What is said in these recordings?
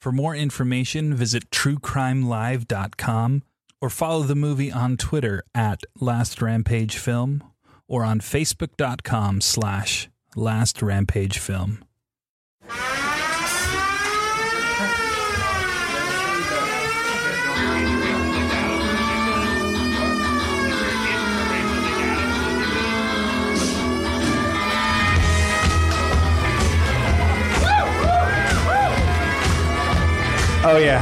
For more information, visit truecrimelive.com or follow the movie on Twitter at Last Rampage Film or on facebook.com slash Last Rampage Film. Oh, yeah.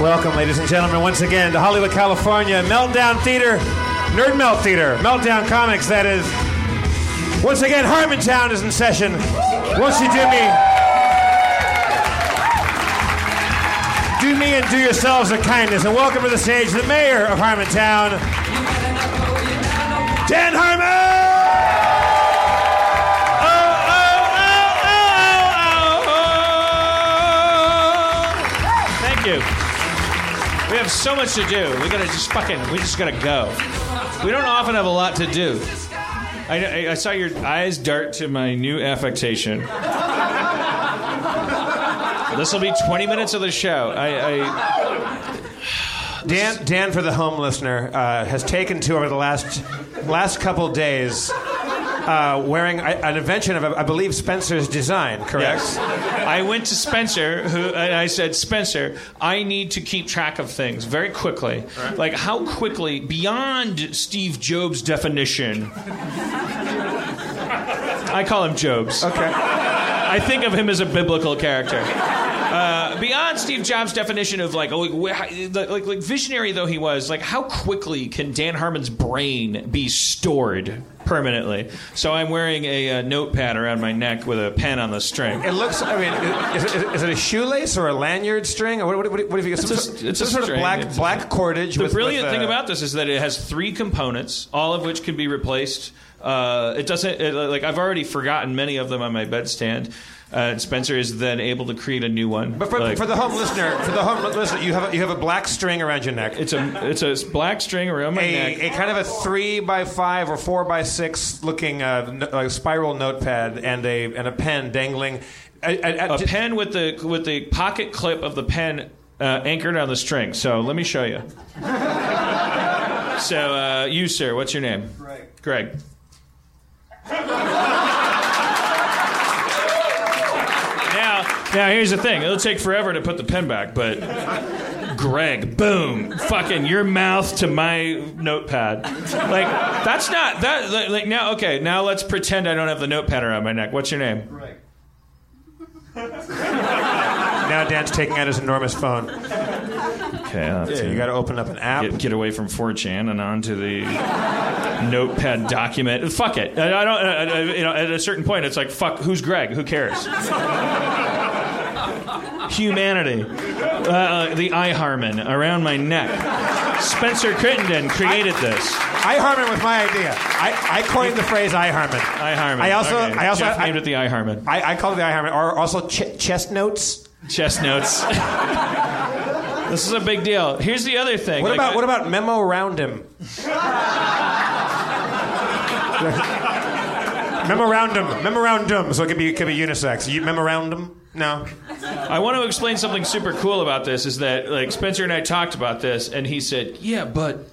Welcome, ladies and gentlemen, once again to Hollywood, California, Meltdown Theater, Nerd Melt Theater, Meltdown Comics, that is. Once again, Harmontown is in session. Won't you do me? Do me and do yourselves a kindness, and welcome to the stage the mayor of Harmontown, Dan Harmon! Thank you. We have so much to do. We gotta just fucking. We just gotta go. We don't often have a lot to do. I, I- I saw your eyes dart to my new affectation. This will be 20 minutes of the show. I, I Dan, Dan, for the home listener, uh, has taken to over the last last couple days uh, wearing a, an invention of, I believe, Spencer's design, correct? Yes. I went to Spencer, who, and I said, Spencer, I need to keep track of things very quickly. Like, how quickly, beyond Steve Jobs' definition, I call him Jobs. Okay. I think of him as a biblical character. Uh, beyond Steve Jobs' definition of like, oh, like, wh- like, like, like visionary though he was, like how quickly can Dan Harmon's brain be stored permanently? So I'm wearing a uh, notepad around my neck with a pen on the string. It looks. I mean, is, is, is it a shoelace or a lanyard string? Or what, what, what, what have you got? It's Some, a- sort- it's some a sort string. of black It's a- black cordage. The with, brilliant with, uh, thing about this is that it has three components, all of which can be replaced. Uh, it doesn't it, like I've already forgotten many of them on my bedstand. Uh, and Spencer is then able to create a new one. But for, Like- for the home listener, for the home listener, you have a, you have a black string around your neck. it's a it's a black string around my neck. a, a kind of a three by five or four by six looking uh, n- uh, spiral notepad and a and a pen dangling. I, I, I, a pen with the with the pocket clip of the pen uh, anchored on the string. So let me show you. so uh, you, sir, what's your name? Greg. Greg. now, now here's the thing. It'll take forever to put the pen back, but Greg, boom, fucking your mouth to my notepad. Like that's not that. Like, like now, okay, now let's pretend I don't have the notepad around my neck. What's your name? Now Dan's taking out his enormous phone. Okay, I'll have to- You got to open up an app. get, get away from 4chan and onto the notepad document. Fuck it. I, I don't. I, I, you know, at a certain point, it's like, fuck. Who's Greg? Who cares? Humanity. Uh, Uh, the eye Harmon around my neck. Spencer Crittenden created this. I Harmon with my idea. I, I coined the phrase I Harmon. I Harmon. I also Okay. I also Jeff I, named it the eye Harmon. I, I call it the I Harmon. Or also ch- chest notes. Chest notes. this is a big deal. Here's the other thing. What Like, about I- what about memo roundum? memorandum, memorandum. So it could be it could be unisex. You, memorandum? No. I want to explain something super cool about this is that like Spencer and I talked about this and he said, "Yeah, but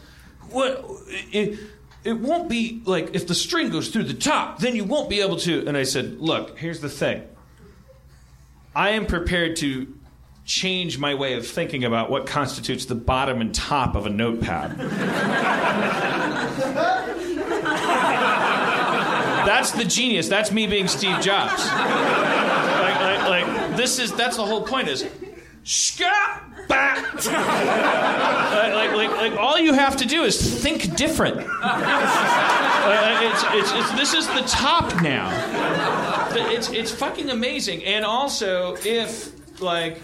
what it, it won't be like if the string goes through the top, then you won't be able to." And I said, "Look, here's the thing. I am prepared to change my way of thinking about what constitutes the bottom and top of a notepad." That's the genius. That's me being Steve Jobs like, like, like this is that's the whole point is uh, Scat back. like, like, like, like, all you have to do is think different. Uh, it's, it's, it's, this is the top now. It's, it's fucking amazing. And also, if like,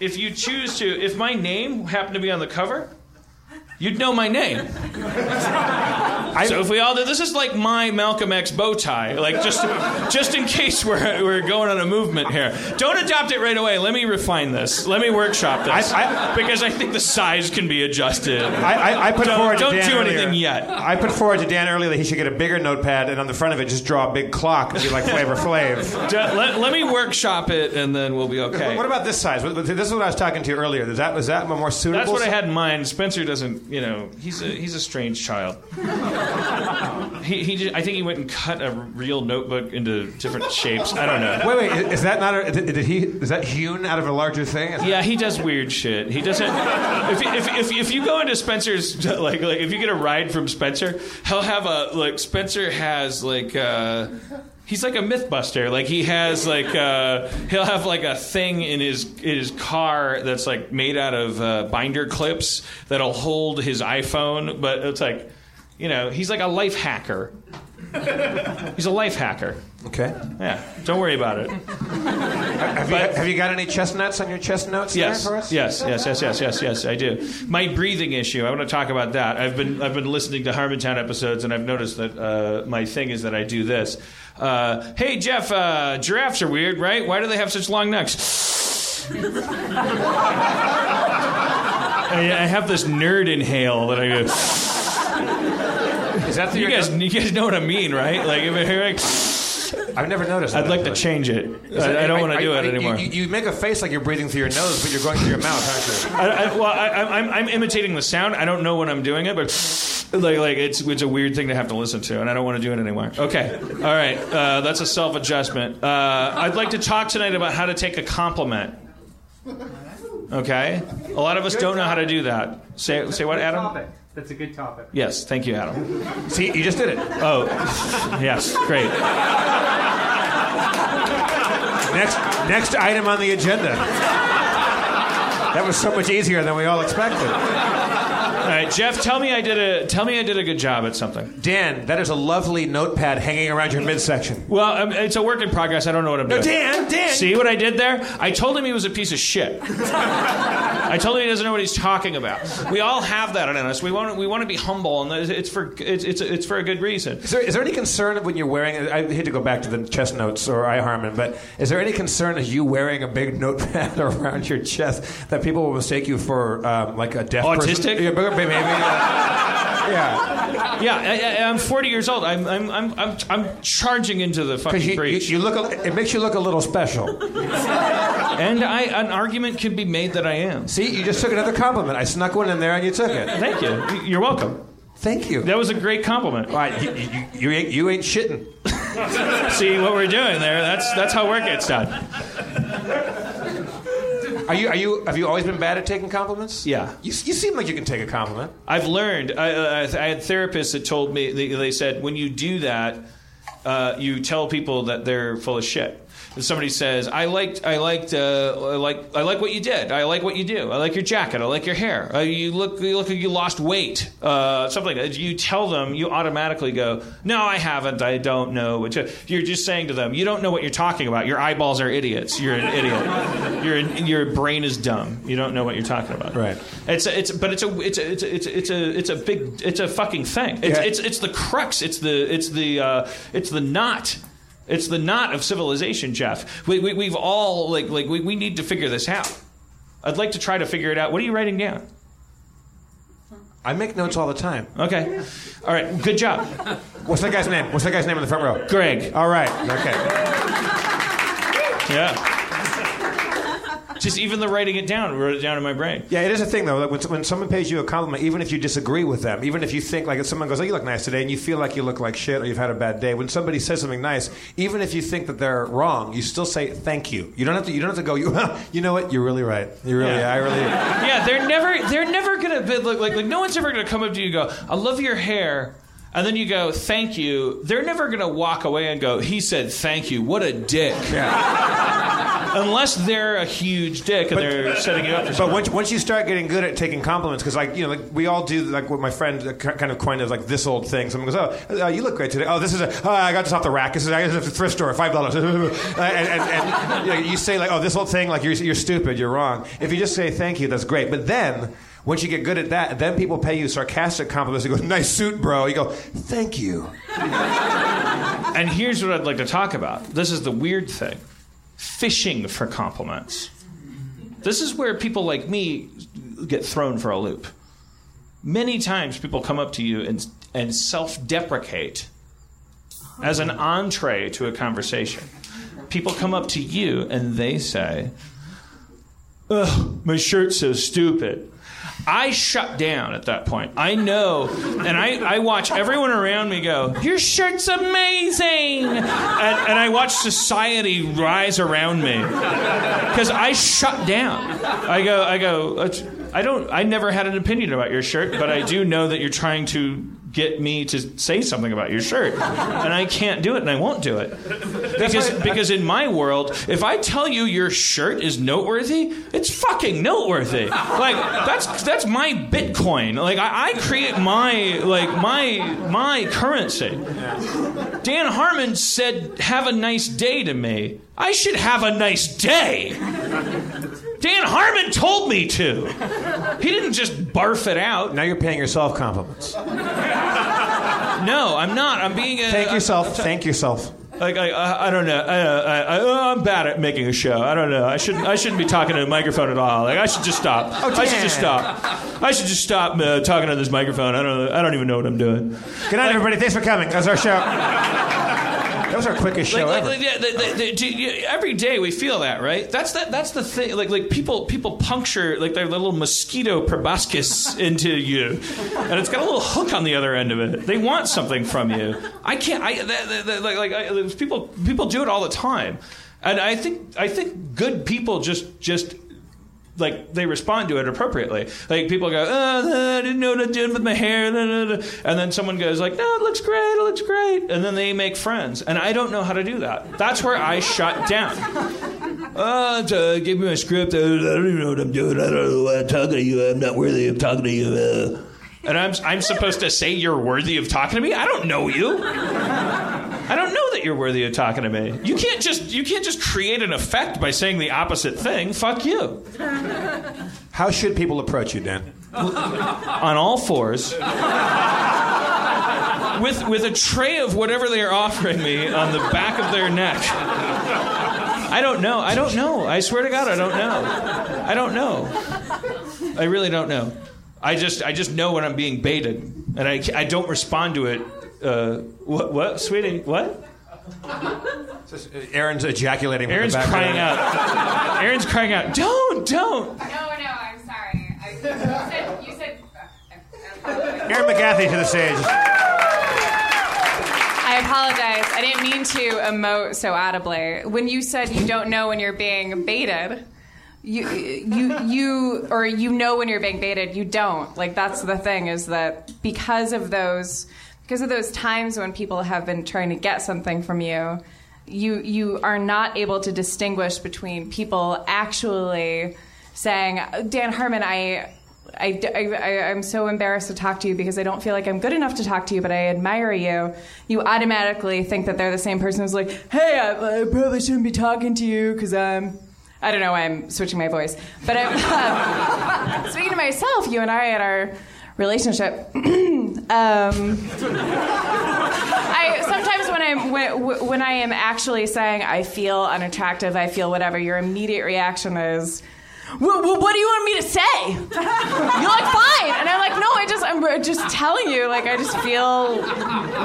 if you choose to, if my name happened to be on the cover, you'd know my name. So if we all did, this is like my Malcolm X bow tie, like just just in case we're we're going on a movement here. Don't adopt it right away. Let me refine this. Let me workshop this I- because I think the size can be adjusted. I, I, I put Don't- forward. to don't Dan do earlier- anything yet. I put forward to Dan earlier that he should get a bigger notepad and on the front of it just draw a big clock and be like Flavor Flav. D- let, let me workshop it, and then we'll be okay. What about this size? What- what- This is what I was talking to you earlier. Is that was that more suitable? That's what I had in mind. Spencer doesn't, you know, he's a he's a strange child. he, he just, I think he went and cut a real notebook into different shapes. I don't know. Wait, wait. i- Is that not? A, did, did he? Is that hewn out of a larger thing? Is- Yeah, he does weird shit. He doesn't. If, if, if, if you go into Spencer's, like, like, if you get a ride from Spencer, he'll have a, like, Spencer has, like, uh, he's like a mythbuster. Like, he has, like, uh, he'll have, like, a thing in his, in his car that's, like, made out of uh, binder clips that'll hold his iPhone, but it's like, you know, he's like a life hacker. He's a life hacker. Okay. Yeah, don't worry about it. Have you, have you got any chestnuts on your chest notes Yes, there for us? yes, yes, yes, yes, yes, yes. I do. My breathing issue. I want to talk about that. I've been I've been listening to Harmontown episodes, and I've noticed that uh, my thing is that I do this. Uh, hey Jeff, uh, giraffes are weird, right? Why do they have such long necks? I, I have this nerd inhale that I go. Is that the You guys, you guys know what I mean, right? Like, if you're like, I've never noticed. I'd that, like to actually. change it. I, I don't want to do it you- anymore. You, you make a face like you're breathing through your nose, but you're going through your mouth, aren't you? I, I, well, I, I- I'm, I'm imitating the sound. I don't know when I'm doing it, but Like, like it's it's a weird thing to have to listen to, and I don't want to do it anymore. Okay, all right, uh, that's a self adjustment. Uh, I'd like to talk tonight about how to take a compliment. Okay, a lot of us don't know how to do that. Say say what, Adam? That's a good topic. Yes, thank you, Adam. See, you just did it. Oh, yes, great. Next, next item on the agenda. That was so much easier than we all expected. All right, Jeff, tell me I did a tell me I did a good job at something. Dan, that is a lovely notepad hanging around your midsection. Well, um, it's a work in progress. I don't know what I'm No, doing. Dan, Dan. See what I did there? I told him he was a piece of shit. I told him he doesn't know what he's talking about. We all have that in us. We want we want to be humble, and it's for it's it's, it's for a good reason. Is there, is there any concern when you're wearing? I hate to go back to the chest notes or I Harmon, but is there any concern as you wearing a big notepad around your chest that people will mistake you for um, like a deaf person? Autistic? Yeah, maybe, maybe, uh, yeah. Yeah, I, I, I'm 40 years old. I'm I'm I'm I'm, I'm charging into the fucking Because you, you, breach. you look, a, it makes you look a little special. and I an argument can be made that I am. See, you just took another compliment. I snuck one in there and you took it. Thank you. You're welcome. Thank you. That was a great compliment. All right, you, you, you, ain't, you ain't shitting. See what we're doing there. That's that's how work gets done. Are you? Are you? Have you always been bad at taking compliments? Yeah. You, you seem like you can take a compliment. I've learned. I, I, I had therapists that told me they, they said when you do that, uh, you tell people that they're full of shit. If somebody says, "I liked, I liked, uh, I like, I like what you did. I like what you do. I like your jacket. I like your hair. Uh, you look, you look like you lost weight. Uh, something like that." You tell them, you automatically go, "No, I haven't. I don't know." What you-" You're just saying to them, "You don't know what you're talking about. Your eyeballs are idiots. You're an idiot. Your your brain is dumb. You don't know what you're talking about." Right. It's a, it's but it's a it's a, it's a, it's a, it's a it's a big it's a fucking thing. It's, Yeah. it's it's the crux. It's the it's the uh, it's the knot. It's the knot of civilization, Jeff. We, we we've all like like we, we need to figure this out. I'd like to try to figure it out. What are you writing down? I make notes all the time. Okay. All right. Good job, What's that guy's name? What's that guy's name in the front row? Greg. All right. Okay. Yeah. Just even the writing it down, wrote it down in my brain. Yeah, it is a thing though. Like when, when someone pays you a compliment, even if you disagree with them, even if you think like if someone goes, "Oh, you look nice today," and you feel like you look like shit or you've had a bad day, when somebody says something nice, even if you think that they're wrong, you still say thank you. You don't have to. You don't have to go. You, you know what? You're really right. You really. Yeah. I really. Yeah, they're never they're never gonna be like, like like no one's ever gonna come up to you and go, I love your hair. And then you go, thank you. They're never going to walk away and go, he said thank you. What a dick. Unless they're a huge dick and they're setting you up for But something. once, once you start getting good at taking compliments, because like you know, like we all do, like what my friend uh, ki- kind of coined as like this old thing. Someone goes, "Oh, uh, you look great today." Oh, this is a, oh, I got this off the rack. This is I got this at the thrift store, five dollars. and and, and you, know, you say like, "Oh, this old thing," like you're you're stupid, you're wrong. If you just say thank you, that's great. But then. Once you get good at that, then people pay you sarcastic compliments. They go, "Nice suit, bro." You go, "Thank you." And here's what I'd like to talk about. This is the weird thing fishing for compliments. This is where people like me get thrown for a loop. Many times people come up to you and, and self deprecate as an entree to a conversation. People come up to you and they say, Ugh, my shirt's so stupid. I shut down at that point. I know, and I, I watch everyone around me go, Your shirt's amazing! And, and I watch society rise around me. Because I shut down. I go, I go, "Uh, I don't, I never had an opinion about your shirt, but I do know that you're trying to get me to say something about your shirt. And I can't do it, and I won't do it. Because, because in my world, if I tell you your shirt is noteworthy, it's fucking noteworthy. Like that's that's my Bitcoin. Like I, I create my like my my currency. Dan Harmon said, "Have a nice day" to me. I should have a nice day. Dan Harmon told me to. He didn't just barf it out. Now you're paying yourself compliments. No, I'm not. I'm being a. Thank yourself. Thank yourself. Like I, I, I don't know. I, I, I, oh, I'm bad at making a show. I don't know. I shouldn't. I shouldn't be talking to a microphone at all. Like I should just stop. Oh, I should just stop. I should just stop uh, talking to this microphone. I don't. I don't even know what I'm doing. Good night, everybody. Thanks for coming. That's our show. That was our quickest show like, ever. like, yeah, the- the- the- do you- every day we feel that, right? That's that. That's the thing. Like, like people, people puncture like their little mosquito proboscis into you, and it's got a little hook on the other end of it. They want something from you. I can't. I that, that, that- like, like I, there's people, people do it all the time, and I think, I think good people just, just like they respond to it appropriately. Like people go, oh, I didn't know what I did with my hair, da, da, da." and then someone goes like, no, it looks great, it looks great, and then they make friends. And I don't know how to do that. That's where I shut down. Uh, to give me a script. uh, I don't even know what I'm doing. I don't know why I'm talking to you. I'm not worthy of talking to you. uh." And I'm I'm supposed to say you're worthy of talking to me? I don't know you. I don't know that you're worthy of talking to me. You can't just you can't just create an effect by saying the opposite thing. Fuck you. How should people approach you, Dan? on all fours with with a tray of whatever they are offering me on the back of their neck. I don't know. I don't know. I swear to God, I don't know. I don't know. I really don't know. I just I just know when I'm being baited, and I I don't respond to it. Uh, what what sweetie what? uh, Aaron's ejaculating. with Aaron's the background. crying out. Aaron's crying out. Don't don't. No, no, I'm sorry. I, you said, you said. uh, Aaron McGathy to the stage. I apologize. I didn't mean to emote so audibly. When you said you don't know when you're being baited, you you you or you know when you're being baited, you don't. Like that's the thing is that because of those because of those times when people have been trying to get something from you, you you are not able to distinguish between people actually saying, "Dan Harmon, I I, am so embarrassed to talk to you because I don't feel like I'm good enough to talk to you, but I admire you. You automatically think that they're the same person who's like, hey, I, I probably shouldn't be talking to you because I'm. I don't know why I'm switching my voice. But I'm, um, speaking to myself, you and I at our relationship, um, I sometimes when I'm when, when I am actually saying I feel unattractive, I feel whatever. Your immediate reaction is, well, "What do you want me to say? You look fine," and I'm like, "No, I just I'm just telling you. Like I just feel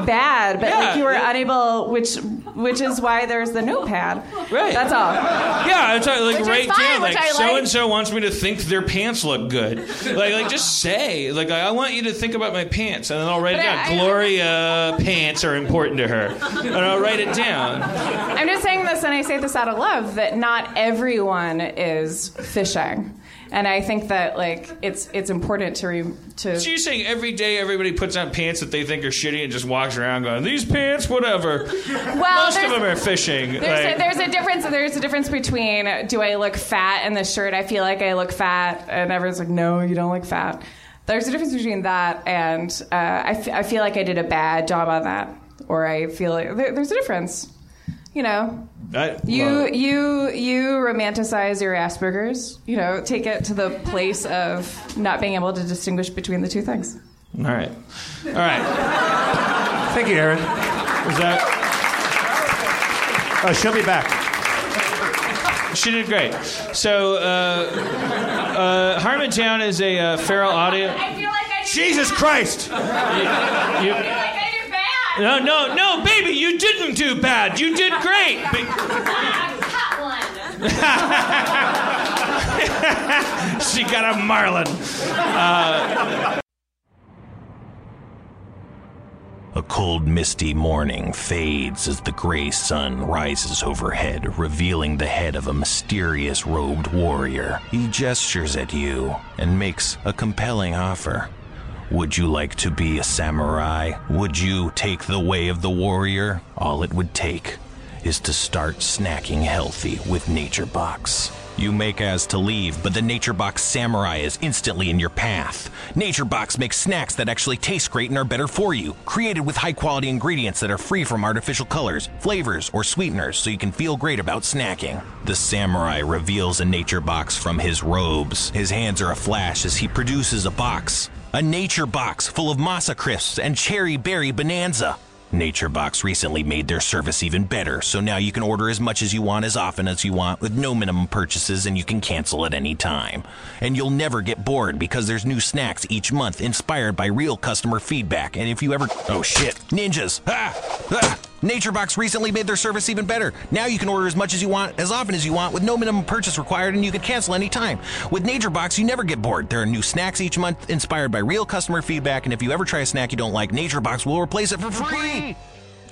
bad, but Yeah, like you were yeah. unable, which which is why there's the notepad. Right. That's all. Yeah, it's uh, like Which is right fine, there, which like I like. so and so wants me to think their pants look good. Like, like just say, like I want you to think about my pants, and then I'll write it But down. I- Gloria pants are important to her, and I'll write it down. I'm just saying this, and I say this out of love that not everyone is fishing, and I think that like it's it's important to re- to. So you're saying every day everybody puts on pants that they think are shitty and just walks around going, these pants, whatever. well, Most of there's- them are fishing. There's, like- a, there's a difference. There's a difference between do I look fat in this shirt? I feel like I look fat, and everyone's like, no, you don't look fat. There's a difference between that and uh, I, f- I feel like I did a bad job on that, or I feel like there, there's a difference. You know, I- you well, you you romanticize your Aspergers. You know, take it to the place of not being able to distinguish between the two things. all right, all right. Thank you, Aaron. Is that? Oh, she'll be back. She did great. So, uh, uh, Harmontown is a uh, feral audio. I feel like I did, Jesus Christ! You- like I did bad. No, no, no, baby, you didn't do bad. You did great. But she got a marlin. Uh, A cold, misty morning fades as the gray sun rises overhead, revealing the head of a mysterious robed warrior. He gestures at you and makes a compelling offer. Would you like to be a samurai? Would you take the way of the warrior? All it would take is to start snacking healthy with Nature Box. You make as to leave, but the Nature Box Samurai is instantly in your path. Nature Box makes snacks that actually taste great and are better for you, created with high quality ingredients that are free from artificial colors, flavors, or sweeteners so you can feel great about snacking. The Samurai reveals a Nature Box from his robes. His hands are aflash as he produces a box. A nature box full of masa crisps and cherry berry bonanza. NatureBox recently made their service even better, so now you can order as much as you want as often as you want with no minimum purchases and you can cancel at any time. And you'll never get bored because there's new snacks each month inspired by real customer feedback. And if you ever Oh shit, ninjas. Ah! ah! NatureBox recently made their service even better. Now you can order as much as you want, as often as you want, with no minimum purchase required, and you can cancel anytime. With NatureBox, you never get bored. There are new snacks each month inspired by real customer feedback, and if you ever try a snack you don't like, NatureBox will replace it for free.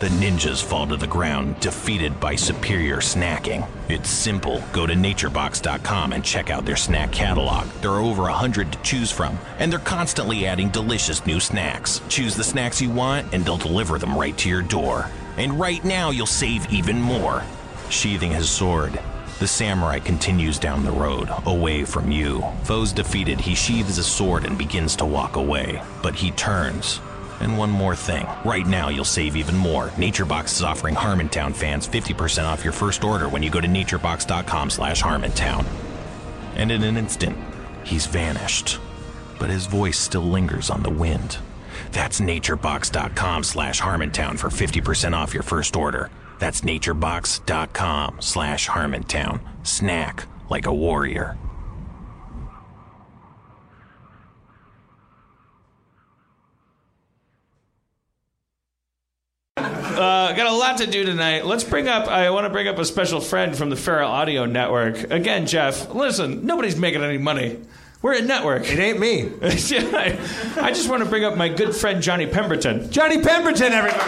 The ninjas fall to the ground, defeated by superior snacking. It's simple. Go to naturebox.com and check out their snack catalog. There are over 100 to choose from, and they're constantly adding delicious new snacks. Choose the snacks you want, and they'll deliver them right to your door. And right now, you'll save even more. Sheathing his sword, the samurai continues down the road, away from you. Foes defeated, he sheathes his sword and begins to walk away. But he turns, and one more thing. Right now, you'll save even more. NatureBox is offering Harmontown fans 50% off your first order when you go to naturebox.com slash Harmontown. And in an instant, he's vanished. But his voice still lingers on the wind. That's naturebox.com slash Harmontown for 50% off your first order. That's naturebox.com slash Harmontown. Snack like a warrior. Uh, got a lot to do tonight. Let's bring up. I want to bring up a special friend from the Feral Audio Network. Again, Jeff. Listen, nobody's making any money. We're a network. It ain't me. I, I just want to bring up my good friend Johnny Pemberton. Johnny Pemberton, everybody.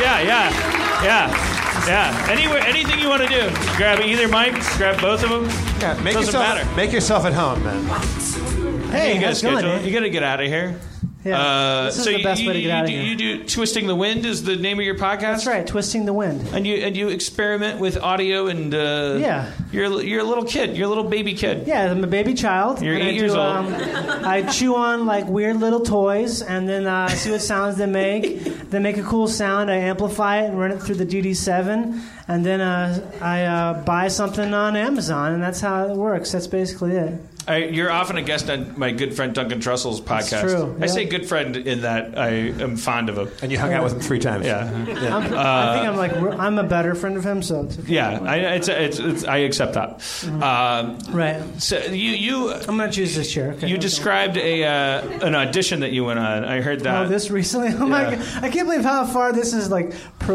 Yeah, yeah, yeah, yeah. Anywhere, anything you want to do, grab either mic, grab both of them. Yeah, make Doesn't yourself, matter. Make yourself at home, man. you Hey, gotta how's it going? schedule- man? You gotta get out of here. Yeah, Uh, this is so the you- best you, way to get you out of do- here. You do "Twisting the Wind" is the name of your podcast. That's right, twisting the wind. And you and you experiment with audio and uh, Yeah. You're a li- you're a little kid. You're a little baby kid. Yeah, I'm a baby child. You're and I eight years do, old. Um, I chew on like weird little toys, and then uh, see what sounds they make. they make a cool sound. I amplify it and run it through the DD7, and then uh, I uh, buy something on Amazon, and that's how it works. That's basically it. I, you're often a guest on my good friend Duncan Trussell's podcast. true, I yeah. say good friend in that I am fond of him. And you hung out with him three times. Yeah. Uh, I'm, I think I'm like re- I'm a better friend of him, so it's okay. Yeah, I, it's, it's, it's, I accept that. Um, Mm-hmm. right. so you you I'm gonna choose this chair. Okay. you okay. described a uh, an audition that you went on. I heard that. Oh, this recently. Oh my Yeah. god! I can't believe how far this is like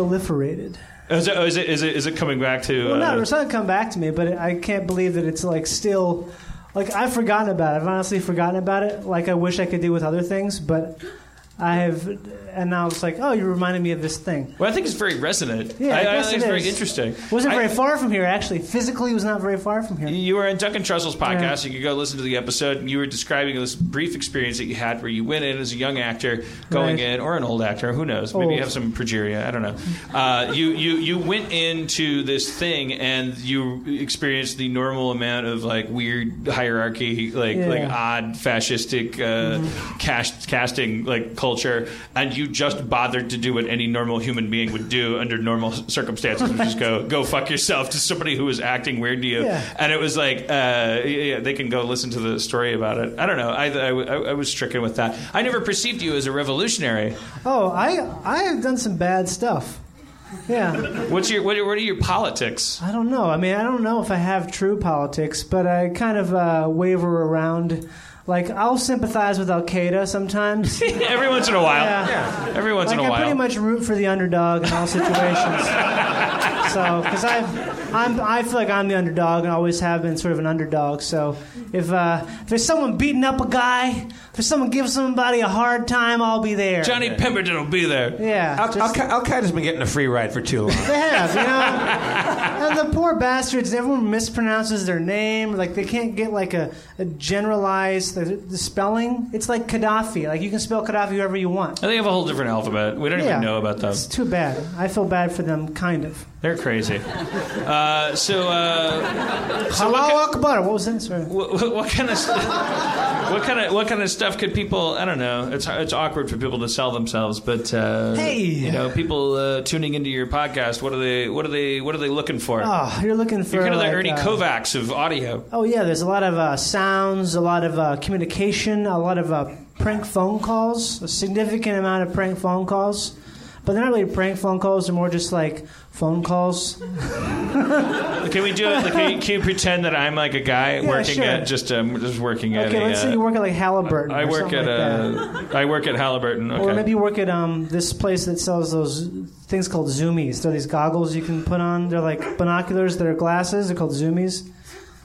proliferated. Is it, oh, is it, is it, is it coming back to? Well, no, uh, it's not come back to me, but I can't believe that it's like still, like I've forgotten about it. I've honestly forgotten about it. Like I wish I could do with other things, but I have, and now it's like, oh, you reminded me of this thing. well, I think it's very resonant. Yeah, I I, guess think it it's very is. interesting. Wasn't I- very far from here actually. Physically, it was not very far from here. You were on Duncan Trussell's podcast. You could go listen to the episode. And you were describing this brief experience that you had where you went in as a young actor, going Right. in, or an old actor, who knows? Maybe you Old. have some progeria. I don't know. Uh, you, you, you went into this thing and you experienced the normal amount of like weird hierarchy, like, Yeah. Mm-hmm. like odd fascistic uh, cast, casting like culture, and you just bothered to do what any normal human being would do under normal circumstances, which is go go fuck yourself to somebody who is acting weird to you. Yeah. And it was like, uh, yeah, they can go listen to the story about it. I don't know. I, I, I- I was stricken with that. I never perceived you as a revolutionary. Oh, I I have done some bad stuff. Yeah, What's your what, are- what are your politics? I don't know. I mean, I don't know if I have true politics, but I kind of uh, waver around. Like I'll sympathize with Al Qaeda sometimes. Every once in a while. Yeah. Every once Like in a I while. pretty much root for the underdog in all situations. so, because I, I'm, I feel like I'm the underdog and always have been sort of an underdog. So, if uh, if there's someone beating up a guy, if there's someone giving somebody a hard time, I'll be there. Johnny Pemberton will be there. Yeah. Al just- Qaeda's been getting a free ride for too long. they have, you know. and the poor bastards, everyone mispronounces their name. Like they can't get like a, a generalized the, the spelling. It's like Gaddafi. Like you can spell Gaddafi however you want. They have a whole different alphabet. We don't even know about them. It's too bad. I feel bad for them, kind of. They're crazy. Uh, so, uh, so what, Halal ki- Akbar. What was that? Sorry. what, what- what kind of st- what kind of what kind of stuff could people? I don't know. It's it's awkward for people to sell themselves, but uh, Hey. you know, people uh, tuning into your podcast. What are they? What are they? What are they looking for? Oh, you're looking for You're kind of like, the Ernie uh, Kovacs of audio. Oh yeah, there's a lot of uh, sounds, a lot of uh, communication, a lot of uh, prank phone calls, a significant amount of prank phone calls. But they're not really prank phone calls, they're more just like phone calls. Can we do it? Like, can, you, can you pretend that I'm like a guy working sure. at just um, just working at Okay, a, let's say uh, you work at like Halliburton. I or work something at like that. a, I work at Halliburton. Okay. Or maybe you work at um, this place that sells those things called Zoomies. They're these goggles you can put on. They're like binoculars. They're glasses. They're called Zoomies.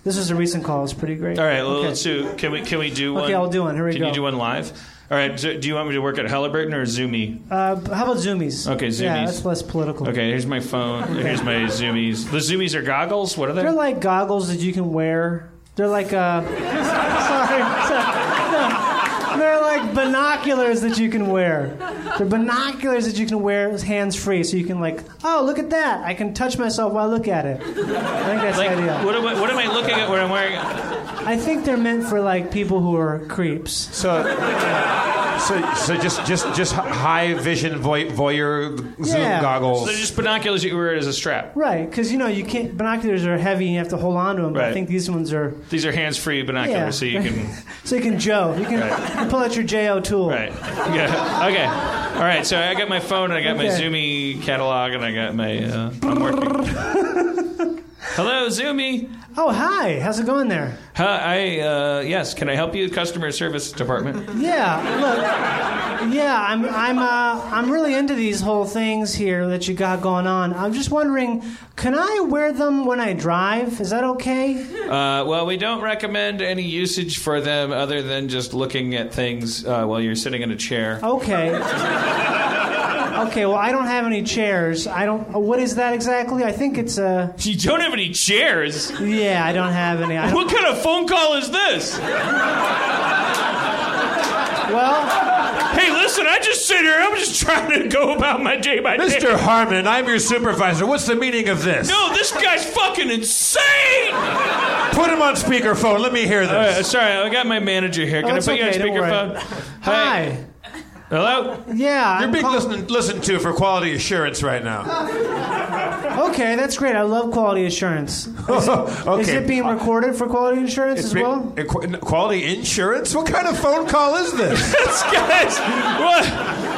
This was a recent call. It's pretty great. All right, well, let's do. Can we can we do one? Okay, I'll do one. Here we can go. you do one live? All right. So do you want me to work at Halliburton or Zoomy? Uh, how about Zoomies? Okay, Yeah, Zoomies. that's less political. Okay, here's my phone. Here's my Zoomies. The Zoomies are goggles. What are they? They're like goggles that you can wear. They're like uh, sorry, sorry. No, they're like binoculars that you can wear. They're binoculars that you can wear hands free, so you can like, oh, look at that! I can touch myself while I look at it. I think that's Like, the idea. what am I, what am I looking at when I'm wearing? I think they're meant for like people who are creeps. So, so, so just, just, just high vision voy, voyeur zoom Yeah. goggles. They're just binoculars you wear as a strap. Right, because you know you can't. Binoculars are heavy, and you have to hold on to them. But I Right. think these ones are These are hands-free binoculars, Yeah. so you can. so you can Joe. You can, you can pull out your J O tool. Right. Yeah. Okay. All right. So I got my phone. and I got my Okay. Zoomy catalog, and I got my. Uh, I'm working. Hello, Zoomy. Oh hi, how's it going there? Huh, I uh, yes. Can I help you, customer service department? Yeah, look. Yeah, I'm I'm uh, I'm really into these whole things here that you got going on. I'm just wondering, can I wear them when I drive? Is that okay? Uh, well, we don't recommend any usage for them other than just looking at things uh, while you're sitting in a chair. Okay. Okay, well, I don't have any chairs. I don't. uh, What is that exactly? I think it's a. You don't have any chairs. Yeah, I don't have any. I don't, What kind of phone call is this? well, Hey, listen, I just sit here. I'm just trying to go about my day by day. Mr. Harmon, I'm your supervisor. What's the meaning of this? No, this guy's fucking insane. Oh, Put him on speakerphone. Let me hear All right, this. sorry, I got my manager here. Can Oh, I it's put okay, you don't on worry. speakerphone? hi. Hello? Yeah, You're I'm being call- listened listened to for quality assurance right now. Okay, that's great. I love quality assurance. okay. Oh. Is it being recorded for quality insurance It's as be- well? uh, qu- quality insurance? What kind of phone call is this? This guy's. What?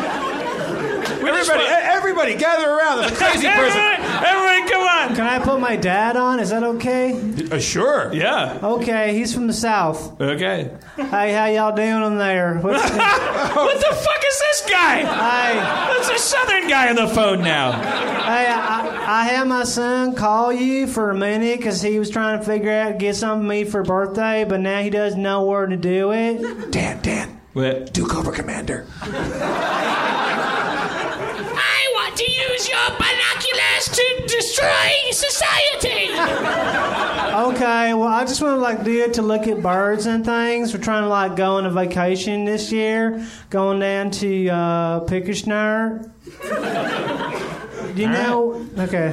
everybody, e- everybody, gather around. There's a crazy person. Everybody, everybody, come on. Can I put my dad on? Is that okay? Uh, sure. Yeah. Okay, he's from the south. Okay. Hey, how y'all doing in there? What's What the fuck is this guy? Hi, That's a southern guy on the phone now. hey, I, I had my son call you for a minute because he was trying to figure out get something for me for birthday, but now he doesn't know where to do it. Dan, Dan, What? do Cobra Commander. I want to use your binoculars to destroy society. Okay, well, I just want to like do it to look at birds and things. We're trying to like go on a vacation this year, going down to uh, Pickersnare. You know, okay.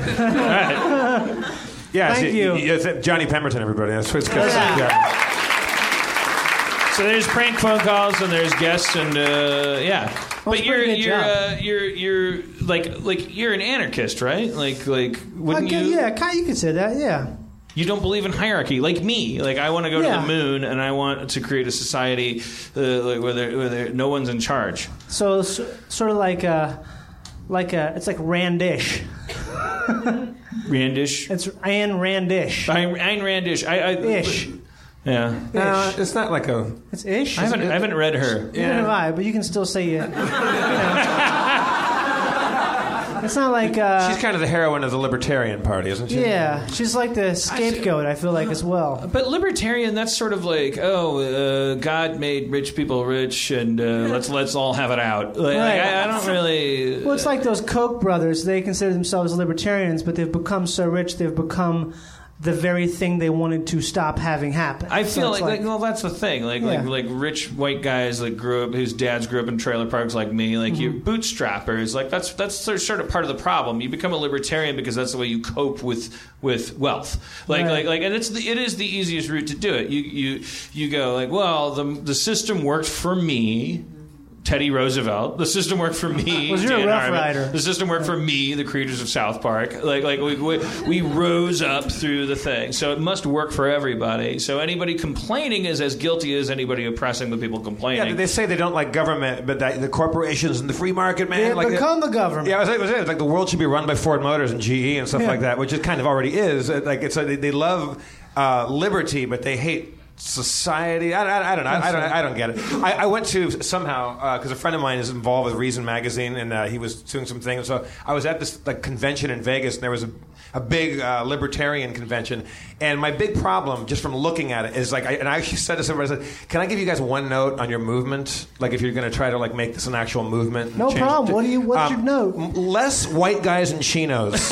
Yeah, Thank see, you. y- y- th- Johnny Pemberton, everybody. That's what it's called. Yeah. Yeah. So there's prank phone calls and there's guests and uh, yeah. but it's a you're pretty good you're uh, job. you're you're like like you're an anarchist, right? Like like wouldn't okay you? yeah, kind you could say that, yeah. You don't believe in hierarchy, like me. Like I want to go to Yeah. the moon, and I want to create a society uh, like where, there, where there, no one's in charge. So, s sort of like a, like a, it's like Randish. Randish, It's Anne Randish. Ayn, Ayn Randish, I, I Ish. Yeah, Uh, it's not like a. It's ish. I haven't I haven't read her. Neither have I, but you can still say it. You know. It's not like, uh, She's kind of the heroine of the Libertarian Party, isn't she? yeah, she's like the scapegoat. I feel like as well. But libertarian, that's sort of like, oh, uh, God made rich people rich, and uh, let's let's all have it out. Like, Right. I, I don't really. Well, it's like those Koch brothers. They consider themselves libertarians, but they've become so rich they've become the very thing they wanted to stop having happen. I So feel it's like, like, well, that's the thing. Like, Yeah. like, like rich white guys like grew up whose dads grew up in trailer parks like me. Like you Mm-hmm. bootstrappers. Like that's that's sort of- sort of part of the problem. You become a libertarian because that's the way you cope with with wealth. Like, Right. like, like, and it's the, it is the easiest route to do it. You you you go like, well, the the system worked for me. Teddy Roosevelt. The system worked for me. Mm-hmm. Was you a Dan Rough Harmon. Rider? The system worked for me, the creators of South Park. Like, like we, we, we rose up through the thing. So it must work for everybody. So anybody complaining is as guilty as anybody oppressing the people complaining. Yeah, they say they don't like government, but that, the corporations and the free market, man. They like become the government. Yeah, I was, I was saying, it's like the world should be run by Ford Motors and GE and stuff Yeah. like that, which it kind of already is. It- Like it's like they, they love uh, liberty, but they hate society. I, I, I don't know. I, I don't. I don't get it. I, I went to somehow because a friend of mine is involved with Reason magazine, and uh, he was doing some things. So I was at this like convention in Vegas, and there was a, a big uh, libertarian convention. And my big problem, just from looking at it, is like, I, and I actually said to somebody, I said, "Can I give you guys one note on your movement? Like, if you're going to try to like make this an actual movement." and No change it problem. to- What do you- what's Um, your note? m- Less white guys in chinos.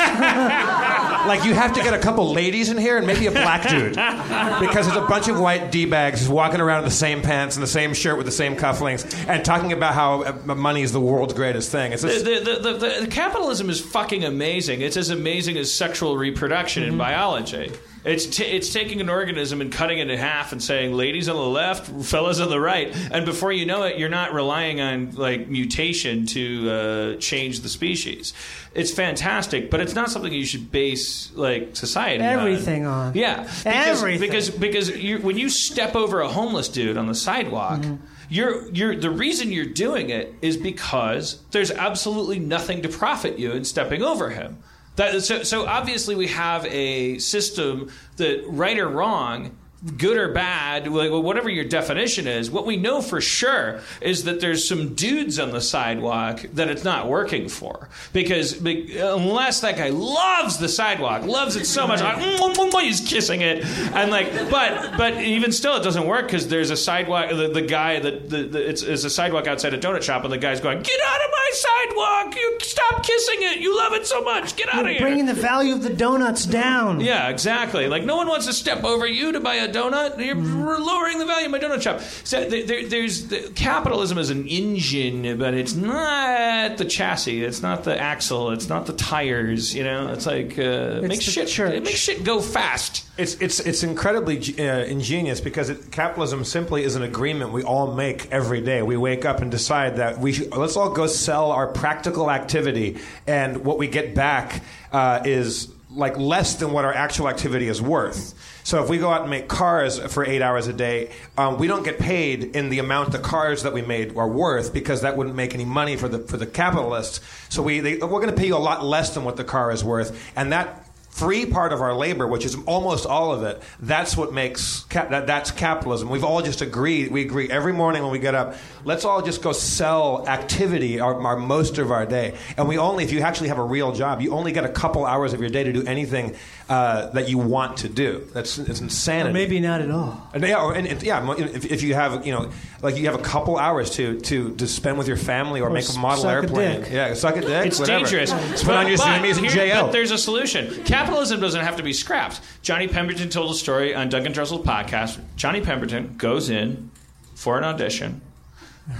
like you have to get a couple ladies in here and maybe a black dude because there's a bunch of white d bags walking around in the same pants and the same shirt with the same cufflinks and talking about how uh, money is the world's greatest thing. It's just, the, the, the, the, the capitalism is fucking amazing. It's as amazing as sexual reproduction Mm-hmm. in biology. It's, t- it's taking an organism and cutting it in half and saying ladies on the left, fellas on the right, and before you know it, you're not relying on like mutation to uh, change the species. It's fantastic, but it's not something you should base like society on. Everything on. Yeah, because, Everything. Because because you when you step over a homeless dude on the sidewalk, you're you're the reason you're doing it is because there's absolutely nothing to profit you in stepping over him. That so so obviously we have a system that right or wrong. Good or bad, like, whatever your definition is, what we know for sure is that there's some dudes on the sidewalk that it's not working for. Because be- unless that guy loves the sidewalk, loves it so much, like, "Mm, mm, mm," he's kissing it, and like, but but even still, it doesn't work because there's a sidewalk. The, the guy that the, the, it's, it's a sidewalk outside a donut shop, and the guy's going, "Get out of my sidewalk! You stop kissing it. You love it so much. Get out of here." Bringing the value of the donuts down. Yeah, exactly. Like no one wants to step over you to buy a donut. You're Mm-hmm. we're lowering the value of my donut shop. So there, there, there's the, capitalism is an engine, but it's not the chassis. It's not the axle. It's not the tires. You know, it's like uh, it makes the shit. church. It makes shit go fast. it's it's it's incredibly uh, ingenious because it, capitalism simply is an agreement we all make every day. We wake up and decide that we should, let's all go sell our practical activity, and what we get back uh, is like less than what our actual activity is worth. So if we go out and make cars for eight hours a day, um, we don't get paid in the amount the cars that we made are worth because that wouldn't make any money for the for the capitalists. So we they, we're going to pay you a lot less than what the car is worth, and that free part of our labor, which is almost all of it, that's what makes cap- that, that's capitalism. We've all just agreed. We agree every morning when we get up. Let's all just go sell activity our, our most of our day. And we only, if you actually have a real job, you only get a couple hours of your day to do anything uh, that you want to do. That's it's insanity. Or maybe not at all. And, yeah, or, and, and- yeah. mo- If, if you have, you know, like you have a couple hours to to, to spend with your family or, make s- a model suck a airplane. dick. Yeah, suck a dick. It's whatever. dangerous. Put on your But- Siamese but and here- JL. But there's a solution. Capitalism doesn't have to be scrapped. Johnny Pemberton told a story on Duncan Trussell's podcast. Johnny Pemberton goes in for an audition.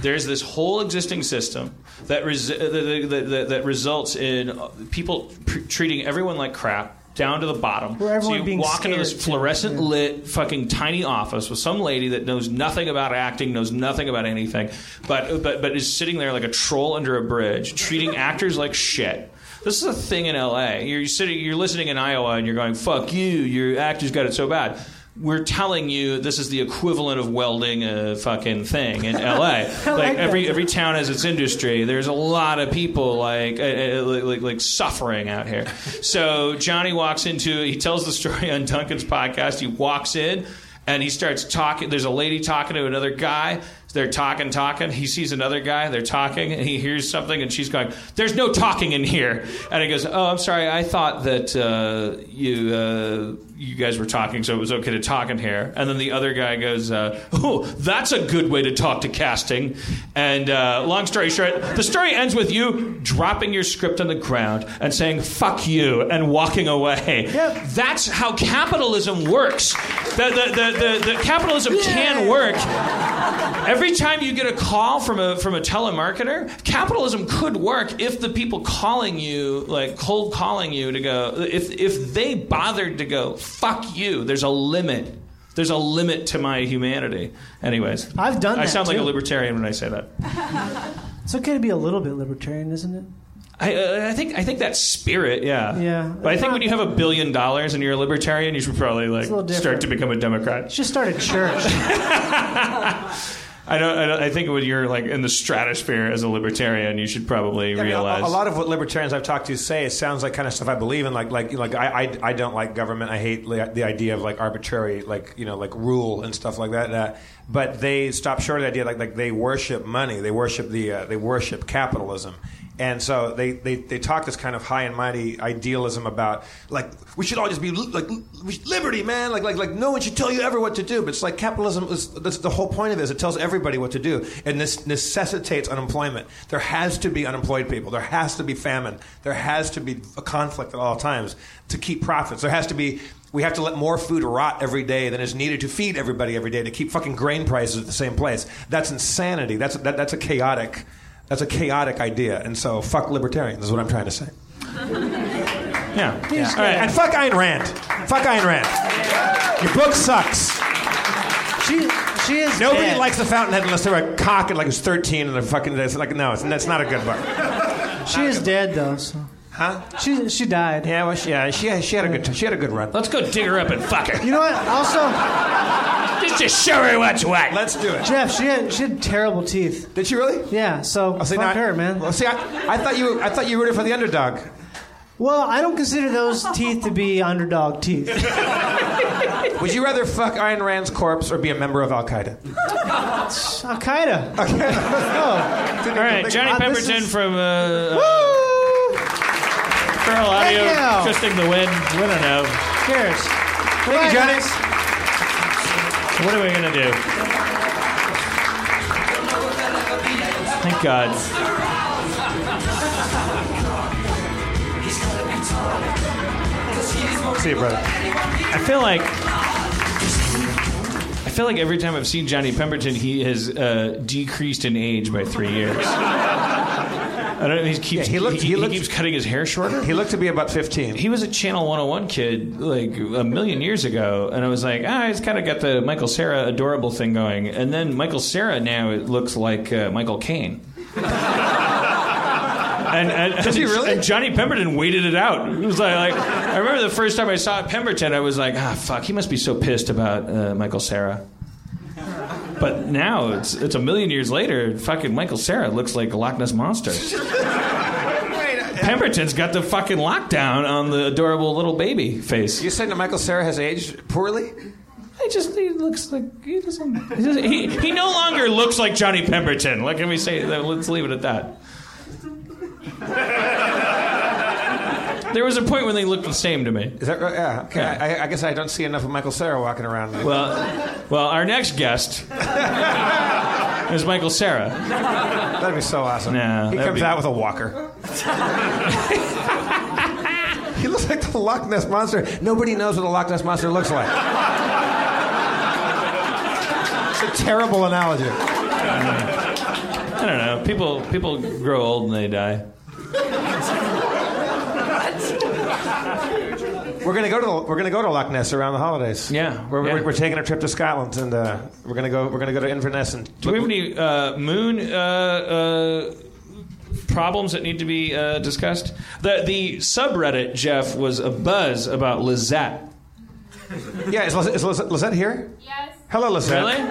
There's this whole existing system that, res- uh, that, that, that, that results in uh, people pr- treating everyone like crap. Down to the bottom. Where so everyone you being walk into this scared, too. fluorescent lit fucking tiny office with some lady that knows nothing about acting, knows nothing about anything, but but but is sitting there like a troll under a bridge, treating actors like shit. This is a thing in LA. You're sitting, you're listening in Iowa, and you're going, "Fuck you! Your actors got it so bad." We're telling you this is the equivalent of welding a fucking thing in LA. like, like that. every every town has its industry. There's a lot of people like uh, uh, like, like like suffering out here. So Johnny walks into. He tells the story on Duncan's podcast. He walks in and he starts talking. There's a lady talking to another guy. They're talking, talking. He sees another guy. They're talking, and he hears something, and she's going, "There's no talking in here." And he goes, "Oh, I'm sorry. I thought that uh, you uh, you guys were talking, so it was okay to talk in here." And then the other guy goes, uh, "Oh, that's a good way to talk to casting." And uh, long story short, the story ends with you dropping your script on the ground and saying "fuck you" and walking away. Yep. That's how capitalism works. The, the, the, the, the capitalism can work. Every time you get a call from a from a telemarketer, capitalism could work if the people calling you, like cold calling you to go, if if they bothered to go, fuck you. There's a limit. There's a limit to my humanity. Anyways, I've done I that, sound like a too. libertarian when I say that. It's okay to be a little bit libertarian, isn't it? I, uh, I think I think that spirit, Uh, yeah, Yeah. But I think when you have a billion dollars and you're a libertarian, you should probably like It's a little start different. to become a Democrat. Just start a church. I don't, I don't. I think when you're like in the stratosphere as a libertarian, you should probably I mean, a- realize a, lot of what libertarians I've talked to say it sounds like kind of stuff I believe in. Like, like, like I, I, I don't like government. I hate li- the idea of like arbitrary, like you know, like rule and stuff like that. Uh, but they stop short of the idea. Like, like they worship money. They worship the. Uh, they worship capitalism. And so they, they, they talk this kind of high and mighty idealism about like we should all just be li- like we should- liberty, man. Like like like no one should tell you ever what to do. But it's like capitalism is that's the whole point of it. Is it tells everybody what to do, and this necessitates unemployment. There has to be unemployed people. There has to be famine. There has to be a conflict at all times to keep profits. There has to be. We have to let more food rot every day than is needed to feed everybody every day to keep fucking grain prices at the same place. That's insanity. That's that, that's a chaotic. That's a chaotic idea, and so fuck libertarians is what I'm trying to say. yeah. All right, and fuck Ayn Rand. Fuck Ayn Rand. Your book sucks. She, she is. Nobody bad. likes The Fountainhead unless they're a cock and like who's 13 and they're fucking. That's like no, it's, that's not a good book. She is dead though. So. Huh? She she died. Yeah, well, she, yeah, she, she had a good t- she had a good run. Let's go dig her up and fuck her. You know what? Also, Just to show her what's what. Let's do it. Jeff, she had she had terrible teeth. Did she really? Yeah. So Oh, see, fuck now I- her, man. Well, see, I, I thought you were, I thought you rooted for the underdog. Well, I don't consider those teeth to be uh, underdog teeth. Would you rather fuck Ayn Rand's corpse or be a member of Al Qaeda? Al Qaeda. Okay. All right, Johnny Uh, this Pemberton is- from uh, Pearl Audio, Thank you. Twisting the Wind. We don't know. Cheers. Thank you, Goodbye, Johnny. guys. What are we gonna do? Thank God. See you, brother. I feel like. I feel like every time I've seen Johnny Pemberton, he has uh, decreased in age by three years. I don't know. He keeps Yeah, he looked- he he, he looked- keeps cutting his hair shorter. He looked to be about 15. he was a Channel 101 kid like a million years ago, and I was like, ah, he's kind of got the Michael Sarah adorable thing going. And then Michael Sarah now it looks like uh, Michael Caine. And, and, he really? and Johnny Pemberton waited it out. It was like, like- I remember the first time I saw Pemberton, I was like, ah, fuck, he must be so pissed about uh, Michael Sarah. But now it's it's a million years later. Fucking Michael Sarah looks like a Loch Ness monster. Pemberton's got the fucking lockdown on the adorable little baby face. You saying that Michael Sarah has aged poorly? He just he looks like he doesn't. He, doesn't, he, he no longer looks like Johnny Pemberton. Let me say that. Let's leave it at that. There was a point when they looked the same to me. Is that right? Yeah. Okay. Yeah. I, I guess I don't see enough of Michael Sarah walking around. Well, well, our next guest is Michael Sarah. That'd be so awesome. Nah, he that'd comes be- out with a walker. he looks like the Loch Ness monster. Nobody knows what a Loch Ness monster looks like. it's a terrible analogy. I don't know. People people grow old and they die. We're gonna go to the, we're gonna go to Loch Ness around the holidays. Yeah, We're, yeah. We're, we're taking a trip to Scotland and uh, we're gonna go we're gonna go to Inverness and Do we have any uh, moon uh, uh, problems that need to be uh, discussed? The the subreddit Jeff was a buzz about Lizette. yeah. Is, Liz- is Liz- Lizette here? Yes. Hello, Lizette. Really?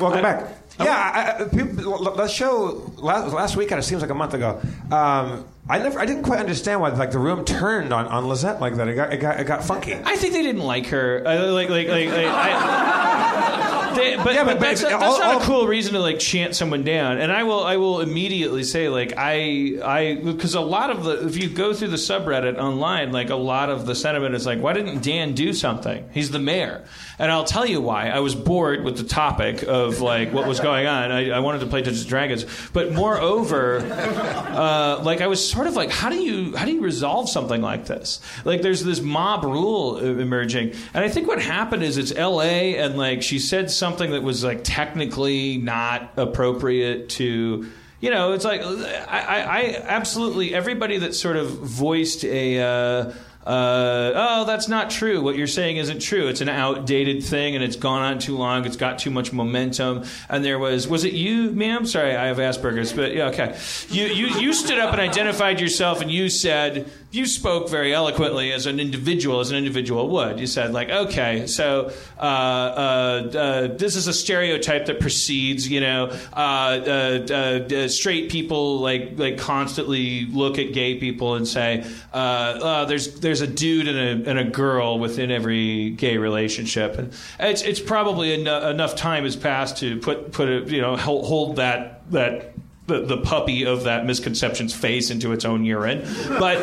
Welcome back. Yeah, I, I, people, l- l- the show last, last week, kind of seems like a month ago. Um, I never, I didn't quite understand why like the room turned on, on Lizette like that. It got, it got, it got funky. I think they didn't like her. I, like like like. like I, they, but, Yeah, but- yeah, but, but that's, it's- that's all- not all- a cool reason to like chant someone down. And I will I will immediately say like I I because a lot of the if you go through the subreddit online like a lot of the sentiment is like why didn't Dan do something? He's the mayor. And I'll tell you why. I was bored with the topic of like what was going on. I, I wanted to play Dungeons and Dragons, but moreover, uh, like I was sort of like how do you how do you resolve something like this? Like there's this mob rule uh, emerging, and I think what happened is it's L.A. and like she said something that was like technically not appropriate to. You know, it's like I, I, I absolutely everybody that sort of voiced a uh, uh, oh, that's not true. What you're saying isn't true. It's an outdated thing and it's gone on too long. It's got too much momentum. And there was, was it you, ma'am? Sorry, I have Asperger's, but yeah, okay. You, you, you stood up and identified yourself and you said, you spoke very eloquently as an individual, as an individual would. You said, like, okay, so uh, uh, uh, this is a stereotype that precedes, you know, uh, uh, uh, uh, straight people like like constantly look at gay people and say, uh, uh, there's there's a dude and a and a girl within every gay relationship, and it's it's probably en- enough time has passed to put put a, you know hold, hold that that. The, the puppy of that misconception's face into its own urine, but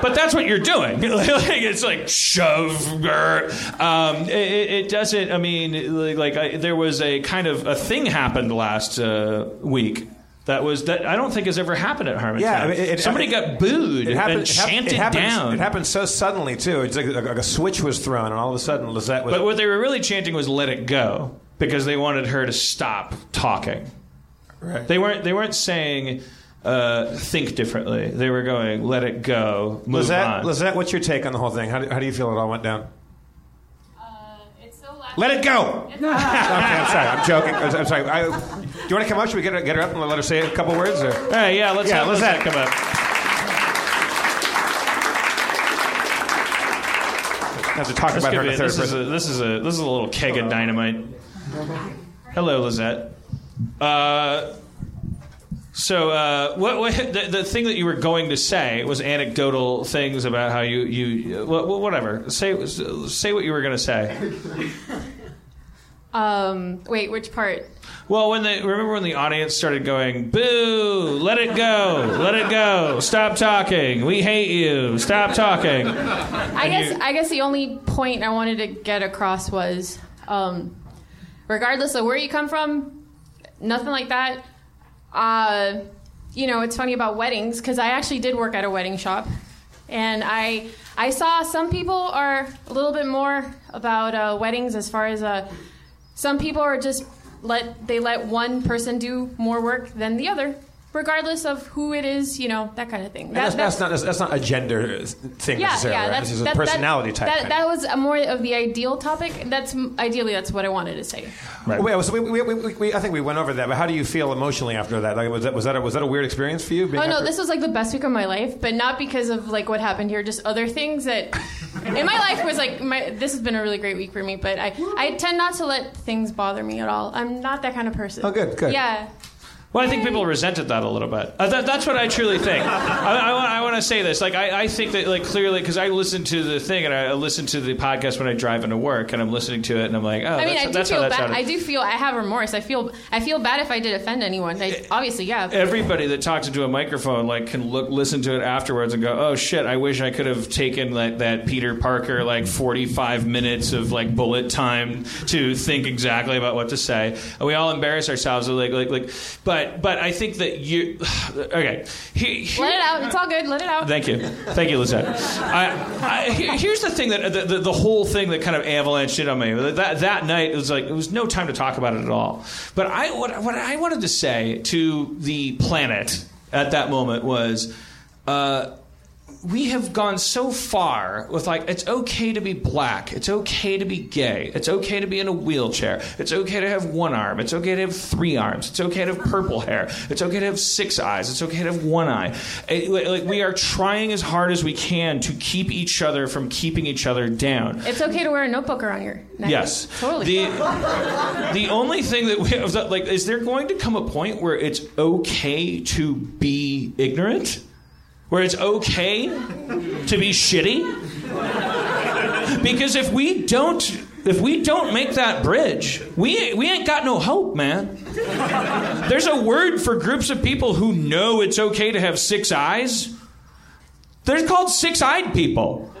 but that's what you're doing. Like, it's like shove. grr. Um, it, it it doesn't. I mean, like, like I, there was a kind of a thing happened last uh, week. That was that I don't think has ever happened at Harmontown. Yeah, I mean, it- it- somebody got booed It happened, and it hap- chanted it happened, down. It happened so suddenly too. It's like, like a switch was thrown, and all of a sudden Lizette was. But what they were really chanting was "Let it go" because they wanted her to stop talking. Right. They weren't. They weren't saying uh, "think differently." They were going "Let it go." Move Lizette, on. Lizette, what's your take on the whole thing? How do, how do you feel it all went down? Uh, Let it go. okay, I'm sorry. I'm joking. I'm, I'm sorry. I, do you want to come up? Should we get her, get her up and let her say a couple words? Or? All right, yeah, let's Yeah, have Lizette Lizette. come up. Have to talk This about could her in be- the third this person. Is a, this is a this is a little keg of dynamite. Hello, Lizette. Uh, so uh, what, what the, the thing that you were going to say was anecdotal things about how you you wha- wha- whatever say say what you were going to say. Um, wait, which part? Well, when the remember when the audience started going boo, let it go, let it go, stop talking, we hate you, stop talking. I guess I guess the only point I wanted to get across was, um, regardless of where you come from, nothing like that. Uh, you know, it's funny about weddings because I actually did work at a wedding shop, and I I saw some people are a little bit more about uh, weddings as far as uh, some people are just let they let one person do more work than the other, regardless of who it is. You know, that kind of thing. And that's, that's, not, that's not a gender thing necessarily. right? this is a that- that- personality type. That, thing. that was a more of the ideal topic. That's ideally that's what I wanted to say. Wait, so we, we, we, we, we- I think we went over that, but how do you feel emotionally after that? Like, was that was that a, was that a weird experience for you? being Oh no, after- this was like the best week of my life, but not because of like what happened here. Just other things that in my life was like my. This has been a really great week for me, but I I tend not to let things bother me at all. I'm not that kind of person. Oh, good, good. Yeah. Well, I think people resented that a little bit. Uh, that, that's what I truly think. I, I, wa- I want to say this. Like, I, I think that, like, clearly, because I listen to the thing and I listen to the podcast when I drive into work, and I'm listening to it, and I'm like, oh, I mean, that's, I do that's feel how bad. that sounded. I do feel I have remorse. I feel I feel bad if I did offend anyone. I, Eh, obviously, yeah. Everybody that talks into a microphone like can look listen to it afterwards and go, "Oh shit, I wish I could have taken like that Peter Parker like 45 minutes of like bullet time to think exactly about what to say." And we all embarrass ourselves like like like but but I think that you okay. He- he- Let it out. It's all good. Let it out. Thank you, thank you, Lizette. I, I, here- here's the thing that the, the, the whole thing that kind of avalanched in on me. That that night it was like it was no time to talk about it at all. But I what, what I wanted to say to the planet at that moment was. Uh, we have gone so far with like it's okay to be black it's okay to be gay it's okay to be in a wheelchair it's okay to have one arm it's okay to have three arms it's okay to have purple hair it's okay to have six eyes it's okay to have one eye It- like we are trying as hard as we can to keep each other from keeping each other down It's okay to wear a notebook around your neck. Yes. Totally. The, the only thing that we have, that, like, is there going to come a point where it's okay to be ignorant? Where it's okay to be shitty? Because if we don't, if we don't make that bridge, we, we ain't got no hope, man. There's a word for groups of people who know it's okay to have six eyes. They're called six-eyed people.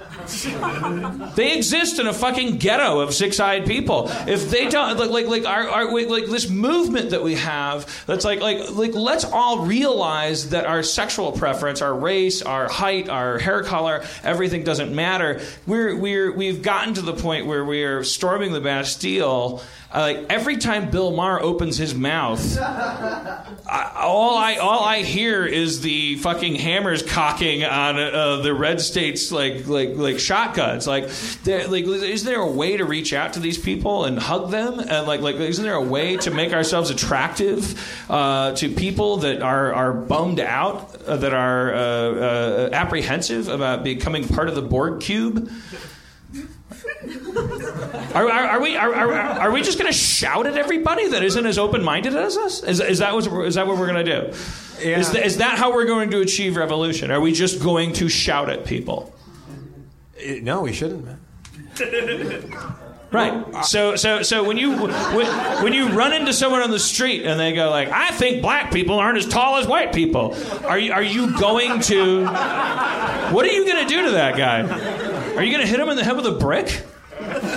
They exist in a fucking ghetto of six-eyed people. If they don't, like, like, like, our, our, we- like this movement that we have, that's like, like, like, let's all realize that our sexual preference, our race, our height, our hair color, everything doesn't matter. We're, we're, we've gotten to the point where we are storming the Bastille. Uh, like every time Bill Maher opens his mouth, I, all I, all I hear is the fucking hammers cocking on a, uh, the red states like like like shotguns. Like, they're- like, is there a way to reach out to these people and hug them? And like like, isn't there a way to make ourselves attractive uh, to people that are are bummed out, uh, that are uh, uh, apprehensive about becoming part of the Borg cube? Are, are, are we are, are, are we just going to shout at everybody that isn't as open minded as us? Is, is that what is that what we're going to do? Is, th- is that how we're going to achieve revolution? Are we just going to shout at people? Eh, no, we shouldn't. Right. So so so when you when, when you run into someone on the street and they go like, "I think black people aren't as tall as white people," are you are you going to? What are you going to do to that guy? Are you going to hit him in the head with a brick? I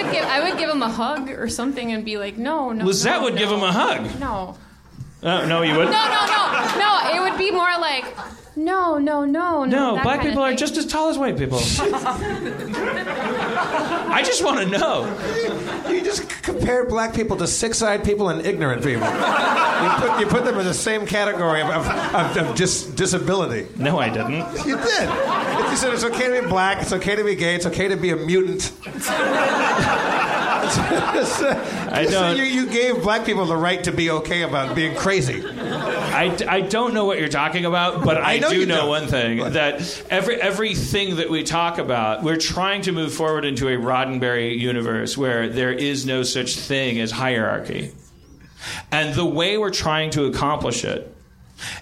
would give I would give him a hug or something and be like, no, no. Lizette no, would no. give him a hug. No. Uh, no, you would. No, no, no, no. It would be more like, no, no, no, no. No, that black kind of people are thing. just as tall as white people. I just want to know. You just c- compare black people to six-eyed people and ignorant people. you, put, you put them in the same category of, of, of, of dis- disability. No, I didn't. You did. If you said it's okay to be black, it's okay to be gay, it's okay to be a mutant. I don't- You, you gave black people the right to be okay about being crazy. I, I don't know what you're talking about, but I, I know do you know don't. one thing that every everything that we talk about, we're trying to move forward into a Roddenberry universe where there is no such thing as hierarchy. And the way we're trying to accomplish it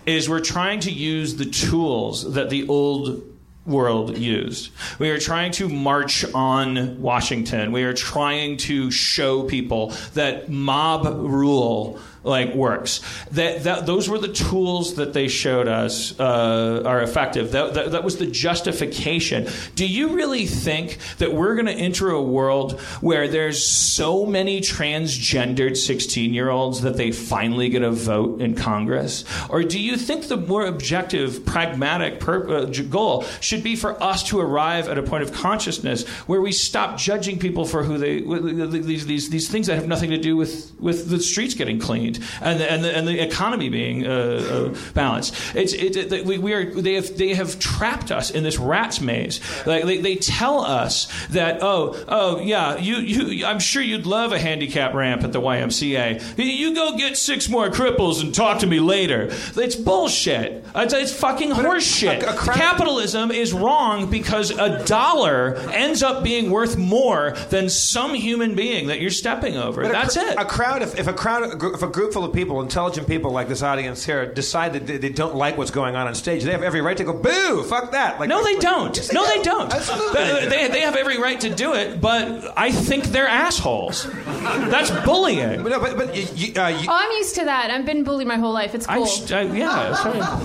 is we're trying to use the tools that the old world used. We are trying to march on Washington. We are trying to show people that mob rule like works. That, that those were the tools that they showed us uh, are effective. That, that, that was the justification. Do you really think that we're going to enter a world where there's so many transgendered 16 year olds that they finally get a vote in Congress? Or do you think the more objective, pragmatic per- uh, j- goal should be for us to arrive at a point of consciousness where we stop judging people for who they, wh- wh- these, these, these things that have nothing to do with, with the streets getting cleaned and the, and the, and the economy being uh, uh, balanced? It's, it, it, we, we are, they, have, they have trapped us in this rat's maze. Like, they, they tell us that, oh, oh, yeah, you, you, I'm sure you'd love a handicap ramp at the YMCA. You go get six more cripples and talk to me later. It's bullshit. It's, it's fucking horseshit. a crowd- Capitalism is wrong because a dollar ends up being worth more than some human being that you're stepping over. But a That's cr- it. A crowd, if, if a crowd, a gr- if a group full of people, intelligent people like this audience here, decide that they, they don't like what's going on on stage, they have every right to go, "Boo! Fuck that!" Like, No, they like- Yes, don't. No, they don't. Absolutely. They, they- they have every right to do it, but I think they're assholes. That's bullying. But, no, but, but you, you, uh, you, Oh, I'm used to that. I've been bullied my whole life. It's cool. I'm sh- I, yeah, sorry.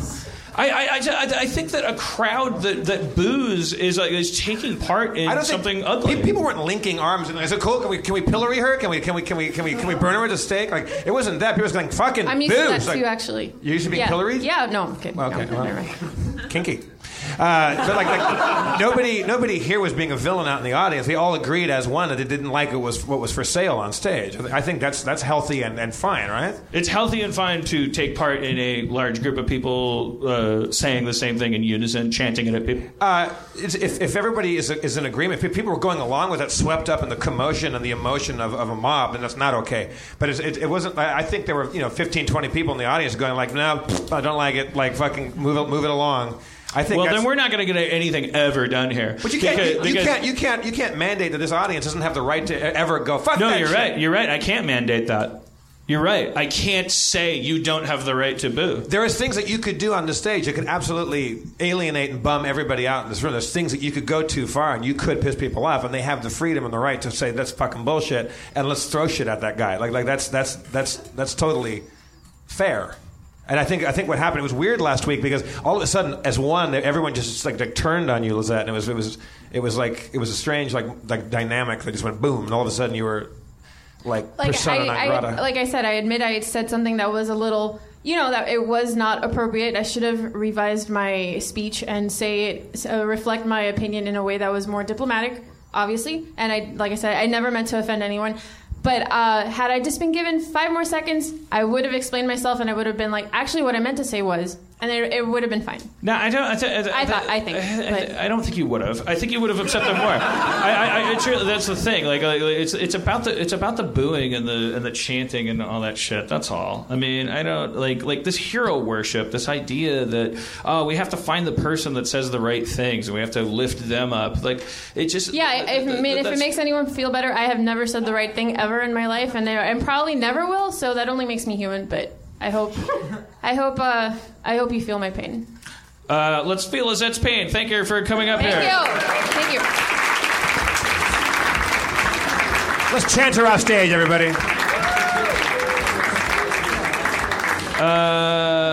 I, I, I, ju- I think that a crowd that, that boos is, like, is taking part in I don't something think, ugly. pe- People weren't linking arms and like, "Is it cool? Can we can we pillory her? Can we can we can we can we can we burn her at the stake?" Like it wasn't that. People was going fucking. I'm used boo. to that It's like, too, actually. You used to be yeah. pilloried? Yeah, no, I'm kidding. Okay, No, well. never mind. kinky. Uh, but like, like nobody, nobody here was being a villain out in the audience. They all agreed as one that they didn't like it was what was for sale on stage. I think that's that's healthy and, and fine, right? It's healthy and fine to take part in a large group of people uh, saying the same thing in unison, chanting it at people. Uh, it's, if, if everybody is, is in agreement, if people were going along with it, swept up in the commotion and the emotion of, of a mob, then that's not okay. But it's, it, it wasn't. I I think there were you know 15, 20 people in the audience going like, no, pfft, I don't like it. Like fucking move it, move it along. I think. Well, that's, then we're not going to get anything ever done here. But you can't, Because- you, you because- can't, you can't, you can't mandate that this audience doesn't have the right to e, ever go. Fuck No, that you're shit." right. You're right. I can't mandate that. You're right. I can't say you don't have the right to boo. There is things that you could do on the stage that could absolutely alienate and bum everybody out in this room. There's things that you could go too far and you could piss people off, and they have the freedom and the right to say that's fucking bullshit and let's throw shit at that guy. Like like that's that's that's that's totally fair. And I think I think what happened it was weird last week because all of a sudden, as one, everyone just like, like turned on you, Lizette, and it was it was it was like it was a strange like like dynamic that just went boom, and all of a sudden you were like, like persona non I, grata. I like I said, I admit I had said something that was a little, you know, that it was not appropriate. I should have revised my speech and say it, uh, reflect my opinion in a way that was more diplomatic, obviously. And I, like I said, I never meant to offend anyone. But uh, had I just been given five more seconds, I would have explained myself and I would have been like, actually, what I meant to say was, and it, it would have been fine. No, I don't. I, th- I, th- I thought. I think. but- I don't think you would have. I think you would have upset them more. I, I, I, it's really, that's the thing. Like, like, like, it's it's about the it's about the booing and the and the chanting and all that shit. That's all. I mean, I don't like like this hero worship. This idea that oh, we have to find the person that says the right things and we have to lift them up. Like, it just Yeah, I, I mean, if it that's- makes anyone feel better, I have never said the right thing ever in my life, and I, and probably never will. So that only makes me human. But I hope, I hope, uh, I hope you feel my pain. Uh, let's feel Lizette's pain. Thank you for coming up Thank here. you, thank you. Let's chant her off stage, everybody. Uh,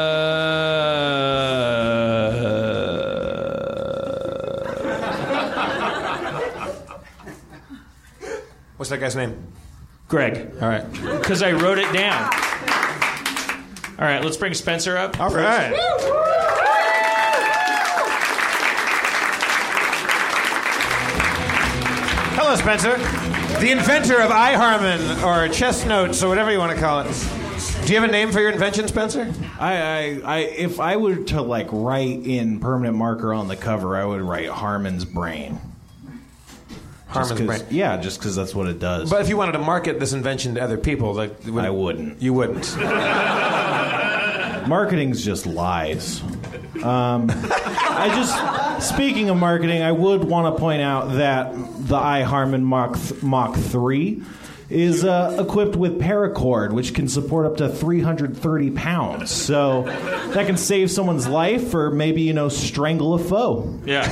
What's that guy's name? Greg. All right. Because I wrote it down. All right, let's bring Spencer up. All right. Hello, Spencer. The inventor of iHarmon or chess notes or whatever you want to call it. Do you have a name for your invention, Spencer? I, I, I, if I were to like write in permanent marker on the cover, I would write Harmon's brain. Just Harmon's 'cause- brain. Yeah, just because that's what it does. But if you wanted to market this invention to other people, like, would, I wouldn't. You wouldn't. Marketing's just lies. Um, I just speaking of marketing, I would want to point out that the iHarmon Mach th- Mach three is uh, equipped with paracord, which can support up to 330 pounds. So that can save someone's life, or maybe you know strangle a foe. Yeah.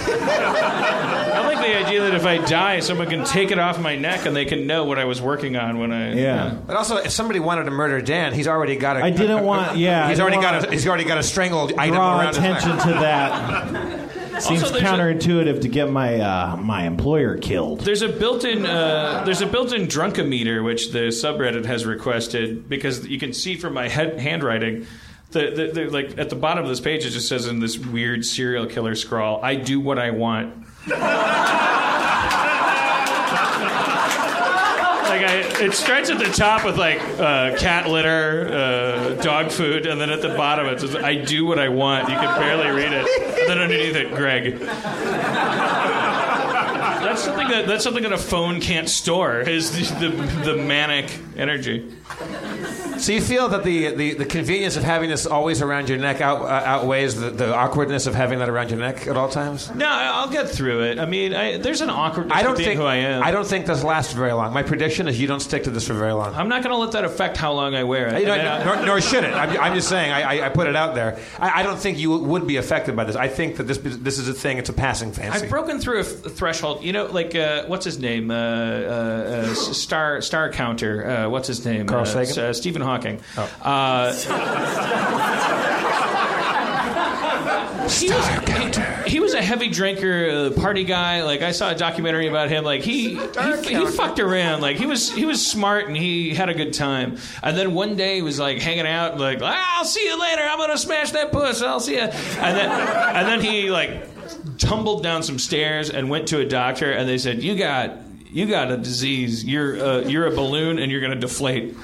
I like the idea that if I die, someone can take it off my neck and they can know what I was working on when I. Yeah. But also, if somebody wanted to murder Dan, he's already got a. I didn't want- yeah, He's I already didn't got a. want- He's already got a strangled item Draw around attention his to neck. that. Seems there's a- counterintuitive to get my uh, my employer killed. There's a built-in uh, there's a built-in drunkometer which the subreddit has requested because you can see from my head, handwriting. The, the, the, like at the bottom of this page, it just says in this weird serial killer scrawl, "I do what I want." like I, it starts at the top with like uh, cat litter, uh, dog food, and then at the bottom it says, "I do what I want." You can barely read it. And then underneath it, Greg. That's something that that's something that a phone can't store is the the, the manic energy. So you feel that the, the, the convenience of having this always around your neck out, uh, outweighs the, the awkwardness of having that around your neck at all times. No, I- I'll get through it. I mean, I, there's an awkwardness I don't to being think who I am. I don't think this lasts very long. My prediction is you don't stick to this for very long. I'm not going to let that affect how long I wear it. You know, And uh, then I- nor, nor should it. I'm, I'm just saying. I, I, I put it out there. I, I don't think you would be affected by this. I think that this this is a thing. It's a passing fancy. I've broken through a f- threshold. You know, like uh, what's his name? Uh, uh, uh, s- star Star Counter. Uh, what's his name? Carl uh, Sagan? Oh. s- Uh, Stephen Hawking. Uh, he, was, he, he was a heavy drinker, uh, party guy. Like I saw a documentary about him. Like he he, he fucked around. Like he was he was smart and he had a good time. And then one day he was like hanging out. Like "Ah, I'll see you later. I'm gonna smash that puss. I'll see you. And then and then he like tumbled down some stairs and went to a doctor, and they said, "You got." You got a disease. You're uh, you're a balloon, and you're gonna deflate,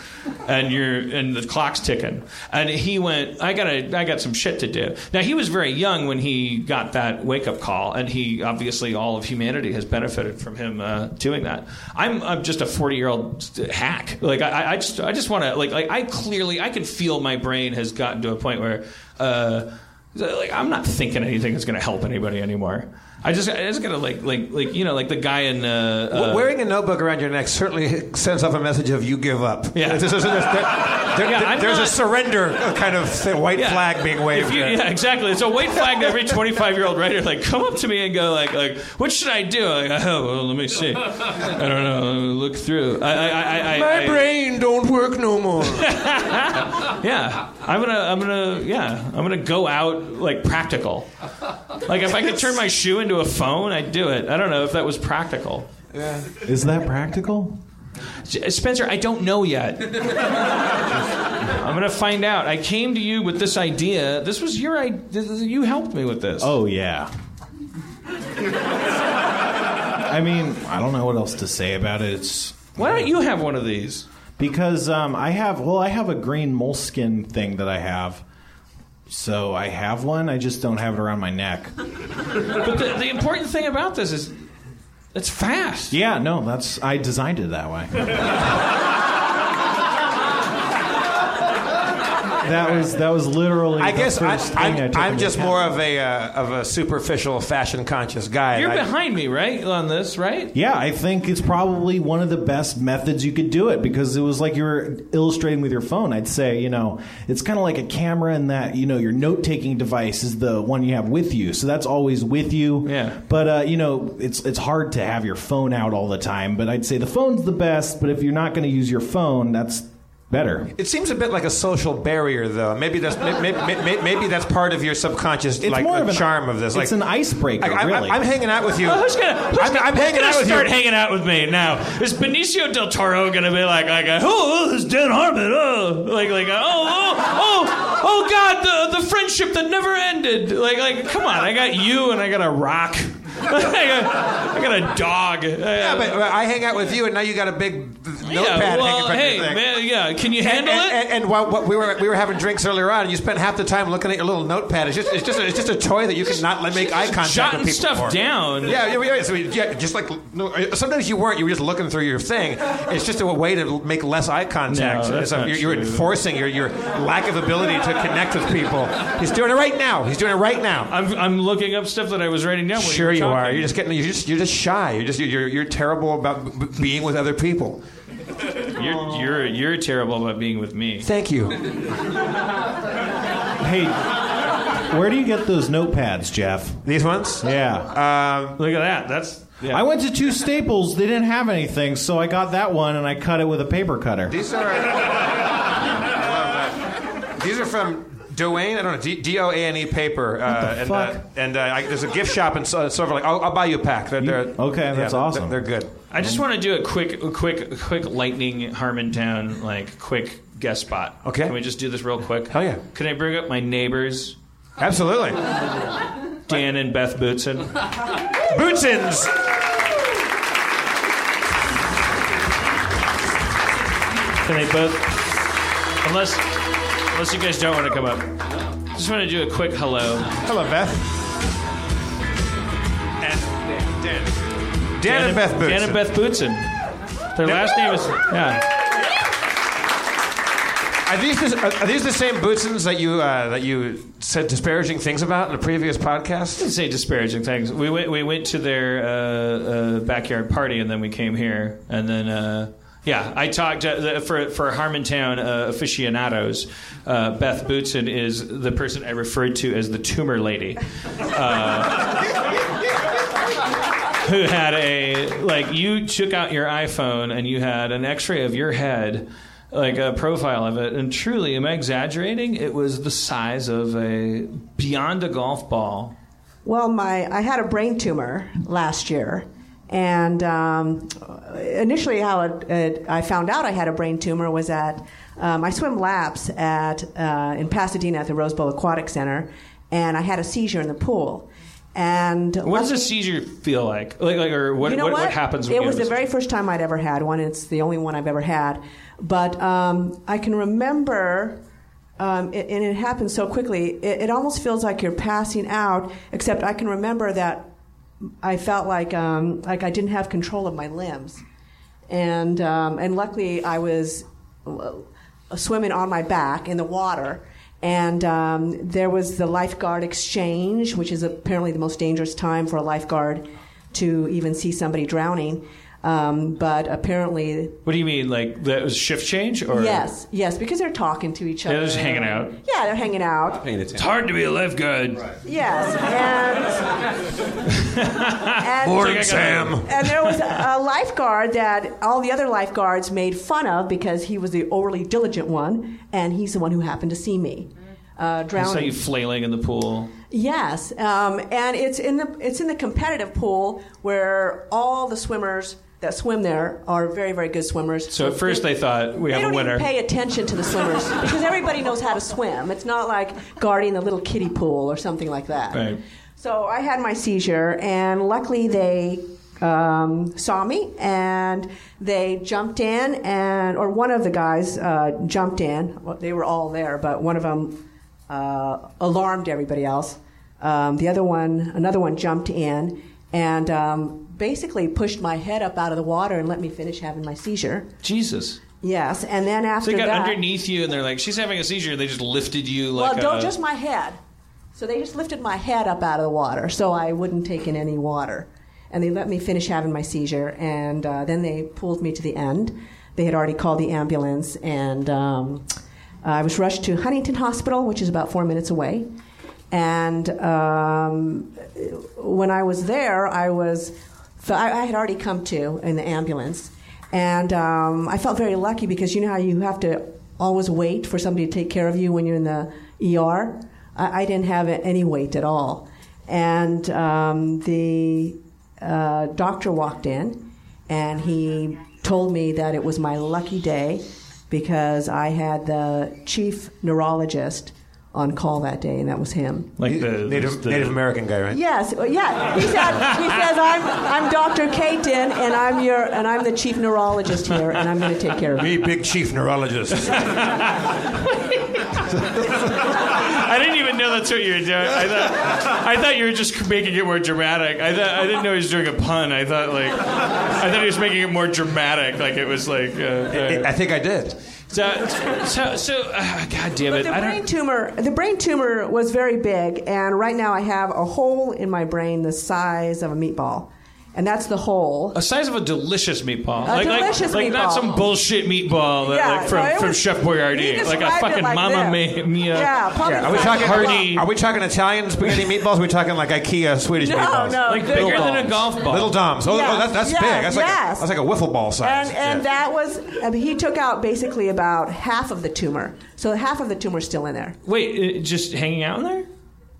and you're and the clock's ticking. And he went. I got I got some shit to do. Now he was very young when he got that wake up call, and he obviously all of humanity has benefited from him uh, doing that. I'm I'm just a 40 year old hack. Like I, I just I just want to like like I clearly I can feel my brain has gotten to a point where. Uh, so, like I'm not thinking anything that's going to help anybody anymore. I just I just gotta like like like you know like the guy in uh, uh, Wearing a notebook around your neck certainly sends off a message of you give up. Yeah. This is- there- there- Yeah, I'm there's a not- surrender kind of thing, white Yeah. flag being waved. If you, there. yeah, exactly. It's a white flag to every 25 year old writer. Like, come up to me and go, like, like, what should I do? I'm Like, oh, well, let me see. I don't know. Let me Look through. I, I, I, I, My I- brain don't work no more. Yeah, I'm gonna, I'm gonna, yeah, I'm gonna go out like practical. Like, if I could turn my shoe into a phone, I'd do it. I don't know if that was practical. uh, Is that practical? Spencer, I don't know yet. I'm gonna find out. I came to you with this idea. This was your idea. You helped me with this. Oh yeah. I mean, I don't know what else to say about it. It's Why don't you have one of these? because um, I have well, I have a green moleskin thing that I have So I have one. I just don't have it around my neck. But the, the important thing about this is it's fast. Yeah, no, that's I designed it that way. that was that was literally. I the guess I, first thing I I'm, took I'm into just account. more of a uh, of a superficial, fashion conscious guy. You're and I- behind me, right, on this, right? Yeah, I think it's probably one of the best methods you could do it because it was like you were illustrating with your phone. I'd say, you know, it's kind of like a camera in that, you know, your note taking device is the one you have with you. So that's always with you. Yeah. But, uh, you know, it's, it's hard to have your phone out all the time. But I'd say the phone's the best. But if you're not going to use your phone, that's better. It seems a bit like a social barrier, though. Maybe that's maybe, maybe, maybe that's part of your subconscious It's like more the of an- charm of this. it's like, an icebreaker, I, I, really. I'm hanging out with you. Well, who's gonna, who's I'm, gonna, I'm hanging who's out gonna with start you. hanging out with me now? Is Benicio del Toro gonna be like, like, a, oh, it's Dan Harmon, oh, like, like, oh, oh, oh, oh, God, the the friendship that never ended. Like, like, come on, I got you and I got a rock. I, got, I got a dog. Yeah, but but I hang out with you, and now you got a big notepad yeah, hanging well, from hey, your thing. man, yeah, can you And- handle and, it? And, and while, while we were we were having drinks earlier on, and you spent half the time looking at your little notepad. It's just it's just a, it's just a toy that you can not let- make eye contact jotting with people stuff for. down. Yeah, yeah, yeah, so yeah, just like no, sometimes you weren't. You were just looking through your thing. It's just a way to make less eye contact. No, that's So not you're, you're true. enforcing your your lack of ability to connect with people. He's doing it right now. He's doing it right now. I'm, I'm looking up stuff that I was writing down. When Sure, you, you were are. talking. You're just getting. You're just. You're just shy. You're just. You're. You're terrible about b- b- being with other people. You're, you're you're terrible about being with me. Thank you. Hey, where do you get those notepads, Jeff? These ones? Yeah. Um, Look at that. That's yeah. I went to two Staples. They didn't have anything, so I got that one and I cut it with a paper cutter. These are. I love that. These are from Doane. I don't know. D O A N E paper. Uh, the and fuck? Uh, and uh, I, there's a gift shop in Sil- Silver Lake. I'll, I'll buy you a pack. They're, they're, okay, that's they're- awesome. They're, good. I just want to do a quick, a quick, a quick lightning Harmontown like quick guest spot. Okay. Can we just do this real quick? Hell yeah. Can I bring up my neighbors, Absolutely. Dan and Beth Bootson? Bootsins. Can they both? Unless, unless you guys don't want to come up. Just want to do a quick hello. Hello, Beth. And Dan. Dan, and Beth Bootsin. Dan and Beth Bootson. Their last name is yeah. Are these the, are, are these the same Bootsins that you uh, that you said disparaging things about in a previous podcast? Didn't say disparaging things. We went we went to their uh, uh, backyard party and then we came here and then uh, yeah I talked uh, for for Harmontown uh, aficionados. Uh, Beth Bootson is the person I referred to as the tumor lady. Uh, who had a like you took out your iPhone and you had an X-ray of your head, like a profile of it, and truly, am I exaggerating? It was the size of a beyond a golf ball. Well, my I had a brain tumor last year, and um, initially, how it, it, I found out I had a brain tumor was at um, I swim laps at uh, in Pasadena at the Rose Bowl Aquatic Center, and I had a seizure in the pool. And What does a seizure feel like? Like, like or what, you know what, what? what happens? When It you was have the a- very first time I'd ever had one. It's the only one I've ever had. But um, I can remember, um, it, and it happened so quickly. It, it almost feels like you're passing out. Except I can remember that I felt like um, like I didn't have control of my limbs, and um, and luckily I was uh, swimming on my back in the water. And um, there was the lifeguard exchange, which is apparently the most dangerous time for a lifeguard to even see somebody drowning. Um, but apparently, What do you mean? Like that was shift change or yes, yes, because they're talking to each other. They're just hanging out. Yeah, they're hanging out. It's hard to be a lifeguard. Yes, and, and Boring, It's like I gotta- Sam. and there was a lifeguard that all the other lifeguards made fun of because he was the overly diligent one, and he's the one who happened to see me uh, I drowning. saw you flailing in the pool. Yes, um, and it's in the it's in the competitive pool where all the swimmers that swim there are very very good swimmers. So at first they thought we they have don't a winner. even pay attention to the swimmers because everybody knows how to swim. It's not like guarding the little kiddie pool or something like that. Right. So I had my seizure, and luckily they um, saw me and they jumped in, and or one of the guys uh, jumped in. Well, they were all there, but one of them uh, alarmed everybody else. Um, the other one, another one jumped in and um, basically pushed my head up out of the water and let me finish having my seizure. Jesus. Yes, and then So after they got that, underneath you, and they're like, "She's having a seizure." And they just lifted you well, like uh, don't a, just my head. So they just lifted my head up out of the water, so I wouldn't take in any water, and they let me finish having my seizure, and uh, then they pulled me to the end. They had already called the ambulance, and um, I was rushed to Huntington Hospital, which is about four minutes away. And um, when I was there, I was so I, I had already come to in the ambulance, and um, I felt very lucky because you know how you have to always wait for somebody to take care of you when you're in the ER. I, I didn't have any wait at all, and um, the uh, doctor walked in, and he told me that it was my lucky day because I had the chief neurologist on call that day, and that was him. like the Native, Native American guy, right? Yes, well, yeah. He said, he says, I'm, I'm Dr. Caton, and I'm your, and I'm the chief neurologist here, and I'm going to take care of you. Me, big chief neurologist. I didn't even know that's what you were doing. I thought, I thought you were just making it more dramatic. I thought I didn't know he was doing a pun. I thought like I thought he was making it more dramatic. Like it was like uh, I think I did. So so so uh, God damn it! The I brain don't. tumor, the brain tumor was very big, and right now I have a hole in my brain the size of a meatball, and that's the hole. A size of a delicious meatball, A like, like- delicious like, not meatball. some bullshit meatball that, Yeah, like from, no, it from was- Chef he Boyardee, like a described it fucking like Mama this. Ma- Mia. Yeah, probably Are we size talking of a Are we talking Italian spaghetti meatballs? Are we talking like IKEA Swedish No, meatballs? no, Like bigger Little than a doms. golf ball. Little doms. Oh, Yeah. oh, that, that's Yeah, big. That's yes. like a, that's like a wiffle ball size. And, and that was, I mean, he took out basically about half of the tumor. So half of the tumor's still in there. Wait, uh, just hanging out in there?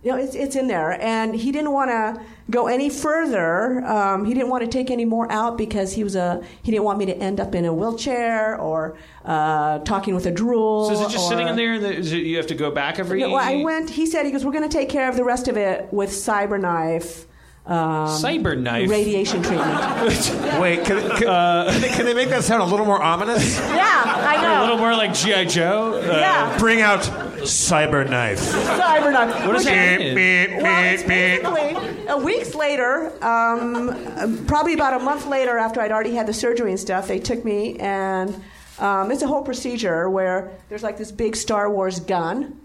You know, it's, it's in there. And he didn't want to go any further. Um, he didn't want to take any more out because he was a, he didn't want me to end up in a wheelchair or uh, talking with a drool. So is it just or- sitting in there? and Is it, you have to go back every? No, well, I went, he said, he goes, we're going to take care of the rest of it with cyber knife. Um, Cyber knife? Uh, Radiation treatment. Wait, can, can, can they, can they make that sound a little more ominous? yeah, I A know. little more like GI Joe. Uh, Yeah. Bring out cyber knife. Cyber knife. What does Which- that mean? Well, it's basically, uh, weeks later, um, uh, probably about a month later, after I'd already had the surgery and stuff, they took me, and um, it's a whole procedure where there's like this big Star Wars gun.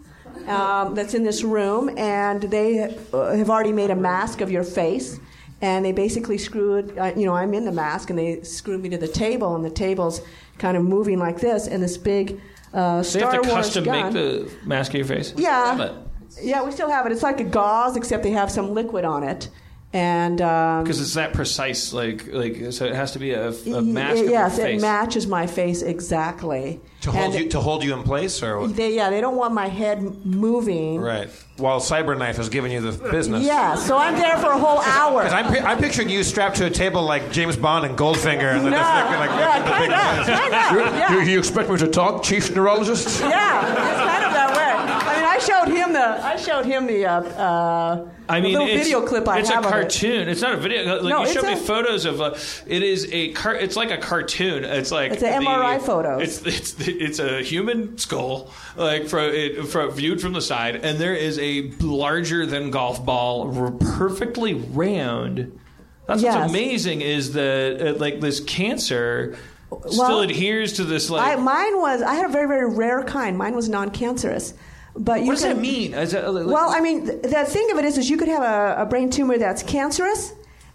Um, that's in this room, and they uh, have already made a mask of your face, and they basically screwed. Uh, you know, I'm in the mask, and they screwed me to the table, and the table's kind of moving like this, and this big uh, They have Star to Wars custom gun. make the mask of your face. Yeah. Love it. Yeah, we still have it. It's like a gauze, except they have some liquid on it. And um, Because it's that precise, like, like so it has to be a, a y- mask yes, of your it face. matches my face exactly. To hold And you to hold you in place, or what? They, yeah, they don't want my head m- moving. right? While cyber knife is giving you the business. Yeah, so I'm there for a whole hour. Because I'm, pi- I'm picturing you strapped to a table like James Bond and Goldfinger. And No. that's like, like, Yeah, the kind big- of, kind of, yeah. you, you expect me to talk, chief neurologist? yeah, it's kind of that way. I mean, I showed him the I showed him the uh, uh, I mean, little it's, video clip I it's have a of it. cartoon. It's not a video. Like, No, you it's showed me a- photos of. Uh, it is a. Car, it's like a cartoon. It's like It's a the- MRI photos. It's it's it's a human skull, like from it from viewed from the side, and there is a larger than golf ball, r- perfectly round. That's Yes. what's amazing is that uh, like this cancer still Well, adheres to this like. I, mine was I had a very very rare kind. Mine was non-cancerous, but you what does can, that mean? Is that, like- Well, I mean, th- the thing of it is, is you could have a, a brain tumor that's cancerous,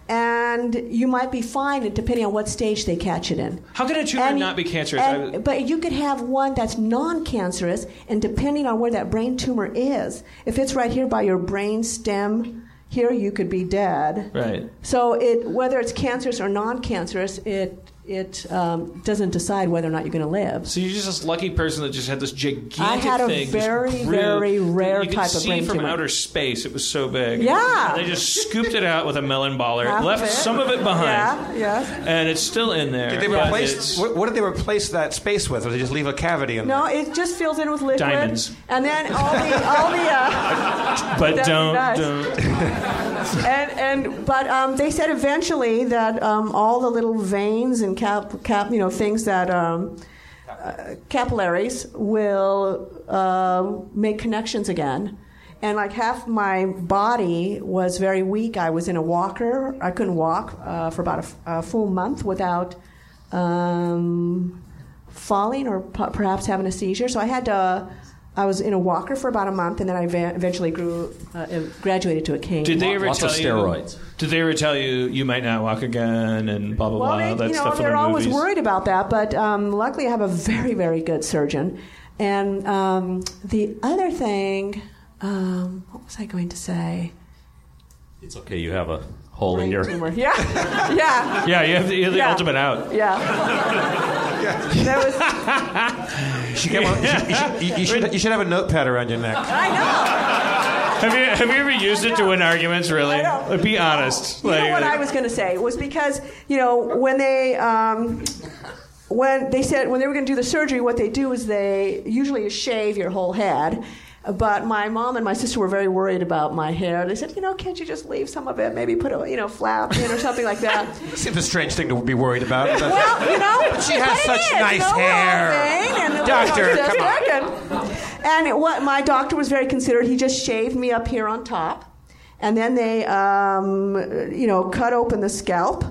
and you might be fine depending on what stage they catch it in. How can a tumor And- not be cancerous? and- I- but you could have one that's non-cancerous, and depending on where that brain tumor is, if it's right here by your brain stem, here you could be dead. right. So it, whether it's cancerous or non-cancerous, it it um, doesn't decide whether or not you're going to live. So you're just this lucky person that just had this gigantic I had a thing. just very, grew. very rare you could type of see brain from tumor. outer space. It was so big. Yeah. And they just scooped it out with a melon baller, Half of left it. some of it behind, Yeah, yes. and it's still in there. Did they but replace? it's- What, what did they replace that space with? Or they just leave a cavity in No, it just fills in with liquid. Diamonds. And then all the all the. Uh, But that'd be don't, nice. don't. And and but um, they said eventually that um, all the little veins and cap cap you know things that um, uh, capillaries will um make connections again. And like half my body was very weak. I was in a walker. I couldn't walk uh, for about a, f- a full month without um, falling or p- perhaps having a seizure. So I had to. I was in a walker for about a month, and then I va- eventually grew, uh, graduated to a cane. Did they ever tell you? Did they ever tell you you might not walk again and blah blah blah? Well, that they, you know, stuff in they're the always movies. worried about that, but um, luckily I have a very, very good surgeon. And um, the other thing, um, what was I going to say? It's okay. You have a hole in your. Tumor. Yeah, yeah, Yeah, you have the, you have the Yeah. ultimate out. yeah. That was. You, get one- you, should- you should, you should have a notepad around your neck. I know. Have you have you ever used it to win arguments? Really? Be honest. You know Like- what I was going to say was because you know when they um, when they said when they were going to do the surgery, what they do is they usually shave your whole head. But my mom and my sister were very worried about my hair. They said, you know, can't you just leave some of it? Maybe put a you know flap in or something like that. Seems a strange thing to be worried about. but- well, you know, she has it such is, nice no hair. Thing, and it was Doctor, just come on. working. And it, what my doctor was very considerate. He just shaved me up here on top, and then they, um, you know, cut open the scalp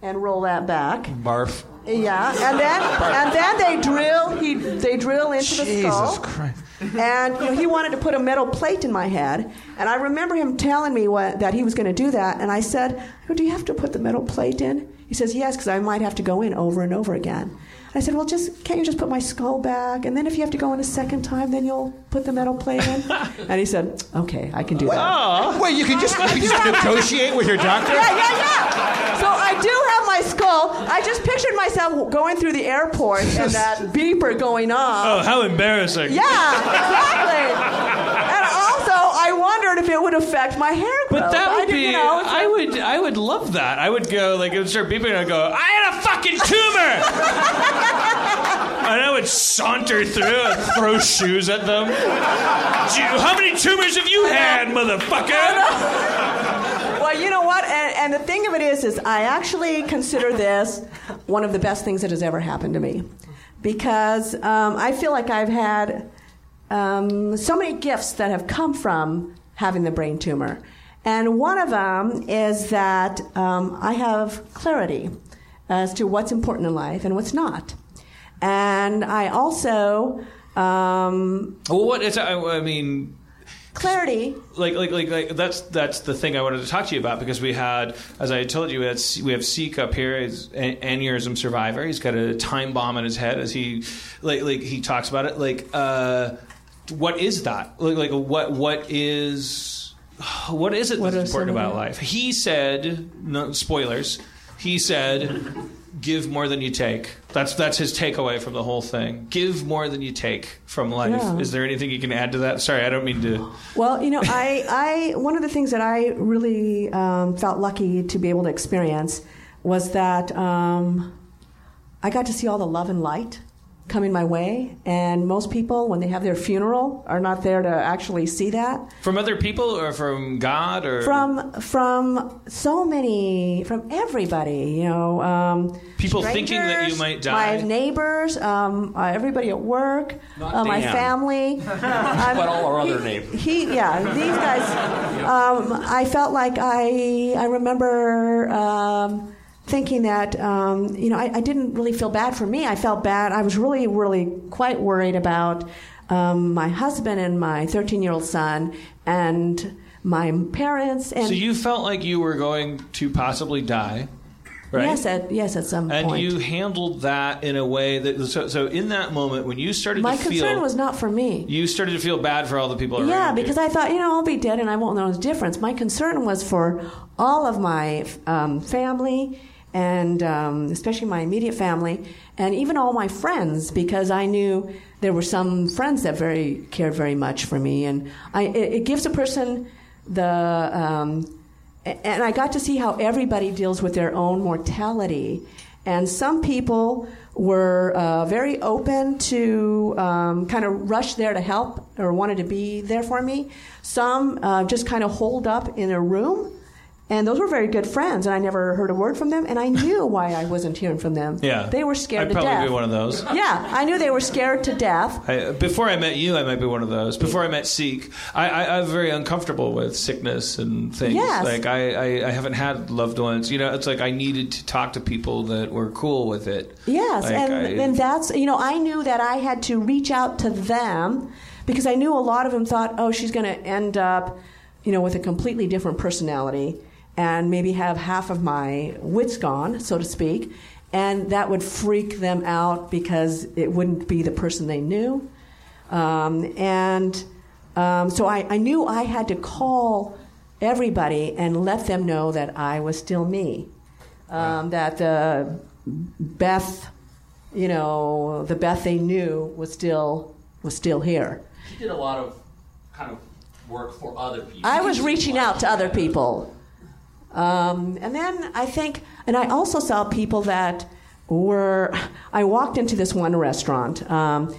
and roll that back. Barf. Yeah, and then and then they drill. He they drill into the skull. Jesus Christ. And you know, he wanted to put a metal plate in my head. And I remember him telling me what, that he was going to do that. And I said, I go, Do you have to put the metal plate in? He says, Yes, because I might have to go in over and over again. I said, Well, just can't you just put my skull back? And then if you have to go in a second time, then you'll put the metal plate in? and he said, Okay, I can do that. Wait, you can just, you can just negotiate with your doctor? Yeah, yeah, yeah. So I do have my skull. I just pictured myself going through the airport and that beeper going off. Oh, how embarrassing! Yeah, exactly. and also, I wondered if it would affect my hair growth. But that I would didn't- be. You know, I would. I would love that. I would go like it would start beeping. and I'd go. I had a fucking tumor. and I would saunter through and throw shoes at them. "Do you- how many tumors have you had, motherfucker? well, you know what? And, and the thing of it is, is I actually consider this one of the best things that has ever happened to me, because um, I feel like I've had um, so many gifts that have come from having the brain tumor, and one of them is that um, I have clarity as to what's important in life and what's not, and I also. Um, Well, what is? I, I mean, clarity like, like, like, like, that's that's the thing I wanted to talk to you about because we had, as I told you, we, had, C- we have Seek up here, is an aneurysm survivor. He's got a time bomb in his head as he, like, like he talks about it. Like, uh, what is that? Like, like what what is what is it that's important some of about it? life? He said, no spoilers. He said, give more than you take. That's that's his takeaway from the whole thing. Give more than you take from life. Yeah. Is there anything you can add to that? Sorry, I don't mean to. Well, you know, I, I one of the things that I really um, felt lucky to be able to experience was that um, I got to see all the love and light coming my way. And most people, when they have their funeral, are not there to actually see that. From other people or from God or From from so many, from everybody, you know. Um, People thinking that you strangers, might die. My neighbors, um, uh, everybody at work, uh, my Dan. family. I'm- but all our other neighbors. He, yeah, these guys. Um, I felt like I, I remember um, thinking that, um, you know, I, I didn't really feel bad for me. I felt bad. I was really, really quite worried about um, my husband and my 13 year old son and my parents. And so you felt like you were going to possibly die, right? yes, at yes, at some and point. you handled that in a way that so, so in that moment when you started my to concern feel was not for me. you started to feel bad for all the people around Yeah, you. because I thought, you know, I'll be dead and I won't know the difference. My concern was for all of my um, family and um, especially my immediate family and even all my friends because I knew there were some friends that very cared very much for me. And I, it, it gives a person the. Um, a- and I got to see how everybody deals with their own mortality. And some people were uh, very open to um, kind of rush there to help or wanted to be there for me. Some uh, just kind of holed up in a room And those were very good friends, and I never heard a word from them, and I knew why I wasn't hearing from them. Yeah. They were scared I'd to probably death. be one of those. Yeah, I knew they were scared to death. I, before I met you, I might be one of those. Before I met Seek, I, I, I'm very uncomfortable with sickness and things. Yes. Like I, I, I haven't had loved ones. You know, it's like I needed to talk to people that were cool with it. Yes, Like, and I- and that's you know I knew that I had to reach out to them because I knew a lot of them thought, oh, she's going to end up, you know, with a completely different personality and maybe have half of my wits gone, so to speak, and that would freak them out because it wouldn't be the person they knew, um, and um, so I, I knew I had to call everybody and let them know that I was still me um, that the Beth, you know, the Beth they knew was still was still here. She did a lot of kind of work for other people. I was reaching out to other people, um, and then I think, and I also saw people that were. I walked into this one restaurant. Um,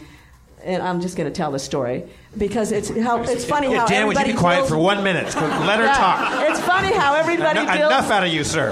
and I'm just going to tell this story because it's how it's funny yeah, how Dan, would you everybody be quiet builds- for one minute? Let her Yeah. talk. It's funny how everybody Eno- builds enough out of you, sir.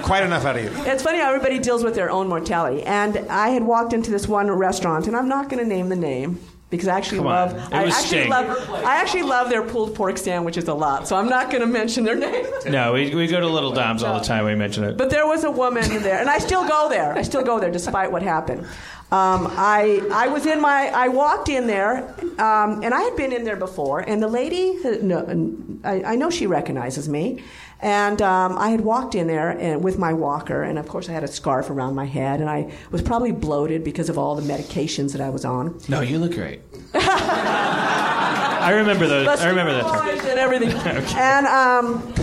Quite enough out of you. It's funny how everybody deals with their own mortality. And I had walked into this one restaurant, and I'm not going to name the name because I actually Come on. love It I was actually Sting. love I actually love their pulled pork sandwiches a lot. So I'm not going to mention their name. No, we, we go to Little Dom's all the time. We mention it. But there was a woman in there, and I still go there. I still go there despite what happened. Um, I I was in my I walked in there, um, and I had been in there before, and the lady no, I, I know she recognizes me, and um, I had walked in there and with my walker, and of course I had a scarf around my head, and I was probably bloated because of all the medications that I was on. No, you look great. I remember those. Let's I remember keep that. going And everything. And um,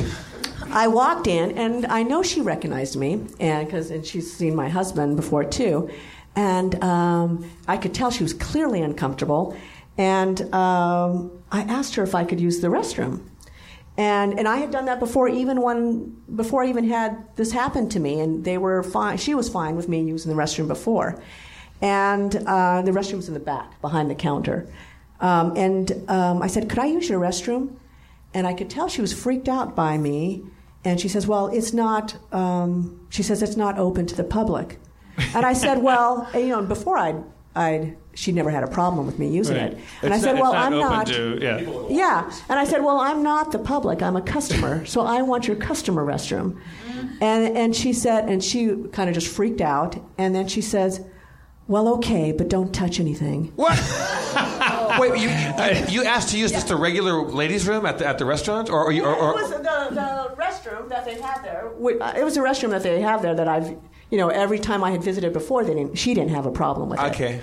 I walked in, and I know she recognized me, and because and she's seen my husband before too, and um, I could tell she was clearly uncomfortable, and um, I asked her if I could use the restroom. And, and I had done that before even when before I even had this happen to me, and they were fine. She was fine with me using the restroom before, and uh, the restroom's in the back behind the counter. Um, and um, I said, "Could I use your restroom?" And I could tell she was freaked out by me. And she says, "Well, it's not." Um, she says, "It's not open to the public." And I said, "Well, you know, before I'd, I'd she'd never had a problem with me using Right. it." And I It's said, not- "Well, it's not I'm open not." To, yeah. Yeah, and I said, "Well, I'm not the public. I'm a customer, so I want your customer restroom." And and she said, and she kind of just freaked out, and then she says, "Well, okay, but don't touch anything." Wait, you, Uh, you, you asked to use just the regular ladies' room at the, at the restaurant, or, or, you- or, or the, the restroom that they have there. Wait, uh, It was a restroom that they have there that I've, you know, every time I had visited before, they didn't. She didn't have a problem with it. okay.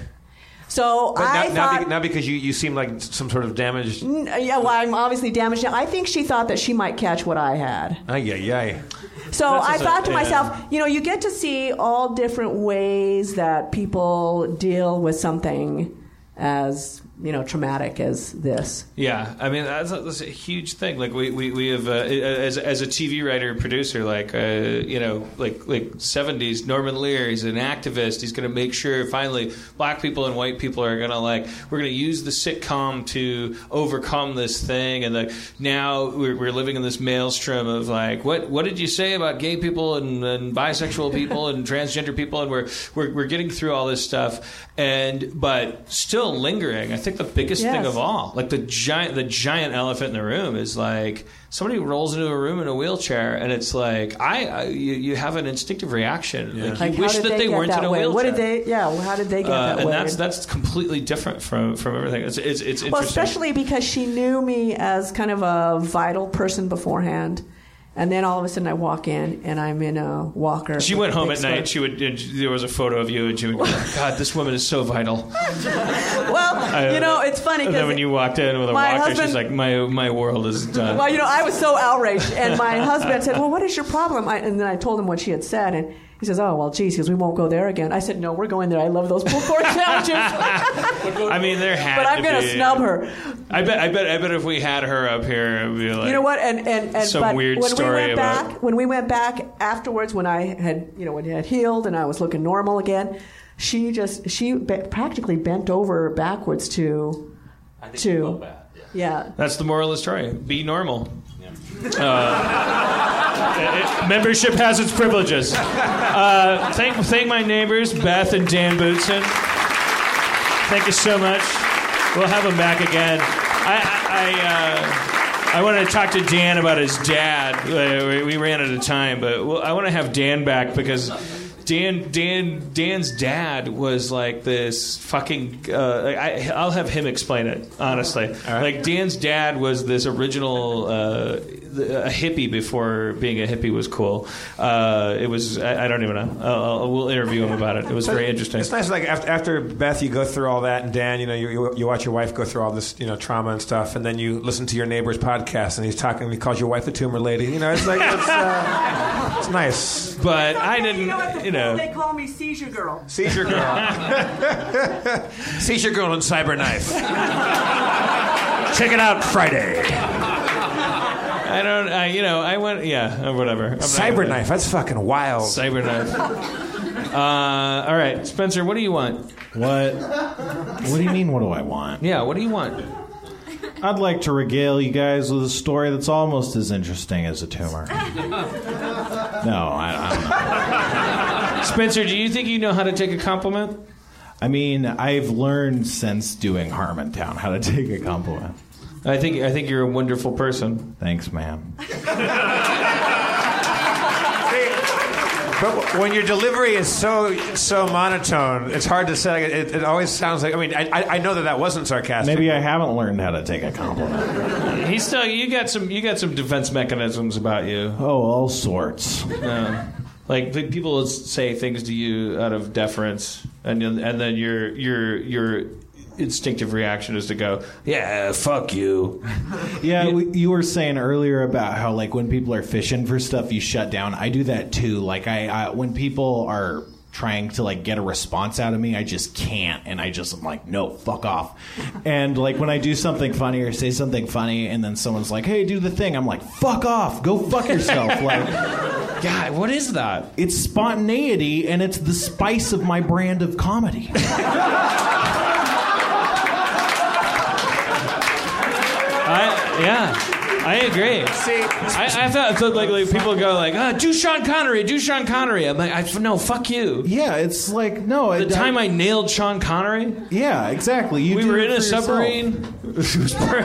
So But now, I now, thought. be- now because you, you seem like some sort of damaged. N- yeah, well, I'm obviously damaged. now. I think she thought that she might catch what I had. Ay, ay, ay. That's So I just a- thought to yeah. myself, you know, you get to see all different ways that people deal with something as, you know, traumatic as this. Yeah, I mean that's a, that's a huge thing. Like we we, we have uh, as as a TV writer and producer, like uh, you know, like like seventies Norman Lear. He's an activist. He's going to make sure finally black people and white people are going to like we're going to use the sitcom to overcome this thing. And like now we're, we're living in this maelstrom of like what what did you say about gay people and, and bisexual people and transgender people and we're, we're we're getting through all this stuff and but still lingering. I think the biggest thing Yes. of all all. Like the giant, the giant elephant in the room is like somebody rolls into a room in a wheelchair, and it's like I, I you, you have an instinctive reaction. Like you Like, how wish did that they, get weren't that in a way? wheelchair. What did they, yeah, well, how did they get Uh, that and way? that's that's completely different from from everything. It's it's, it's interesting. well, especially because she knew me as kind of a vital person beforehand. And then all of a sudden I walk in and I'm in a walker. she with went a home big at night. scarf. She would. and There was a photo of you, and she would go, "God, this woman is so vital." Well, I- you know, it's funny And then because when you walked in with a my walker, she's husband- like, "My my world is done." Well, you know, I was so outraged, and my husband said, "Well, what is your problem?" I, and then I told him what she had said, and he says, "Oh, well, geez, because we won't go there again." I said, "No, we're going there. I love those pulled pork sandwiches." I mean, there had. But I'm to gonna be- snub her. I bet. I bet. I bet if we had her up here, it would be like. you know what? And and, and some but weird when we story went about- back, when we went back afterwards, when I had you know when it had healed and I was looking normal again, she just she ba- practically bent over backwards to to yeah. That's the moral of the story. Be normal. Uh, Membership has its privileges. Uh, thank, thank my neighbors, Beth and Dan Bootson. Thank you so much. We'll have him back again. I, I, I, uh, I wanted to talk to Dan about his dad. Uh, we- We ran out of time, but we'll, I want to have Dan back because Dan, Dan, Dan's dad was like this fucking. Uh, I, I'll have him explain it honestly. Like Dan's dad was this original uh, a hippie before being a hippie was cool. Uh, it was I, I don't even know. I'll, I'll, we'll interview him about it. It was very interesting. It's nice, like after, after Beth, you go through all that, and Dan, you know, you, you, you watch your wife go through all this, you know, trauma and stuff, and then you listen to your neighbor's podcast, and he's talking, he calls your wife a tumor lady. You know, it's like it's, uh, it's nice. But I didn't, you know. They call me seizure girl. Seizure girl. Seizure girl and cyber knife. Check it out Friday. I don't. I, you know. I went. Yeah. uh, Whatever. Cyber knife. That's fucking wild. Cyber knife. Uh, all right, Spencer. What do you want? What? What do you mean? What do I want? Yeah. What do you want? I'd like to regale you guys with a story that's almost as interesting as a tumor. No, I, I don't know. Spencer, do you think you know how to take a compliment? I mean, I've learned since doing Harmontown how to take a compliment. I think I think you're a wonderful person. Thanks, ma'am. But when your delivery is so so monotone, it's hard to say. It, it always sounds like. I mean, I, I- I know that that wasn't sarcastic. Maybe I haven't learned how to take a compliment. He's still. You got some. You got some defense mechanisms about you. Oh, all sorts. Yeah. Like the people will say things to you out of deference, and then- and then your your your instinctive reaction is to go, yeah, fuck you. Yeah, we, you were saying earlier about how like when people are fishing for stuff, you shut down. I do that too. Like I, I when people are trying to like get a response out of me, I just can't, and I just am like, no, fuck off. and like when I do something funny or say something funny, and then someone's like, hey, do the thing, I'm like, fuck off, go fuck yourself. like, God, what is that? It's spontaneity, and it's the spice of my brand of comedy. I, yeah, I agree. See, I, I thought so, like, like people go like, ah, do Sean Connery, do Sean Connery. I'm like, I, no, fuck you. Yeah, it's like no. The time I nailed Sean Connery. Yeah, exactly. You we do were it in a for yourself. submarine.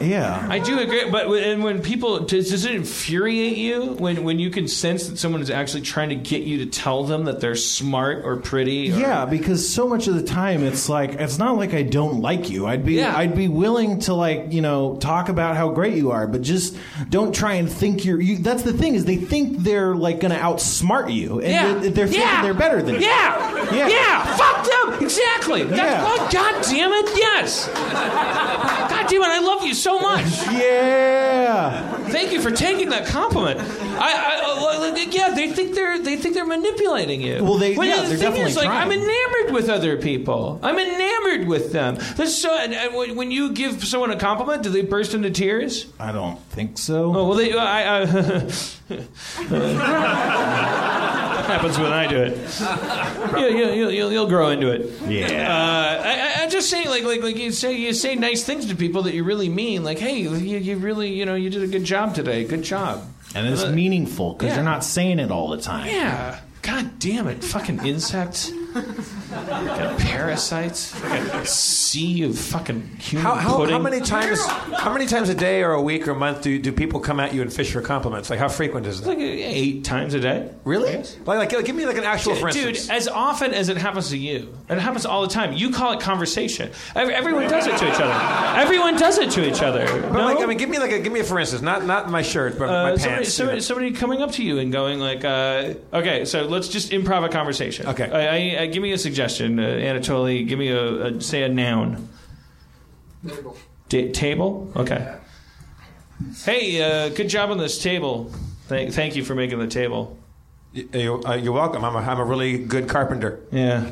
Yeah. I do agree, but when- and when people does, does it infuriate you when when you can sense that someone is actually trying to get you to tell them that they're smart or pretty? Or, Yeah, because so much of the time it's like it's not like I don't like you. I'd be I'd be willing to like, you know, talk about how great you are, but just don't try and think you're you, that's the thing is they think they're like going to outsmart you and Yeah. they're, they're thinking Yeah. they're better than you. Yeah. Yeah. Yeah. Fuck them. Exactly. That's- Yeah. oh, God damn it. Yes. God damn it. I love you so much. Yeah. Thank you for taking that compliment. I, I oh, look, look, yeah, they think they're they think they're manipulating you. Well, they- yeah, the they're thing definitely is, like, trying. I'm enamored with other people. I'm enamored with them. That's so. And, and when when you give someone a compliment, do they burst into tears? I don't think so. Oh well, they. I, uh, I, happens when I do it. You, you, you, you'll, you'll grow into it. Yeah. Uh, I, I, I'm just saying, like, like, like you say, you say nice things to people that you really mean. Like, hey, you, you really, you know, you did a good job today. Good job. And it's Uh, meaningful cuz yeah. you're not saying it all the time. Yeah. God damn it, fucking insects. Fucking parasites. Fucking sea of fucking human How, how, pudding. how many times how many times a day or a week or month do, do people come at you and fish for compliments? Like how frequent is that? Like eight times a day. Really? Like, like give me like an actual for Dude, instance. as often as it happens to you, and it happens all the time. You call it conversation. Ev- Everyone does it to each other. Everyone does it to each other. But no? like I mean give me like a give me a for instance, not not my shirt, but my Uh, pants. somebody, you somebody, know. somebody coming up to you and going like, uh, "Okay, so let's just improv a conversation." Okay, I, I, I, give me a suggestion, uh, Anatoly. Give me a, a say a noun. Ta- table. Okay. Hey, uh, good job on this table. Thank, thank you for making the table. You, uh, you're welcome. I'm a, I'm a really good carpenter. Yeah.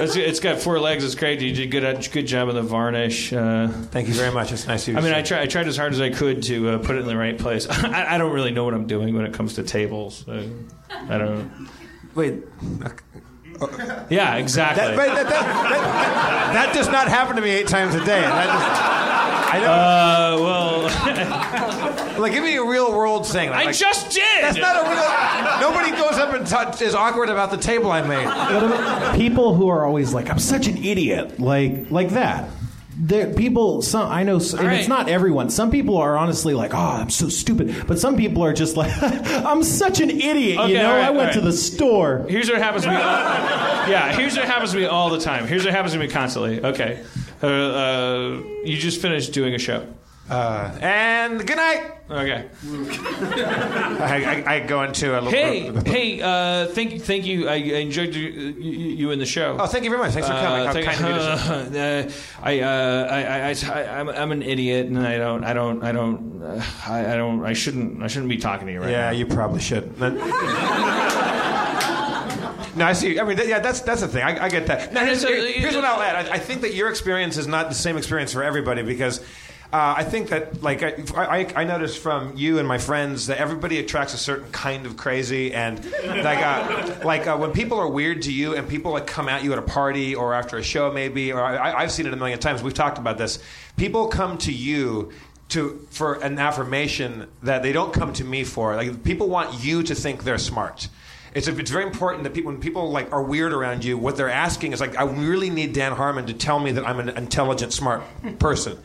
It's, it's got four legs. It's great. You did good. Good job on the varnish. Uh, Thank you very much. It's nice of you. I to mean, say. I, try, I tried as hard as I could to uh, put it in the right place. I, I don't really know what I'm doing when it comes to tables. Uh, I don't. Wait. Yeah, That, exactly. but that, that, that, that does not happen to me eight times a day. That I know. Uh, well, like, give me a real world thing. I Like, just did. That's not a real. Nobody goes up and touch, is awkward about the table I made. people who are always like, "I'm such an idiot," like like that. There, people, some I know, and right. it's not everyone. Some people are honestly like, "Oh, I'm so stupid," but some people are just like, "I'm such an idiot." Okay, you know, all right, I all went to right. the store. Here's what happens to me. yeah, here's what happens to me all the time. Here's what happens to me constantly. Okay, uh, uh, you just finished doing a show. Uh, and good night. Okay. I, I, I go into a little. Hey, hey! Uh, thank, thank you. I I enjoyed you, you, you in the show. Oh, thank you very much. Thanks for coming. How kind of you to say. uh, I, uh, I, I, I, I'm, I'm an idiot, and I don't, I don't, I don't, uh, I, I don't, I shouldn't, I shouldn't be talking to you right Yeah, now. you probably should. No, I see. I mean, th- yeah, that's that's the thing. I, I get that. Now, here's, here- here's what I'll add. I, I think that your experience is not the same experience for everybody because. Uh, I think that, like, I, I, I noticed from you and my friends that everybody attracts a certain kind of crazy, and like, uh, like uh, when people are weird to you, and people like come at you at a party or after a show, maybe, or I, I've seen it a million times. We've talked about this. People come to you to for an affirmation that they don't come to me for. Like, people want you to think they're smart. It's, it's very important that people, when people like are weird around you, what they're asking is like, I really need Dan Harmon to tell me that I'm an intelligent, smart person.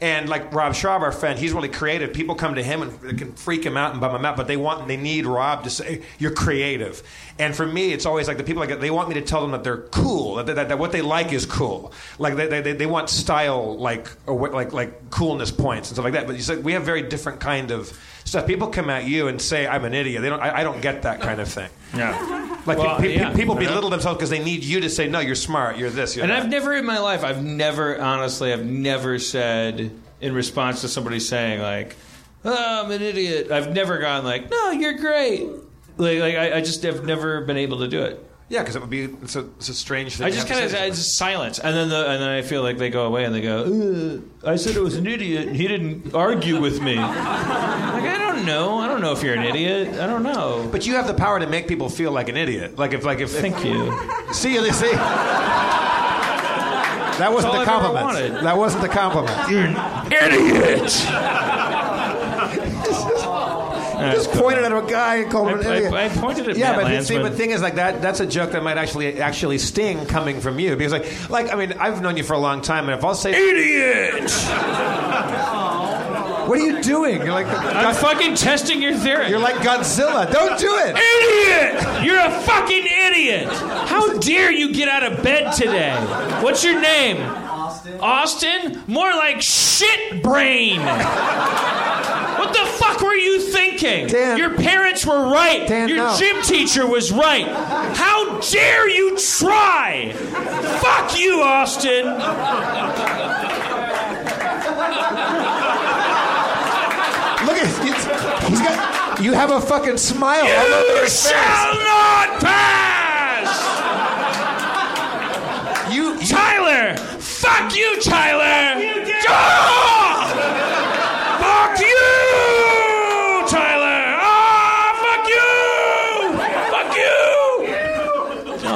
And like Rob Schaub, our friend, he's really creative. People come to him and it can freak him out and bum him out, but they want, they need Rob to say, you're creative. And for me, it's always like the people like that, they want me to tell them that they're cool, that, that, that what they like is cool. Like they, they- they, they want style, like, or what, like, like coolness points and stuff like that. But you said we have very different kind of stuff. People come at you and say, I'm an idiot. They don't, I, I don't get that kind of thing. Yeah. Like Well, pe- pe- yeah. Uh-huh. people belittle themselves because they need you to say, "No, you're smart. You're this." You're And that. I've never in my life, I've never, honestly, I've never said in response to somebody saying like, oh, "I'm an idiot." I've never gone like, "No, you're great." Like, like I, I just have never been able to do it. yeah, because it would be it's a, it's a strange thing. I to just have kind to of say to I just silence, and then the, and then I feel like they go away and they go. "Ugh, I said it was an idiot. and He didn't argue with me. Like I don't know. I don't know if you're an idiot. I don't know. But you have the power to make people feel like an idiot. Like if like if thank you. See you. See. That wasn't the That's all I've ever compliment. wanted. That wasn't the compliment. You're an idiot. I just pointed at a guy and called him an I- I- idiot. I pointed at yeah, Matt but Lanzman. see, but thing is, like that—that's a joke that might actually actually sting coming from you because, like, like I mean, I've known you for a long time, and if I'll say idiot, what are you doing? You're like, I'm fucking testing your theory. You're like Godzilla. Don't do it. Idiot! You're a fucking idiot! How dare you get out of bed today? What's your name? Austin. Austin? More like shit brain! What the fuck were you thinking? Your parents were right. Your no. gym teacher was right. How dare you try? Fuck you, Austin! Look at he's- he's got. You have a fucking smile. all over You his face. shall not pass! You, Tyler! Fuck you, Tyler! Ah! Fuck you, Tyler! Ah, fuck you! Fuck you!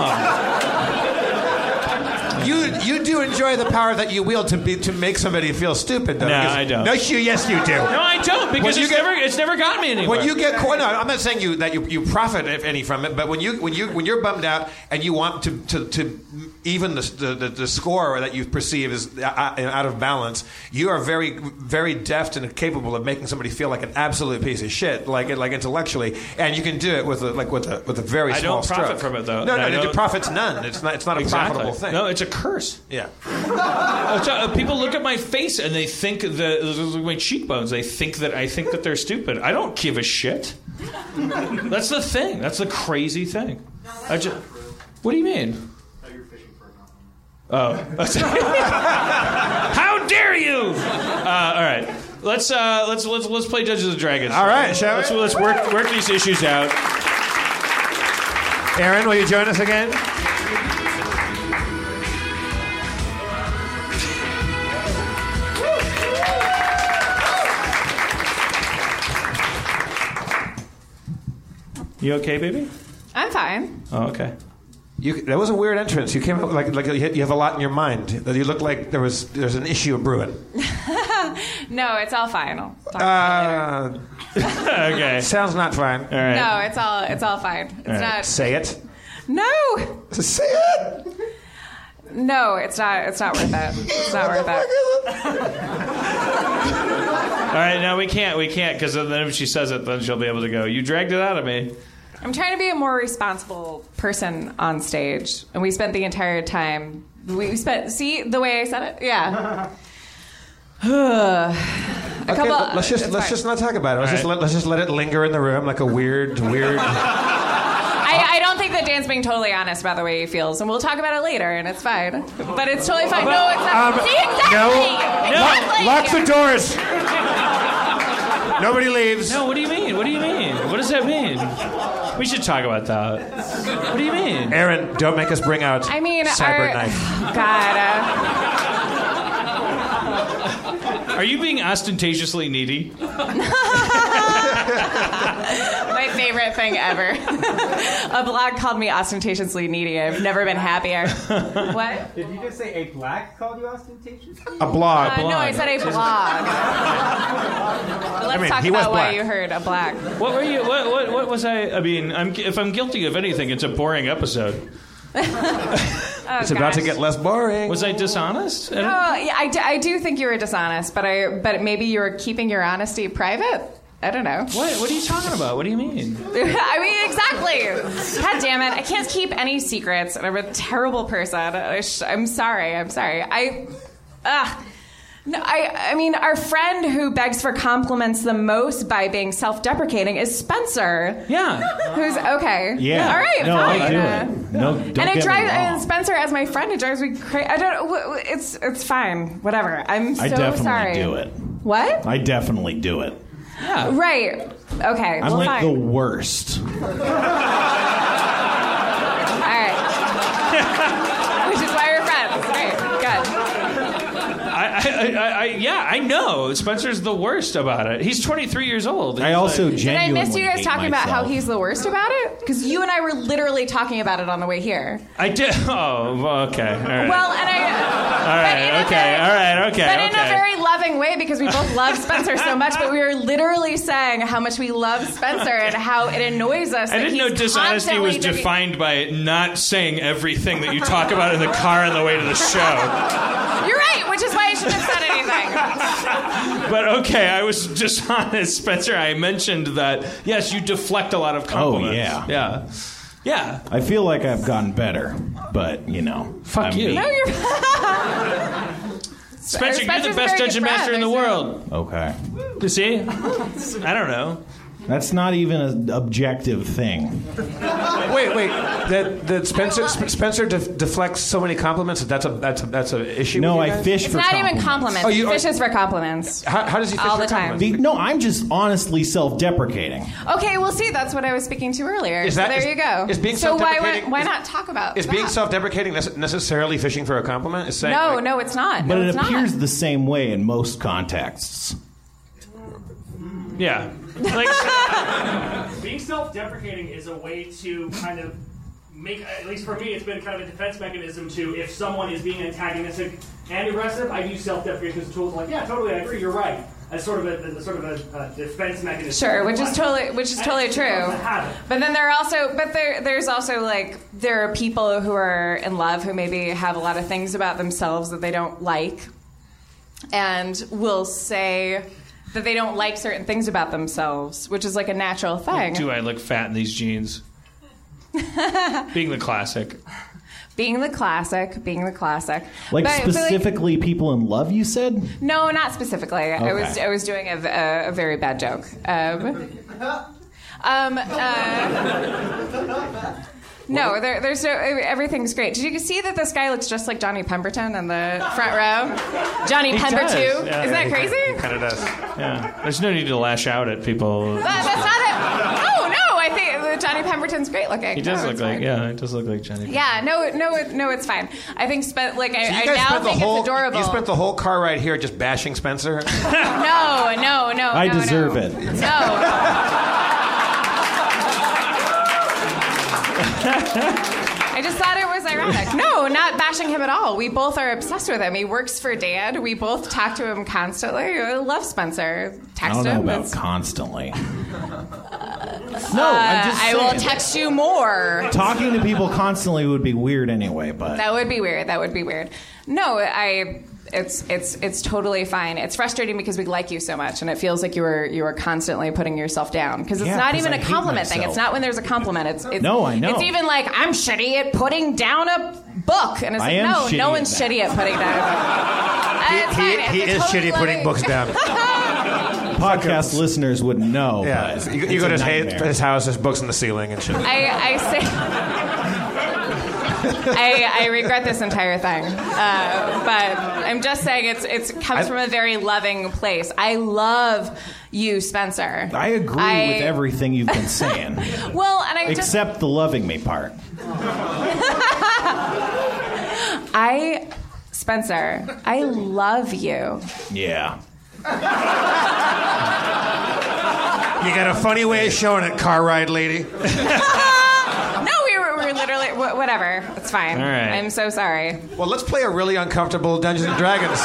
You you do enjoy the power that you wield to be to make somebody feel stupid. Though, No, because- I don't. No, you. Yes, you do. No, I don't When because you it's get- never it's never got me anywhere. When you get caught, no, I'm not saying you that you, you profit if any from it, but when you when you when you're bummed out and you want to to, to even the, the the- the score that you perceive is out out of balance, you are very very deft and capable of making somebody feel like an absolute piece of shit, like like intellectually, and you can do it with a like with a with a very I small don't profit stroke. from it, though, No, and no, I no, don't- profits none. It's not it's not a Exactly. profitable thing. No, it's a curse. Yeah. Uh, so, uh, people look at my face and they think the my cheekbones. They think that I think that they're stupid. I don't give a shit. That's the thing. That's the crazy thing. I ju- What do you mean? Oh. How dare you? Uh, all right. Let's uh, let's let's let's play Judges of Dragons. All right, shall we? let's, let's work work these issues out. Aaron, will you join us again? You okay, baby? I'm fine. Oh, okay. You, that was a weird entrance. You came up like like you you have a lot in your mind. You look like there was there's an issue brewing. No, it's all fine. I'll talk- Uh, okay. Sounds not fine. All right. No, it's all it's all fine. It's not. Say it. No, Say it. no, it's not. It's not worth it. It's not worth it. All right, no, we can't. We can't because then if she says it, then she'll be able to go. You dragged it out of me. I'm trying to be a more responsible person on stage, and we spent the entire time. We we spent. See the way I said it? Yeah. a Okay, couple. let's just it's let's fine. just not talk about it. Let's just let, let's just let it linger in the room like a weird weird. I, I don't think that Dan's being totally honest about the way he feels, and we'll talk about it later, and it's fine. But it's totally fine. No, it's not. Um, See, exactly. No, Exactly. Lock, lock the doors. Nobody leaves. No, what do you mean? What do you mean? What does that mean? We should talk about that. What do you mean? Aaron, don't make us bring out I mean, cyber our- knife. God. uh, Are you being ostentatiously needy? My favorite thing ever. a blog called me ostentatiously needy. I've never been happier. What? Did you just say a black called you ostentatious? A blog. Uh, no, I said a blog. But let's I mean, talk he was about why black. you heard a black. What were you? What, what, what was I? I mean, I'm, if I'm guilty of anything, it's a boring episode. Oh, gosh. less boring. Was I dishonest? Oh, yeah, I, d- I do think you were dishonest, but I but maybe you were keeping your honesty private. I don't know. What? What are you talking about? What do you mean? I mean, exactly. God damn it. I can't keep any secrets, and I'm a terrible person. I sh- I'm sorry. I'm sorry. I. Ugh. No, I, I mean, our friend who begs for compliments the most by being self deprecating is Spencer. Yeah. Who's okay. Yeah. All right, No, fine. I do Uh, it. No, don't and get it me drives wrong. and Spencer as my friend. It drives me crazy. I don't. w- w- It's it's fine. Whatever. I'm so I definitely sorry. do it. What? I definitely do it. Right. Okay. I'm well, like fine. the worst. All right. Which is why we're friends. Right. Good. I, I, I, I, yeah, I know. Spencer's the worst about it. He's 23 years old. I also Did I miss you guys talking about how he's the worst about it? Because you and I were literally talking about it on the way here. I did. Oh, well, okay. All right. Well, and I. all right. Okay. All right. Okay. but okay. in a very loving way because we both love Spencer so much, but we were literally saying how much we love Spencer and how it annoys us. I that didn't know he's dishonesty was constantly digging- defined by not saying everything that you talk about in the car on the way to the show. You're right, which is why I shouldn't have said anything. But okay, I was dishonest, Spencer. I mentioned that, yes, you deflect a Oh, lot of compliments. yeah. Yeah. Yeah. I feel like I've gotten better, but you know. Fuck you. No, you're. Spencer, you're the Spencer's a best very judge good and master in friend. the world. Okay. See? I don't know. That's not even an objective thing. Wait, wait. That that Spencer Sp- Spencer def- deflects so many compliments. That that's a that's a, that's an issue. No, with you I guys? fish It's for not compliments. even compliments. Oh, you- Fish is for compliments. How, how does he fish All for the time. compliments? The- no, I'm just honestly self-deprecating. Okay, well, see, that's what I was speaking to earlier. Is so that- there is- you go. is being so why why, self-deprecating- why is- not talk about Is that? being self-deprecating nece- necessarily fishing for a compliment? Is saying No, like- no, it's not. But no, it it's appears not. the same way in most contexts. Yeah. Being self-deprecating is a way to kind of make, at least for me, it's been kind of a defense mechanism to if someone is being antagonistic and aggressive, I use self-deprecation as a tool. Like, yeah, totally, I agree, you're right. As sort of a, as sort of a, uh defense mechanism. Sure, which is totally which is totally true. But then there are also but there there's also like there are people who are in love who maybe have a lot of things about themselves that they don't like and will say that they don't like certain things about themselves, which is like a natural thing. Do I look fat in these jeans? Being the classic. being the classic, being the classic. Like But- but, specifically, people in love. You said. No, not specifically. I was Okay. I was doing a, a, a very bad joke. Um, um, uh, no, there, there's no, everything's great. Did you see that this guy looks just like Johnny Pemberton in the front row? Johnny He Pemberton. does. Isn't Yeah. that crazy? Kind of does. Yeah. There's no need to lash out at people. That- that's not it. Oh no, I think that Johnny Pemberton's great looking. He does No, look it's like fine. yeah, he does look like Johnny. Yeah, no, no, it- no, it's fine. I think spent like So I, you I guys now spent the think whole it's adorable. you spent the whole car ride here just bashing Spencer. no, no, no. I no, deserve no. it. No. I just thought it was ironic. No, not bashing him at all. We both are obsessed with him. He works for Dad. We both talk to him constantly. I love Spencer. Text I don't know him. about It's- constantly. No, I'm Uh, just I will saying. text you more. Talking to people constantly would be weird anyway, but That would be weird. That would be weird. No, I. It's it's it's totally fine. It's frustrating because we like you so much, and it feels like you were you were constantly putting yourself down because it's Yeah, not 'cause even I a hate compliment thing. It's myself. not when there's a compliment. It's, it's No, I know. It's even like I'm shitty at putting down a book, and it's I like am no, shitty no at one's that. shitty at putting down. a book. Uh, it's fine. he It's a is totally shitty at putting loving- books down. podcast listeners wouldn't know. Yeah, but you, it's you go a to his, nightmare. his house, there's books on the ceiling and shit. I, I say. I, I regret this entire thing, uh, but I'm just saying it's it's comes I- from a very loving place. I love you, Spencer. I agree I- with everything you've been saying, Well, and I just except the loving me part. I Spencer, I love you. Yeah. You got a funny way of showing it, car ride lady. No, we were, we were literally wh- whatever. It's fine. All right. I'm so sorry. Well, let's play a really uncomfortable Dungeons and Dragons.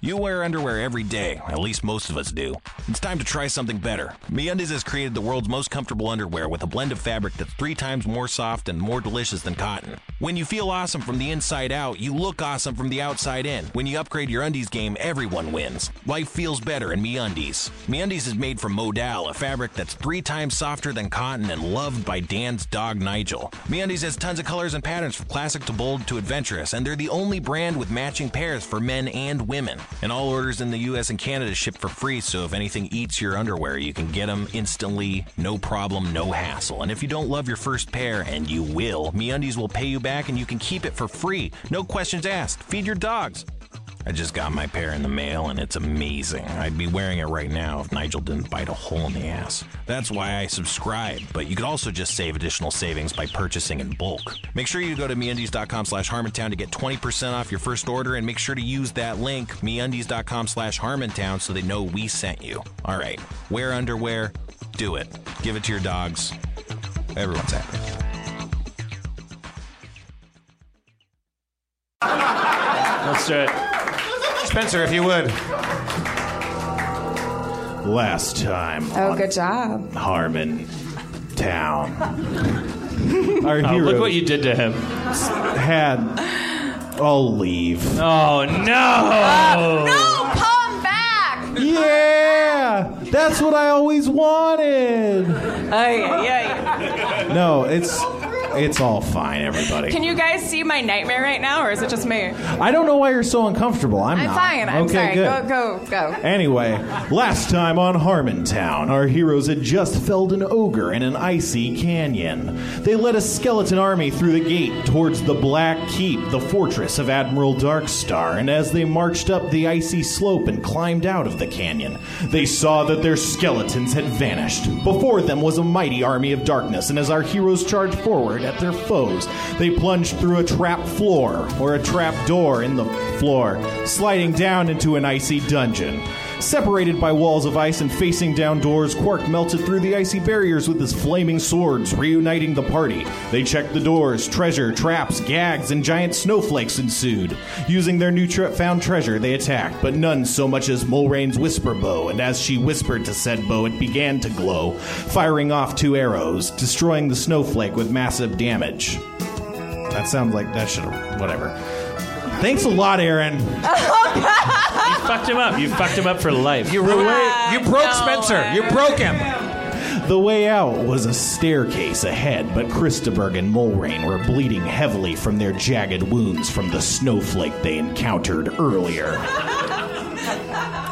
You wear underwear every day, at least most of us do. It's time to try something better. MeUndies has created the world's most comfortable underwear with a blend of fabric that's three times more soft and more delicious than cotton. When you feel awesome from the inside out, you look awesome from the outside in. When you upgrade your undies game, everyone wins. Life feels better in MeUndies. MeUndies is made from modal, a fabric that's three times softer than cotton and loved by Dan's dog Nigel. MeUndies has tons of colors and patterns from classic to bold to adventurous, and they're the only brand with matching pairs for men and women. And all orders in the US and Canada ship for free, so if anything eats your underwear, you can get them instantly, no problem, no hassle. And if you don't love your first pair, and you will, MeUndies will pay you back and you can keep it for free. No questions asked. Feed your dogs. I just got my pair in the mail and it's amazing. I'd be wearing it right now if Nigel didn't bite a hole in the ass. That's why I subscribe, but you could also just save additional savings by purchasing in bulk. Make sure you go to meundies.com slash harmontown to get 20% off your first order and make sure to use that link, meundies.com slash harmontown, so they know we sent you. All right, wear underwear, do it. Give it to your dogs. Everyone's happy. Let's do it. Spencer, if you would. Last time Oh, good job. Harmon Town. Our Oh, hero look what you did to him. had. I'll leave. Oh no! no, come back. Yeah, that's what I always wanted. yeah, yeah. No, it's it's all fine, everybody. Can you guys see my nightmare right now, or is it just me? I don't know why you're so uncomfortable. I'm, I'm not. fine. I'm okay, sorry. Good. Go, go, go. Anyway, last time on Harmontown, our heroes had just felled an ogre in an icy canyon. They led a skeleton army through the gate towards the Black Keep, the fortress of Admiral Darkstar, and as they marched up the icy slope and climbed out of the canyon, they saw that their skeletons had vanished. Before them was a mighty army of darkness, and as our heroes charged forward at their foes, they plunged through a trap floor or a trap door in the floor, sliding down into an icy dungeon. Separated by walls of ice and facing down doors, Quark melted through the icy barriers with his flaming swords, reuniting the party. They checked the doors, treasure, traps, gags, and giant snowflakes ensued. Using their new tre- found treasure, they attacked, but none so much as Mulrain's whisper bow, and as she whispered to said bow, it began to glow, firing off two arrows, destroying the snowflake with massive damage. That sounds like that should have. Whatever. Thanks a lot, Aaron. You fucked him up. You fucked him up for life. You ruined. you broke Spencer. You broke him. The way out was a staircase ahead, but Christaberg and Mulrain were bleeding heavily from their jagged wounds from the snowflake they encountered earlier.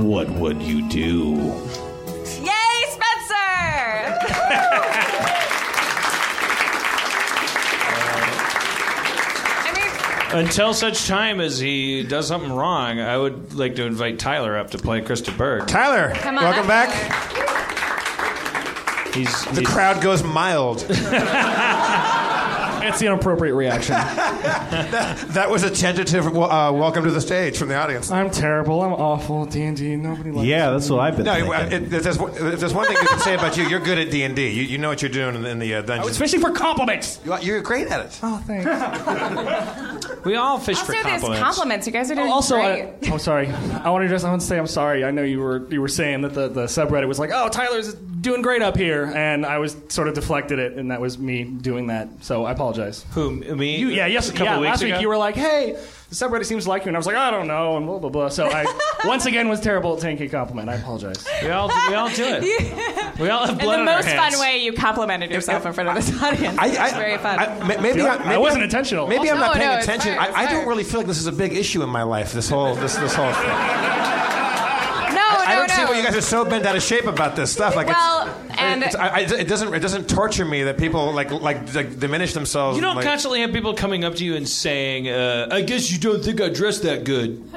what would you do? Yay, Spencer! Until such time as he does something wrong, I would like to invite Tyler up to play Krista Berg. Tyler, Come on welcome up, back. He's, The crowd goes mild. That's the inappropriate reaction. That was a tentative uh, welcome to the stage from the audience. I'm terrible. I'm awful at D&D. Nobody likes Yeah, that's what I've been No, thinking. it, it, if there's, one- if there's one thing you can say about you, you're good at D and D. You you know what you're doing in the, in the uh, dungeon. Oh, it's fishing for compliments. You are- You're great at it. Oh, thanks. We all fish Also, there's compliments. You guys are Oh, doing also, uh, great. I, am Oh, sorry. I want to just I want to say I'm sorry. I know you were you were saying that the, the subreddit was like, oh, Tyler's doing great up here, and I was sort of deflected it, and that was me doing that. So I apologize. Who me? You, yeah, yes, A couple yeah, weeks last ago? week you were like, hey, the subreddit seems to like you, and I was like, I don't know, and blah blah blah. So I once again was terrible at taking a compliment. I apologize. We all we all do it. We all have in the most fun way, you complimented yourself in front of this audience. I- It was I- very fun. I- ma- maybe I, maybe I'm- Maybe I'm No, not paying no, it's attention. fine, it's I, I fine. don't really feel like this is a big issue in my life. This whole this this whole thing. No, I no, don't see no. why you guys are so bent out of shape about this stuff. Like, Well, it's, and- it's, I, I, it doesn't it doesn't torture me that people like like, like diminish themselves. You don't like, constantly have people coming up to you and saying, uh, "I guess you don't think I dress that good."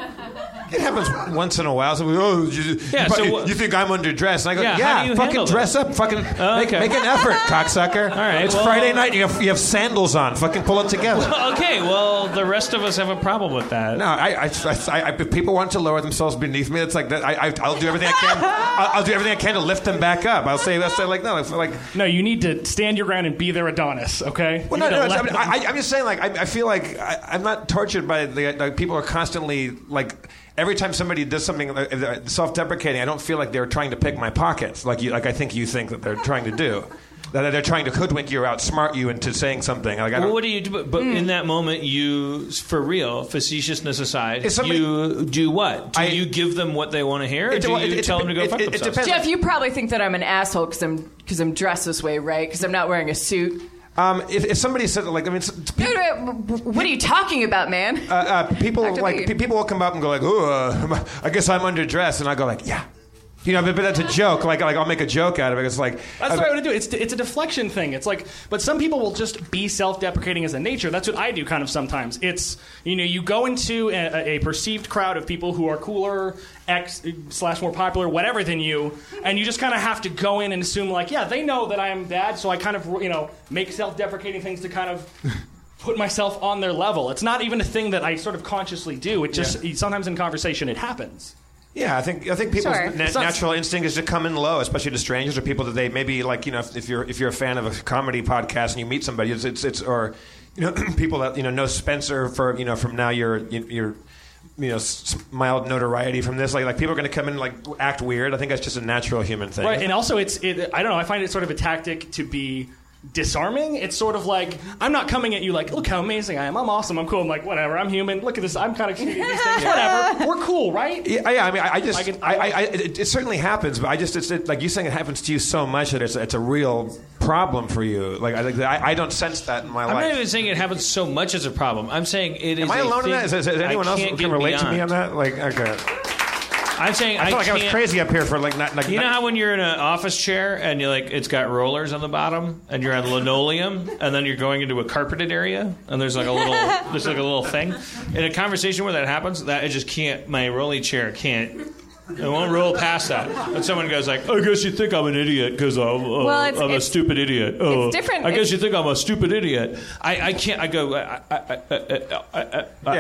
It happens once in a while. So we, oh, you, Yeah, you, so you- what- you think I'm underdressed? And I go, Yeah, yeah, how do you handle fucking that? dress up, fucking Oh, make, okay. make an effort, cocksucker. All right, it's well- Friday night. You have, you have sandals on. Fucking pull it together. Well, okay, well, the rest of us have a problem with that. No, I, I, I, I- if people want to lower themselves beneath me, it's like that. I, I, I'll do everything I can. I'll, I'll do everything I can to lift them back up. I'll say, I'll say like, no, it's like. No, you need to stand your ground and be their Adonis. Okay. You Well, no, need no, to it's- let I mean, them- I, I- I'm just saying, like, I, I feel like I, I'm not tortured by the like, people are constantly like. Every time somebody does something like, uh, self-deprecating, I don't feel like they're trying to pick my pockets, like you, like I think you think that they're trying to do, that they're trying to hoodwink you or outsmart you into saying something. Like, I Well, don't, what do you do? But, but Hmm. in that moment, you, for real, facetiousness aside, If somebody- you do what? Do you give them what they want to hear, or It- do you well, it- it tell dep- them to go it- fuck it- it themselves? Jeff, you probably think that I'm an asshole because I'm because I'm dressed this way, right? Because I'm not wearing a suit. um, if, if somebody said that, like, I mean, s- Dude, what what are you talking about, man? uh, uh, people Dr. like Lee. pe- people will come up and go like, "Ooh, uh, I guess I'm underdressed," and I go like, "Yeah." You know, but, but that's a joke. Like, like I'll make a joke out of it. It's like That's uh, the right way to do it. It's, it's a deflection thing. It's like, but some people will just be self deprecating as a nature. That's what I do kind of sometimes. It's, you know, you go into a, a perceived crowd of people who are cooler, X slash more popular, whatever than you, and you just kind of have to go in and assume, like, yeah, they know that I am that, so I kind of, you know, make self deprecating things to kind of. Put myself on their level. It's not even a thing that I sort of consciously do. It just sometimes in conversation it happens. Yeah, I think I think people's Sure. na- It's not- natural instinct is to come in low, especially to strangers or people that they maybe like. You know, if, if you're if you're a fan of a comedy podcast and you meet somebody, it's it's, it's or you know people that you know know Spencer for you know from now you're you're you know s- mild notoriety from this. Like like people are going to come in and, like act weird. I think that's just a natural human thing. Right, and also it's it, I don't know. I find it sort of a tactic to be disarming. It's sort of like I'm not coming at you like, look how amazing I am. I'm awesome. I'm cool. I'm like whatever. I'm human. Look at this. I'm kind of these things. Whatever. We're cool, right? Yeah, yeah, I mean, I, I just, I I can- I, I, it, it certainly happens, but I just, it's it, like you saying, it happens to you so much that it's, it's a real problem for you. Like, I, think that I, I don't sense that in my I'm not life. even saying it happens so much as a problem. I'm saying it is. Am I a alone in thing that? Is, is, is I anyone else can't who get can relate to me beyond. on that? Like, okay. I'm saying I feel like I was can't- crazy up here for like, not, like You know how when you're in an office chair and you're like, it's got rollers on the bottom, and you're on linoleum, and then you're going into a carpeted area, and there's like a little, there's like a little thing. In a conversation where that happens, that I just can't. My rolling chair can't. It won't roll past that. And someone goes like, "Oh, "I guess you think I'm an idiot because I'm, uh, Well, it's- I'm a it's- stupid idiot." Oh, it's different. I guess It's- you think I'm a stupid idiot. I, I can't. I go. I, I, I, I, I, I, I, It's- uh, I, I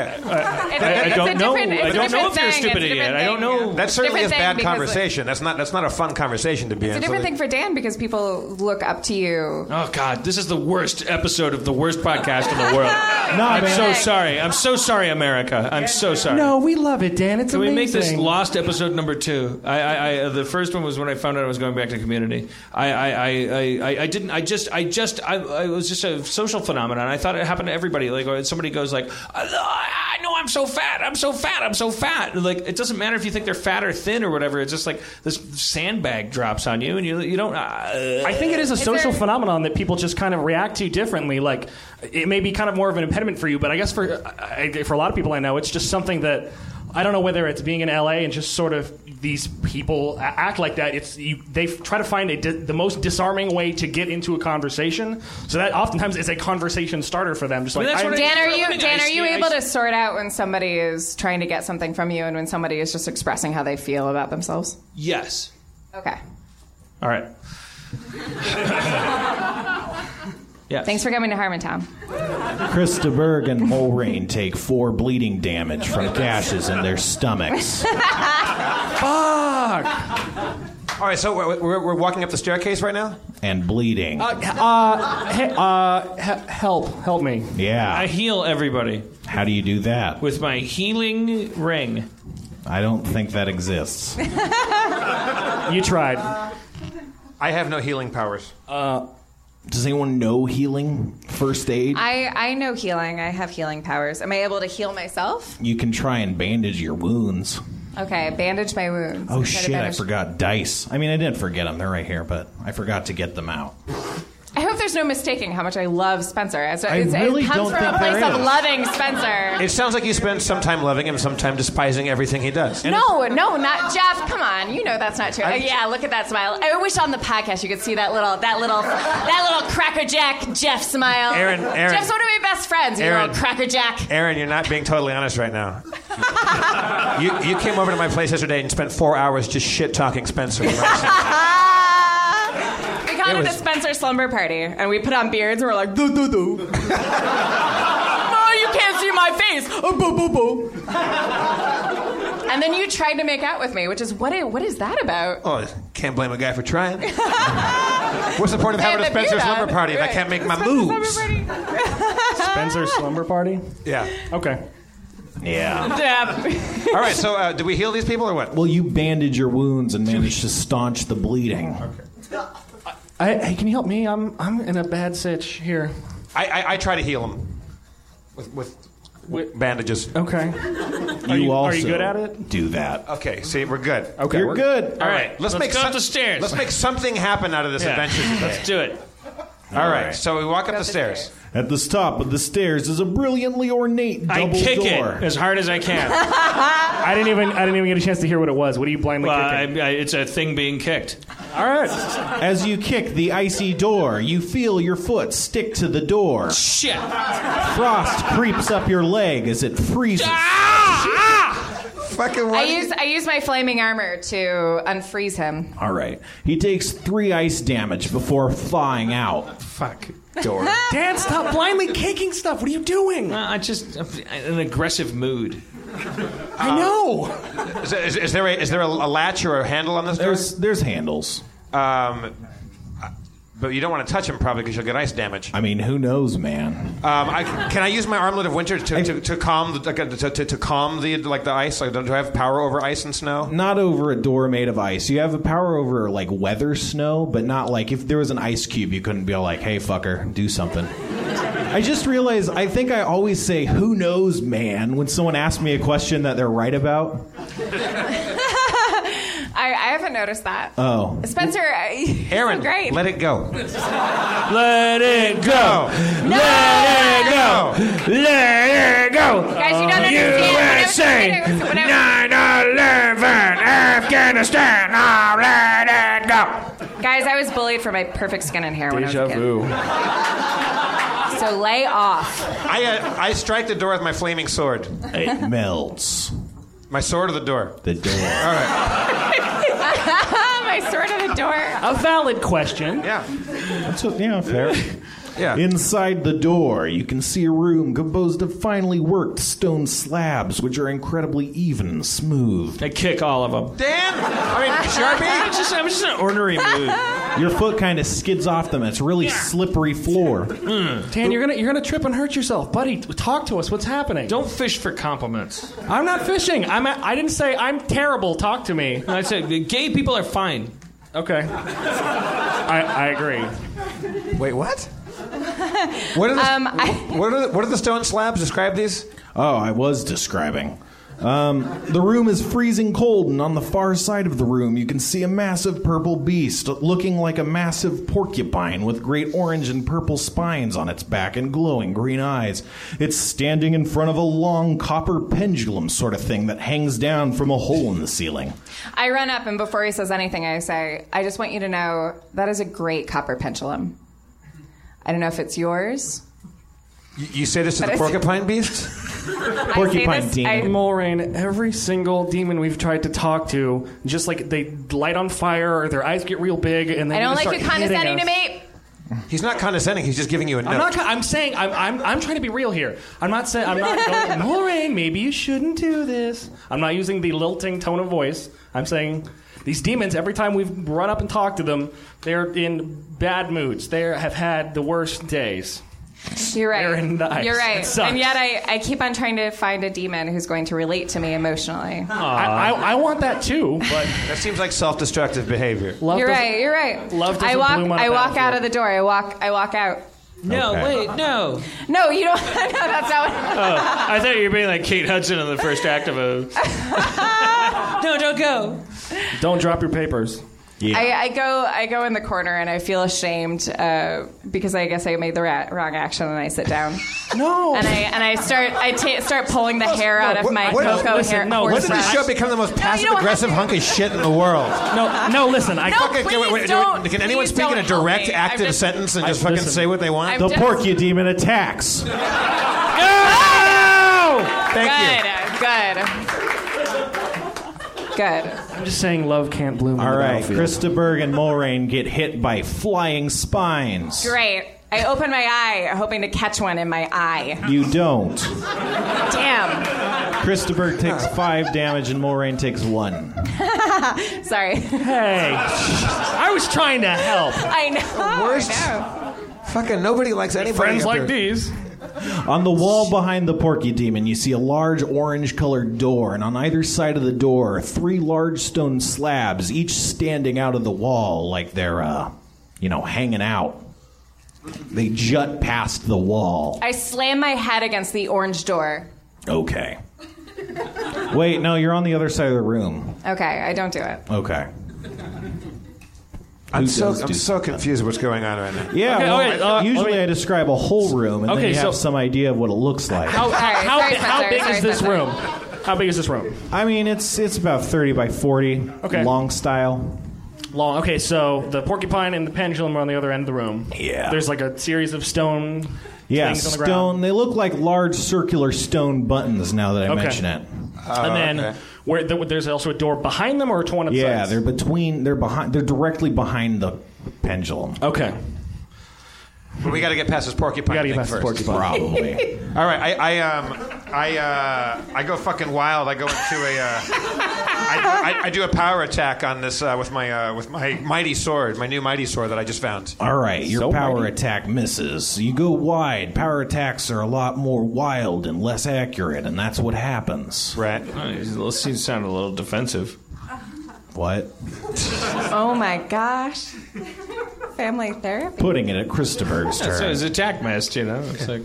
it's a don't know. different- it's I a don't know different if you're a thing. stupid It's a idiot. different I don't thing. know. That certainly is different bad thing because, like- conversation. that's not that's not a fun conversation to be It's a in. different So, like, thing for Dan because people look up to you. Oh God, this is the worst episode of the worst podcast in the world. I'm man. so sorry. I'm so sorry, America. I'm so sorry. No, we love it, Dan. It's Can we amazing. make this lost episode number two? I, I, I the first one was when I found out I was going back to community. I, I, I, I- I, I didn't. I just, I just, I, I it was just a social phenomenon. I thought it happened to everybody. Like when somebody goes like, I, I know I'm so fat. I'm so fat. I'm so fat. And, Like it doesn't matter if you think they're fat or thin or whatever. It's just like this sandbag drops on you and you, you don't. Uh, I think it is a social phenomenon that people just kind of react to differently. Like, it may be kind of more of an impediment for you, but I guess for I, I- for a lot of people I know, it's just something that I don't know whether it's being in LA and just sort of these people a- act like that. It's you, they f- try to find a di- the most disarming way to get into a conversation. So that oftentimes is a conversation starter for them. Just like I'm- Dan, are you Dan, are you able to sort out when somebody is trying to get something from you and when somebody is just expressing how they feel about themselves? Yes. Okay. All right. Yes. Thanks for coming to Harmontown. Chris DeBerg and Mulrain take four bleeding damage from gashes in their stomachs. Fuck. All right, so we're, we're, we're walking up the staircase right now. And bleeding. Uh, h- uh, he- uh, he- help, help me. Yeah. I heal everybody. How do you do that? With my healing ring. I don't think that exists. You tried. I have no healing powers. Uh, does anyone know healing? First aid? I, I know healing. I have healing powers. Am I able to heal myself? you can try and bandage your wounds. Okay, bandage my wounds. Oh Try to shit, I bandage- forgot dice. I mean, I didn't forget them. They're right here, but I forgot to get them out. I hope there's no mistaking how much I love Spencer. It's, I it's, really it comes don't from a think there place of is. loving Spencer. It sounds like you spend some time loving him, some time despising everything he does. No, no, not Jeff. Come on, you know that's not true. I'm- Uh, yeah, look at that smile. I wish on the podcast you could see that little, that little, that little crackerjack Jeff smile. Aaron, Aaron. Jeff's one of my best friends. You Aaron. little crackerjack. Aaron, you're not being totally honest right now. you, you came over to my place yesterday and spent four hours just shit talking Spencer. We called it, It the was- Spencer Slumber Party, and we put on beards and we're like, doo doo doo. no, Oh, you can't see my face. Oh, boo boo boo. and then you tried to make out with me, which is what? It, what is that about? oh, can't blame a guy for trying. What's the point of having a Yeah, but you Spencer don't. slumber party if I Right. can't make my Spencer moves? Spencer slumber party. Yeah. Okay. Yeah. All right, so uh, did we heal these people or what? Well, you bandage your wounds and manage to staunch the bleeding. I, hey, can you help me? I'm I'm in a bad sitch here. I, I, I try to heal them with, with, with bandages. Okay. You, also are you good at it? do that. Okay, see, we're good. Okay, You're we're good. good. All right, let's, Let's make go up some- the stairs. Let's make something happen out of this Yeah. adventure. Today. Let's do it. All All right, right. so we walk up the stairs. At the top of the stairs is a brilliantly ornate I double kick it door. as hard as I can. I didn't even I didn't even get a chance to hear what it was. What are you blindly Well, I, I, kicking? it's a thing being kicked. All right. As you kick the icy door, you feel your foot stick to the door. Shit. Frost creeps up your leg as it freezes. Fucking I use I use my flaming armor to unfreeze him. All right. He takes three ice damage before flying out. Fuck. Door. Dan, stop blindly kicking stuff. What are you doing? Uh, I just I'm in an aggressive mood. I know. Um, Is, is, is there a, is there a, a latch or a handle on this door? There's there's handles. Um, but you don't want to touch him probably because you'll get ice damage. I mean, who knows, man? Um, I, can I use my armlet of winter to, to, to calm the, like, uh, to, to, to calm the like the ice? Like, do I have power over ice and snow? Not over a door made of ice. You have a power over like weather snow, but not like if there was an ice cube, you couldn't be all like, "Hey, fucker, do something." I just realized I think I always say "Who knows, man?" when someone asks me a question that they're right about. I, I haven't noticed that. Oh, Spencer, I, Aaron, great. let it go. Let it go. Let it go. Let it go. Guys, you don't understand. USA, Afghanistan. Now let it go. Guys, I was bullied for my perfect skin and hair when I was a Deja kid. vu. uh, So lay off. I uh, I strike the door with my flaming sword. It melts. My sword or the door? The door. All right. my sword at the door. A valid question. Yeah. That's what, yeah, fair. Yeah. Inside the door, you can see a room composed of finely worked stone slabs, which are incredibly even and smooth. I kick all of them. Dan, I mean Sharpie. I'm just, I'm just in an ornery mood. Your foot kind of skids off them. It's really slippery floor. Dan, you're gonna you're gonna trip and hurt yourself, buddy. Talk to us. What's happening? Don't fish for compliments. I'm not fishing. I'm at, I didn't say I'm terrible. Talk to me. I said gay people are fine. Okay. I, I agree. Wait, what? What are the, Um, I, what are the, what are the stone slabs? Describe these. Oh, I was describing. Um, the room is freezing cold, and on the far side of the room, you can see a massive purple beast looking like a massive porcupine with great orange and purple spines on its back and glowing green eyes. It's standing in front of a long copper pendulum sort of thing that hangs down from a hole in the ceiling. I run up, and before he says anything, I say, I just want you to know that is a great copper pendulum. I don't know if it's yours. You, you say this to But the I- porcupine beast? Porcupine Demon. demon. Mulrain, every single demon we've tried to talk to, just like they light on fire or their eyes get real big and they I don't just like start you condescending to hitting us. me. He's not condescending. He's just giving you a note. I'm not. I'm saying I'm, I'm. I'm trying to be real here. I'm not saying I'm not going. Moraine, maybe you shouldn't do this. I'm not using the lilting tone of voice. I'm saying these demons. Every time we've run up and talked to them, they're in bad moods. They have had the worst days. You're right. They're in the ice. You're It right. sucks. And yet I, I keep on trying to find a demon who's going to relate to me emotionally. I, I want that too, but that seems like self-destructive behavior. you're right. You're right. Love I doesn't walk. bloom on a I walk out battlefield. of the door. I walk. I walk out. No, Okay. wait, no. No, you don't. no, that's not Oh, what. I thought you were being like Kate Hudson in the first act of a. no, don't go. Don't drop your papers. I, I go. I go in the corner and I feel ashamed uh, because I guess I made the ra- wrong action and I sit down. No. And I and I start. I ta start pulling the hair out of my cocoa hair. when did horse this brush. show become the most passive-aggressive hunk of shit in the world? No, no. Listen, I No, fucking. please don't. can anyone Please speak in a don't help direct, me. I'm active just- sentence and I- just fucking listen. say what they want? I'm The just- porky demon attacks. Thank good. Good. Good. I'm just saying, love can't bloom. All on the right, battlefield. Krista Berg and Mulrain get hit by flying spines. Great. I open my eye, hoping to catch one in my eye. You don't. Damn. Krista Berg takes five damage and Mulrain takes one. Sorry. Hey, I was trying to help. I know. worst. I know. Fucking nobody likes anybody. Friends up like there. these. On the wall behind the porky demon, you see a large orange colored door, and on either side of the door, are three large stone slabs, each standing out of the wall like they're, uh, you know, hanging out. They jut past the wall. I slam my head against the orange door. Okay. Wait, no, you're on the other side of the room. Okay, I don't do it. Okay. I'm Who so, does I'm do so confused what's going on right now. Yeah, Okay, well, okay, uh, usually let me- I describe a whole room, and Okay, then you have so- some idea of what it looks like. How, how, sorry, how Spencer, big sorry, is this Spencer. room? How big is this room? I mean, it's it's about thirty by forty, Okay. long style. Long. Okay, so the porcupine and the pendulum are on the other end of the room. Yeah. There's like a series of stone Yeah, things on the stone. ground. They look like large circular stone buttons. Now that I Okay. mention it, Uh, and then Oh, where th- there's also a door behind them or to one of the yeah, sides? they're between. They're behind. They're directly behind the pendulum. Okay. But we got to get past this porcupine. We gotta get thing past this first. porcupine. Probably. All right, I, I um, I uh, I go fucking wild. I go into a, uh, I, I, I do a power attack on this uh, with my uh, with my mighty sword, my new mighty sword that I just found. All right, your power attack misses. You go wide. Power attacks are a lot more wild and less accurate, and that's what happens. Right. Oh, Those seems sound a little defensive. What? Oh my gosh. Family therapy. Putting it at Christopher's Yeah, so turn. it's attack mist, you know. Oh, It's like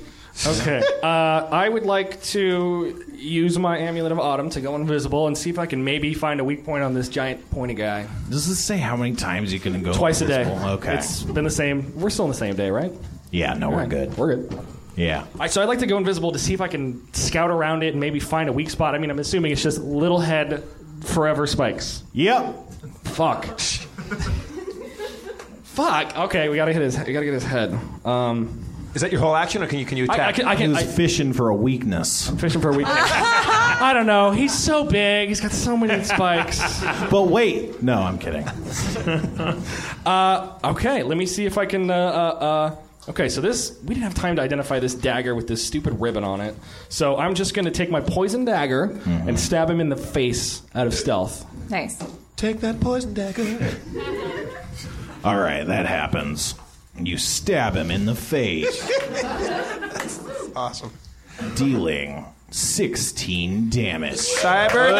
Okay. uh, I would like to use my amulet of autumn to go invisible and see if I can maybe find a weak point on this giant pointy guy. Does this say how many times you can go? Twice a day. invisible? Okay. It's been the same. We're still on the same day, right? yeah. No, All we're right. good. We're good. Yeah. All right, so I'd like to go invisible to see if I can scout around it and maybe find a weak spot. I mean, I'm assuming it's just little head forever spikes. Yep. Fuck. Fuck. Okay, we gotta hit his. We gotta get his head. Um, is that your whole action, or can you can you I, I attack? can. I he can. was I, fishing for a weakness. fishing for a weakness. I don't know. He's so big. He's got so many spikes. But wait, no, I'm kidding. uh, okay, let me see if I can. Uh, uh, uh, okay, so this we didn't have time to identify this dagger with this stupid ribbon on it. So I'm just going to take my poison dagger Mm-hmm. and stab him in the face out of stealth. Nice. Take that poison dagger. All right, that happens. You stab him in the face, awesome. dealing 16 damage. Cyber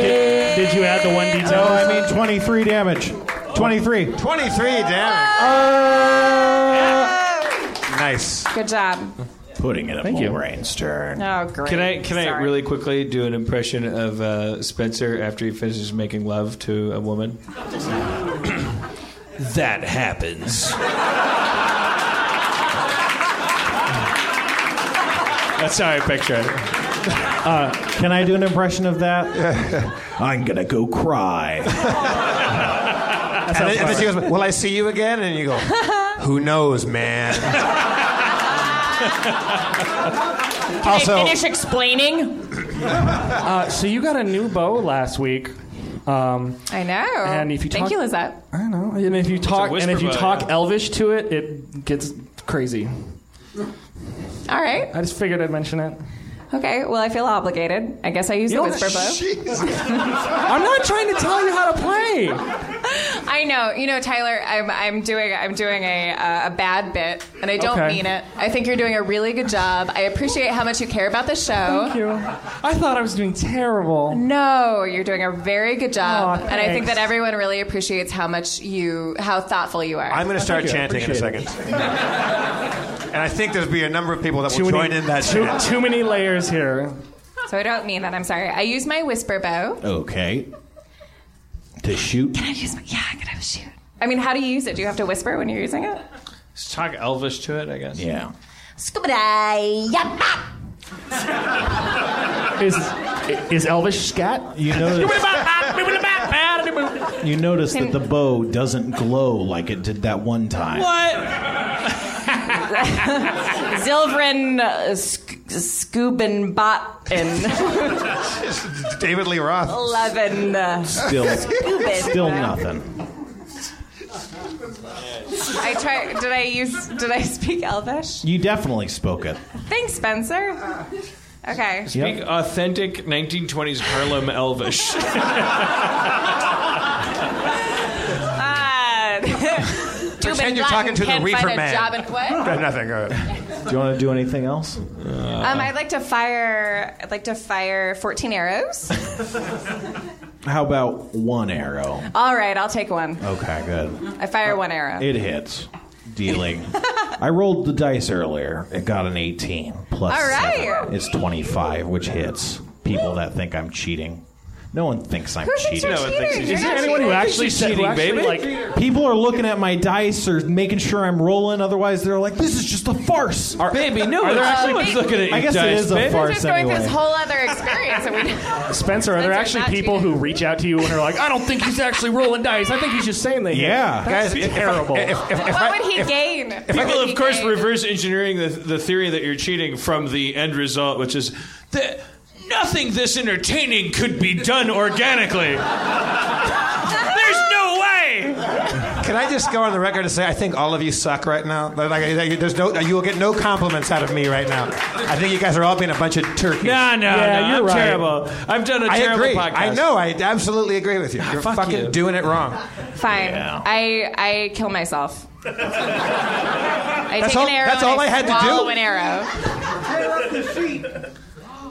Did, did you add the one d10? No, I mean 23 damage. 23. 23 damage. Nice. Good job. Putting it up Thank you. Mulrain's turn. Oh, great. Can I can I Sorry. really quickly do an impression of uh, Spencer after he finishes making love to a woman? that happens. That's how I picture it. Uh, can I do an impression of that? I'm going to go cry. And then, and then she goes, "Will I see you again?" And you go, "Who knows, man." Can Also- I finish explaining? Uh, so you got a new bow last week. Um, I know. And if you Thank talk- you, Lizette. I know. And if you talk and whisper if you bow, talk yeah. Elvish to it, it gets crazy. All right. I just figured I'd mention it. Okay. Well, I feel obligated. I guess I use the You don't- whisper bow. I'm not trying to tell you how to play. I know. You know, Tyler, I'm, I'm doing I'm doing a uh, a bad bit, and I don't Okay. mean it. I think you're doing a really good job. I appreciate how much you care about the show. Thank you. I thought I was doing terrible. No, you're doing a very good job, Aw, and I think thanks. that everyone really appreciates how much you how thoughtful you are. I'm going to start chanting in a Appreciate second. and I think there'll be a number of people that will join in that too, chant. too many layers here. So I don't mean that. I'm sorry. I use my whisper bow. Oh. Okay. To shoot. Can I use my? Yeah, I could have a shoot. I mean, how do you use it? Do you have to whisper when you're using it? Let's talk Elvish to it, I guess. Yeah. Scuba Is is Elvish scat? You notice, What? you notice that the bow doesn't glow like it did that one time. Zilverin uh, sc- Scuban Botin. David Lee Roth. 11. Uh, Still, Scuban. still nothing. I try. Did I use? Did I speak Elvish? You definitely spoke it. Thanks, Spencer. Okay. Speak uh, authentic 1920s Harlem Elvish. Uh, Pretend you're talking to the can't reefer find a man. Job in what? Nothing. Go ahead. Do you want to do anything else? Um, I'd like to fire. I'd like to fire 14 arrows. How about one arrow? All right, I'll take one. Okay, good. I fire one arrow. It hits. Dealing. I rolled the dice earlier. It got an 18 plus. All right. seven. It's 25, which hits people that think I'm cheating. No one thinks I'm Who thinks cheating. you're No one thinks cheating? he's Is You're there not anyone who cheating. actually He's said who cheating, actually, baby. like people are looking at my dice or making sure I'm rolling? Otherwise, they're like, "This is just a farce." baby, no, are there actually- someone's looking at I your guess it dice, is a baby. farce Just going anyway. through this whole other experience. And we, Spencer, are there Spencer's actually not people who reach out to you and are like, I don't think he's actually rolling dice. I think he's just saying they hit." Yeah. That's Guys, if I- terrible. if- if- if what would he gain? What People, would of he course, gain? reverse engineering the, the theory that you're cheating from the end result, which is that nothing this entertaining could be done organically. There's no way. Can I just go on the record and say I think all of you suck right now? Like, like, there's no, you will get no compliments out of me right now. I think you guys are all being a bunch of turkeys. No, no, no. I'm terrible. I've done a I terrible agree. podcast. I know. I absolutely agree with you. You're Ah, Fuck fucking you. doing it wrong. Fine. I I kill myself. I That's take all- an arrow. that's and all I I had to do. swallow an arrow.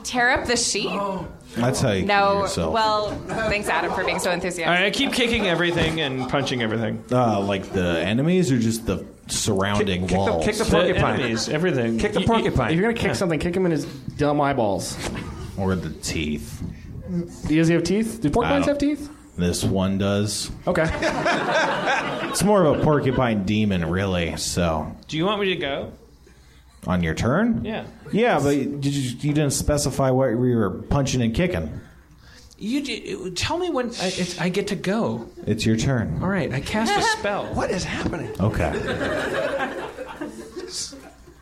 Tear up the sheet. That's how you kill No. yourself. Well, thanks, Adam, for being so All right, enthusiastic. I keep kicking everything and punching everything. uh, like the enemies or just the surrounding kick the- walls. kick the porcupine. enemies, everything. Kick the porcupine. If you're going to kick something, kick him in his dumb eyeballs. or the teeth. Does he have teeth? Do porcupines have teeth? This one does. Okay. It's more of a porcupine demon, really. So, Do you want me to go? on your turn? Yeah. Yeah, but you, you you didn't specify what we were punching and kicking. You d- tell me when I, it's, I get to go. It's your turn. All right, I cast a spell. What is happening? Okay.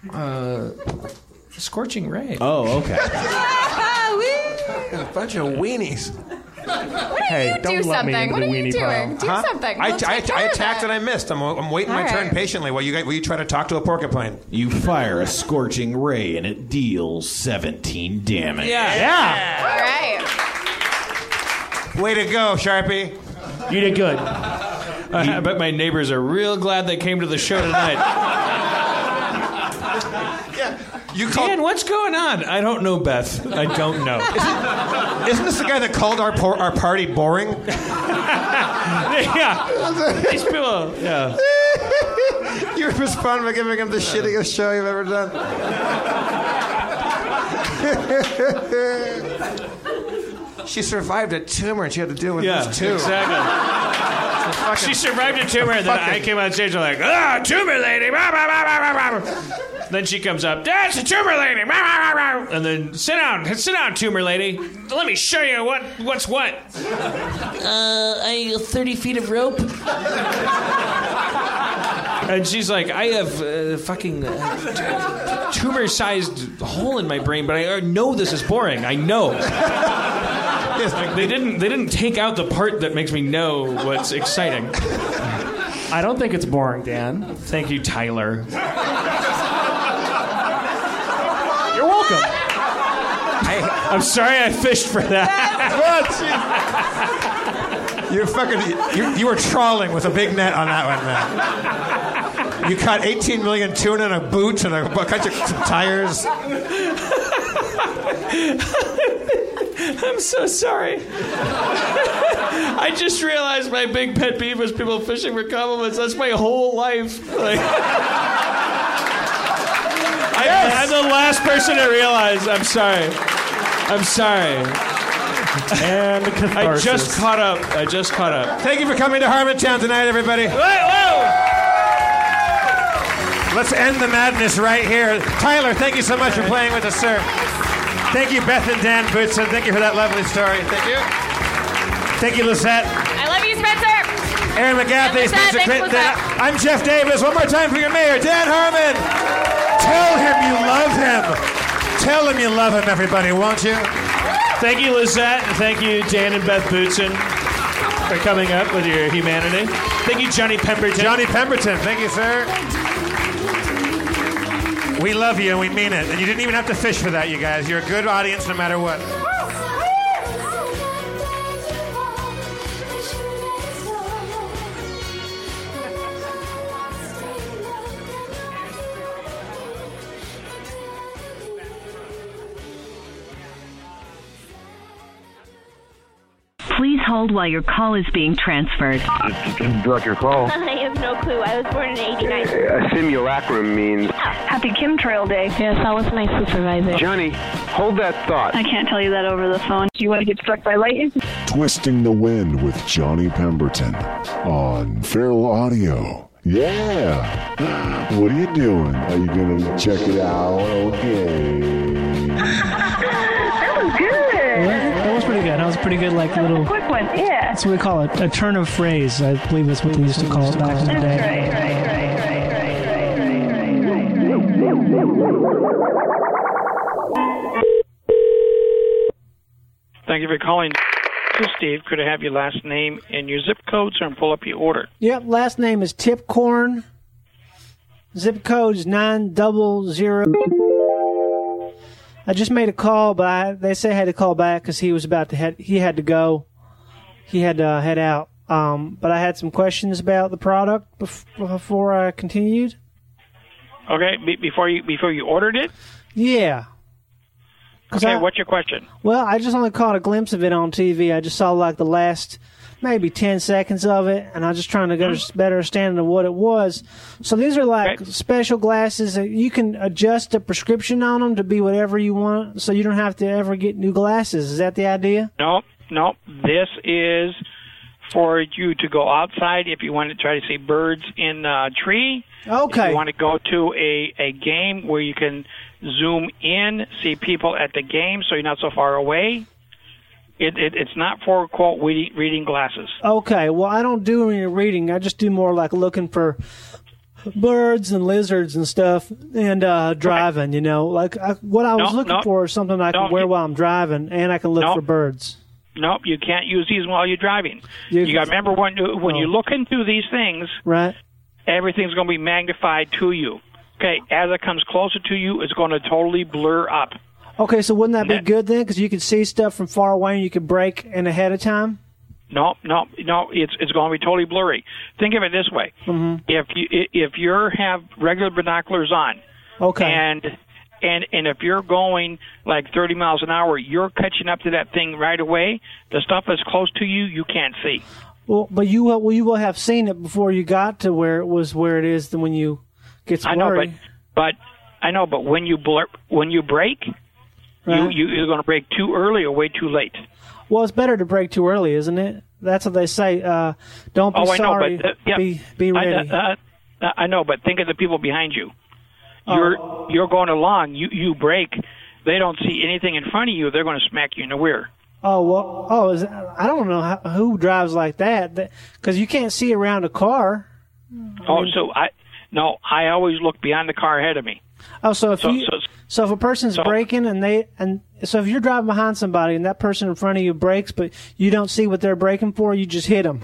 Uh, scorching ray. Oh, okay. A bunch of weenies. What are you do something? What are you doing? Do Huh? something. I, Let's I, take I care of attacked it. and I missed. I'm, I'm waiting All my turn right. patiently while you guys, while you try to talk to a porcupine. You fire a scorching ray and it deals 17 damage. Yeah. All right. Way to go, Sharpie. You did good. I bet my neighbors are real glad they came to the show tonight. You Dan, what's going on? I don't know, Beth. I don't know. Isn't this the guy that called our por- our party boring? yeah. These people. Yeah. you respond by giving him the shittiest show you've ever done. she survived a tumor and she had to deal with Yeah, this too. exactly. She survived a tumor, and then I Fucking- came on stage and like, ah, tumor lady. Rah, rah, rah, rah, rah, rah." Then she comes up, that's a tumor lady. Rah, rah, rah, rah." And then sit down, sit down, tumor lady. Let me show you what what's what. Uh, I 30 feet of rope. And she's like, I have uh, fucking uh, t- tumor-sized hole in my brain, but I know this is boring. I know. Like, they didn't. They didn't take out the part that makes me know what's exciting. I don't think it's boring, Dan. Thank you, Tyler. You're welcome. I, am sorry I fished for that. You're fucking. You, you were trawling with a big net on that one, man. You caught 18 million tuna and a boot and a bunch of some tires. I'm so sorry. I just realized my big pet peeve was people fishing for compliments. That's my whole life. Like, I, I'm the last person to realize. I'm sorry. I'm sorry. And I just caught up. I just caught up. Thank you for coming to Harmontown tonight, everybody. Let's end the madness right here. Tyler, thank you so much for playing with us, sir. Thank you, Beth and Dan Bootson. Thank you for that lovely story. Thank you. Thank you, Lisette. I love you, Spencer. Aaron McGathy, Thanks, Lisette. Spencer Thanks, Clinton. Lisette. I'm Jeff Davis. One more time for your mayor, Dan Harmon. Tell him you love him. Tell him you love him, everybody, won't you? Thank you, Lizette, and thank you, Dan and Beth Bootson, for coming up with your humanity. Thank you, Johnny Pemberton. Johnny Pemberton, thank you, sir. We love you and we mean it. And you didn't even have to fish for that, you guys. You're a good audience no matter what. Please hold while your call is being transferred. Block your call. I have no clue. I was born in 89. A simulacrum means. Happy chemtrail day. Yes, I was my supervisor. Johnny, hold that thought. I can't tell you that over the phone. Do you want to get struck by lightning? Twisting the Wind with Johnny Pemberton on Feral Audio. Yeah. What are you doing? Are you going to check it out? Okay. That was good. That was pretty good. That was a pretty good, like little. Quick one, yeah. That's what we call it, a turn of phrase. I believe that's what we used to call it back in the day. Thank you for calling. This is Steve. Could I have your last name and your zip code, sir, and pull up your order? Yep, last name is Tipcorn. Zip code's nine double zero. I just made a call, but I, they say I had to call back because he was about to head. He had to go. He had to uh, head out. Um, but I had some questions about the product bef- before I continued. Okay, be- before you before you ordered it. Yeah. 'Cause Okay, I- what's your question? Well, I just only caught a glimpse of it on TV. I just saw like the last maybe 10 seconds of it, and I was just trying to get Mm-hmm. a better understanding of what it was. So these are like special glasses that you can adjust the prescription on them to be whatever you want, so you don't have to ever get new glasses. Is that the idea? No, no. This is for you to go outside if you want to try to see birds in a tree. If Okay. you want to go to a, a game where you can zoom in, see people at the game, so you're not so far away. It, it, it's not for quote reading, reading glasses. Okay, well, I don't do any reading. I just do more like looking for birds and lizards and stuff and uh driving you know like I, what i was No, looking no. for is something i No, can wear you- while i'm driving and i can look No. for birds Nope, you can't use these while you're driving. You, got to remember when you- when you look into these things, right everything's going to be magnified to you. Okay, as it comes closer to you, it's going to totally blur up. Okay, so wouldn't that be good then? Because you could see stuff from far away and you could break in ahead of time. No, no, no. It's it's going to be totally blurry. Think of it this way: if you i- if you have regular binoculars on, okay, and and and if you're going like 30 miles an hour, you're catching up to that thing right away. The stuff that's close to you, you can't see. Well, but you will, well, you will have seen it before you got to where it was where it is than when you gets I know, blurry. but but I know, but when you blur, when you break, you, Right. you you're going to break too early or way too late. Well, it's better to break too early, isn't it? That's what they say. Uh, don't be oh, I sorry. know, but uh, yeah, be be I- ready. uh, uh, I know, but think of the people behind you. Oh. You're you're going along. You you break. They don't see anything in front of you. They're going to smack you in the rear. oh well. Oh, is, I don't know how, who drives like that because you can't see around a car. Oh, so I no. I always look beyond the car ahead of me. Oh, so if So- you, so- so if a person's braking and they and so if you're driving behind somebody and that person in front of you brakes, but you don't see what they're braking for, you just hit Oh, them.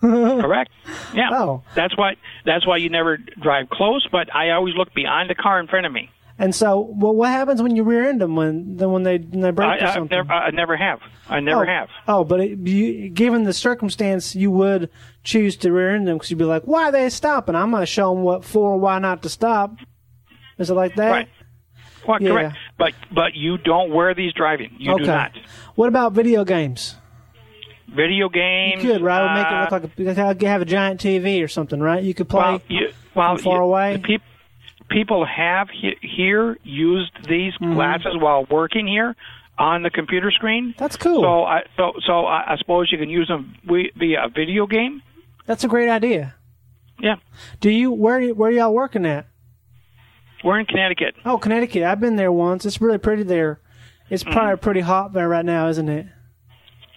Correct. Yeah. That's why. That's why you never drive close. But I always look beyond the car in front of me. And so, well, what happens when you rear end them when then when they when they brake I, or I, something? never, I never have. I never oh, have. Oh, but it, you, given the circumstance, you would choose to rear end them because you'd be like, "Why are they stopping? I'm going to show them what for, why not to stop." Is it like that? Right. Well, Yeah. correct. But but you don't wear these driving. You okay. do not. What about video games? Video games. You could, right? Would make it uh, look like a, like how you have a giant TV or something, right? You could play. Well, you, well, from far you- away? the peop- people have he- here used these Mm-hmm. glasses while working here on the computer screen. That's cool. So I so so I, I suppose you can use them wi- via a video game. That's a great idea. Yeah. Do you where where y'all working at? We're in Connecticut. Oh, Connecticut. I've been there once. It's really pretty there. It's Mm-hmm. probably pretty hot there right now, isn't it?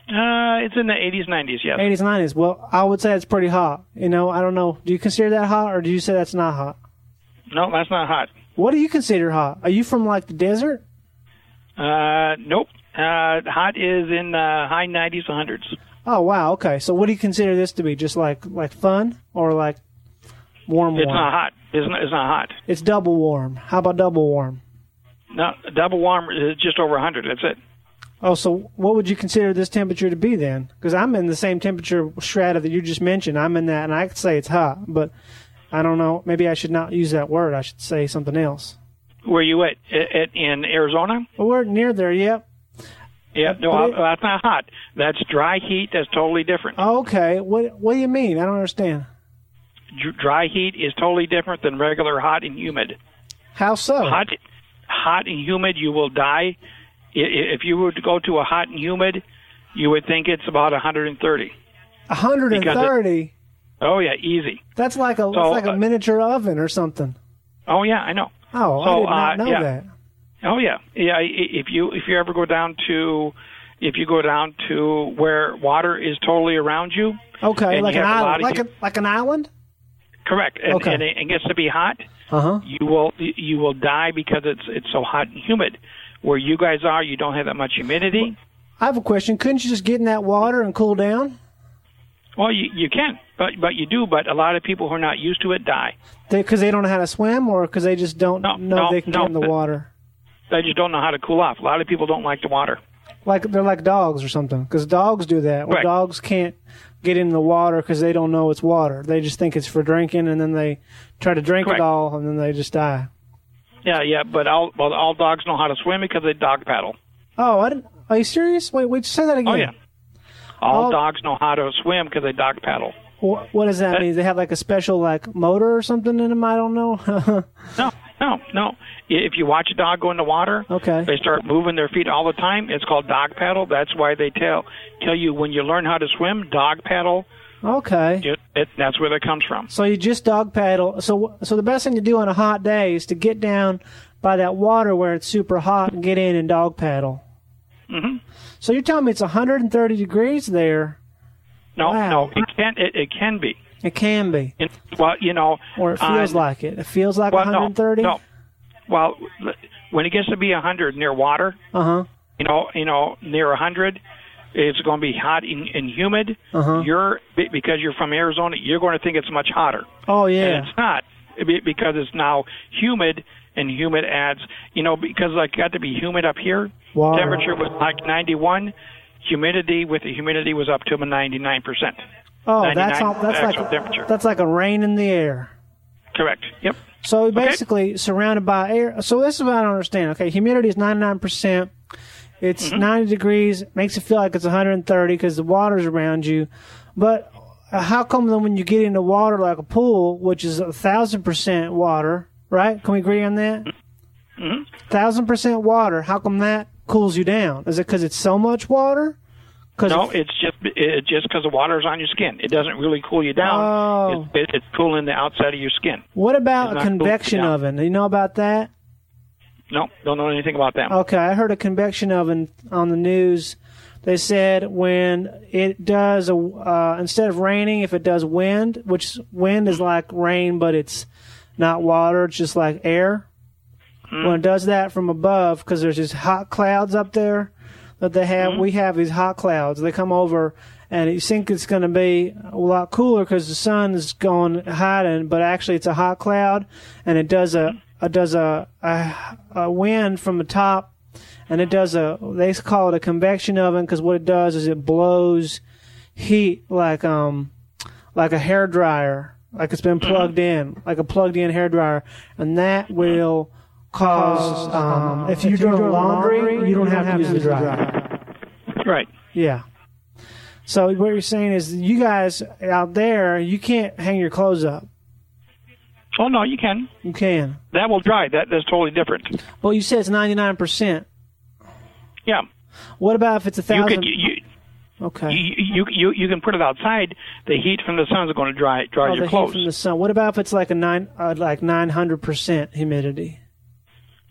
Uh, it's in the 80s, 90s. Yes. 80s, 90s. Well, I would say it's pretty hot. You know, I don't know. Do you consider that hot or do you say that's not hot? No, that's not hot. What do you consider hot? Are you from like the desert? Uh, nope. Uh, hot is in the high 90s, 100s. Oh, wow. Okay. So what do you consider this to be? Just like like fun or like warm warm? It's not hot. It's not, it's not hot. It's double warm. How about double warm? No, double warm is just over 100. That's it. Oh, so what would you consider this temperature to be then? Because I'm in the same temperature strata that you just mentioned. I'm in that, and I could say it's hot, but I don't know. Maybe I should not use that word. I should say something else. Where you at? at, at in Arizona? Well, we're near there. Yep. Yeah, no, But it- that's not hot. That's dry heat. That's totally different. Okay. What What do you mean? I don't understand. Dr- Dry heat is totally different than regular hot and humid. How so? Hot, hot and humid, you will die. I- i- If you were to go to a hot and humid, you would think it's about 130. A hundred and Because it- thirty. Oh yeah, easy. That's like a So, that's like a uh, miniature oven or something. Oh yeah, I know. Oh, I so, did not uh, know yeah. that. Oh yeah, yeah. i- If you if you ever go down to if you go down to where water is totally around you, Okay, And like you an have a lot island, of like you- a, like an island. correct, and, Okay. and it it gets to be hot, Uh huh. you will you will die because it's it's so hot and humid. Where you guys are, you don't have that much humidity. I have a question. Couldn't you just get in that water and cool down? Well, you you can, but but you do. But a lot of people who are not used to it die. Because they, don't know how to swim, or because they just don't know no, they can no. get in the water. They just don't know how to cool off. A lot of people don't like the water. like they're like dogs or something because dogs do that where Right. dogs can't get in the water because they don't know it's water they just think it's for drinking and then they try to drink Correct. it all and then they just die Yeah, yeah. But all well, all dogs know how to swim because they dog paddle. oh I didn't, are you serious wait wait say that again Oh yeah. All All- dogs know how to swim because they dog paddle. Wha- what does that That- mean they have like a special like motor or something in them i don't know No, no, no. I- If you watch a dog go in the water, Okay. they start moving their feet all the time. It's called dog paddle. That's why they tell tell you when you learn how to swim, dog paddle. okay It, it, that's where that comes from. so you just dog paddle so so the best thing to do on a hot day is to get down by that water where it's super hot and get in and dog paddle hmm so you're telling me it's 130 degrees there No, Wow. no, it can it, it can be. it can be It, well, you know, Or it feels uh, like it. It feels like well, no, 130. No, Well, l- when it gets to be 100 near water, Uh huh. you know, you know, near 100, it's going to be hot and, and humid. Uh-huh. You're be- because you're from Arizona, you're going to think it's much hotter. Oh And yeah. it's not be- because it's now humid, and humid adds, you know, because like got to be humid up here. Water. Temperature was like 91. Humidity with the humidity was up to 99 percent. Oh, that's all, 99 that's actual like temperature. that's like a rain in the air. Correct. Yep. So basically, surrounded by air. So this is what I don't understand. Okay, humidity is 99 percent. It's Mm-hmm. 90 degrees. Makes it feel like it's 130 because the water's around you. But uh, how come then when you get into water like a pool, which is a thousand percent water, right? Can we agree on that? Mm-hmm. Thousand percent water. How come that cools you down? Is it because it's so much water? 'Cause No, it's just it, just because the water's on your skin. It doesn't really cool you down. Oh. It, it, it's cooling the outside of your skin. What about It's a not cool. convection Yeah. oven? Do you know about that? No, don't know anything about that. Okay, I heard a convection oven on the news. They said when it does a uh, instead of raining, if it does wind, which wind is like rain, but it's not water; it's just like air. when it does that from above, because there's these hot clouds up there that they have. We have these hot clouds. They come over, and you think it's going to be a lot cooler because the sun is going hiding, but actually it's a hot cloud, and it does a it does a, a, a wind from the top, and it does a they call it a convection oven because what it does is it blows heat like um like a hair dryer, like it's been plugged in, like a plugged in hair dryer, and that will Mm-hmm. cause um, if you're doing laundry, you don't have to use the dryer. Right. Yeah. So what you're saying is, you guys out there, you can't hang your clothes up. Oh no, you can. You can. That will dry. That that's totally different. Well, you said it's 99 percent. Yeah. What about if it's a You thousand? could you, you, okay. you you you can put it outside. The heat from the sun is going to dry dry oh, the your heat clothes. from the sun. What about if it's like a nine, uh, like 900 percent humidity?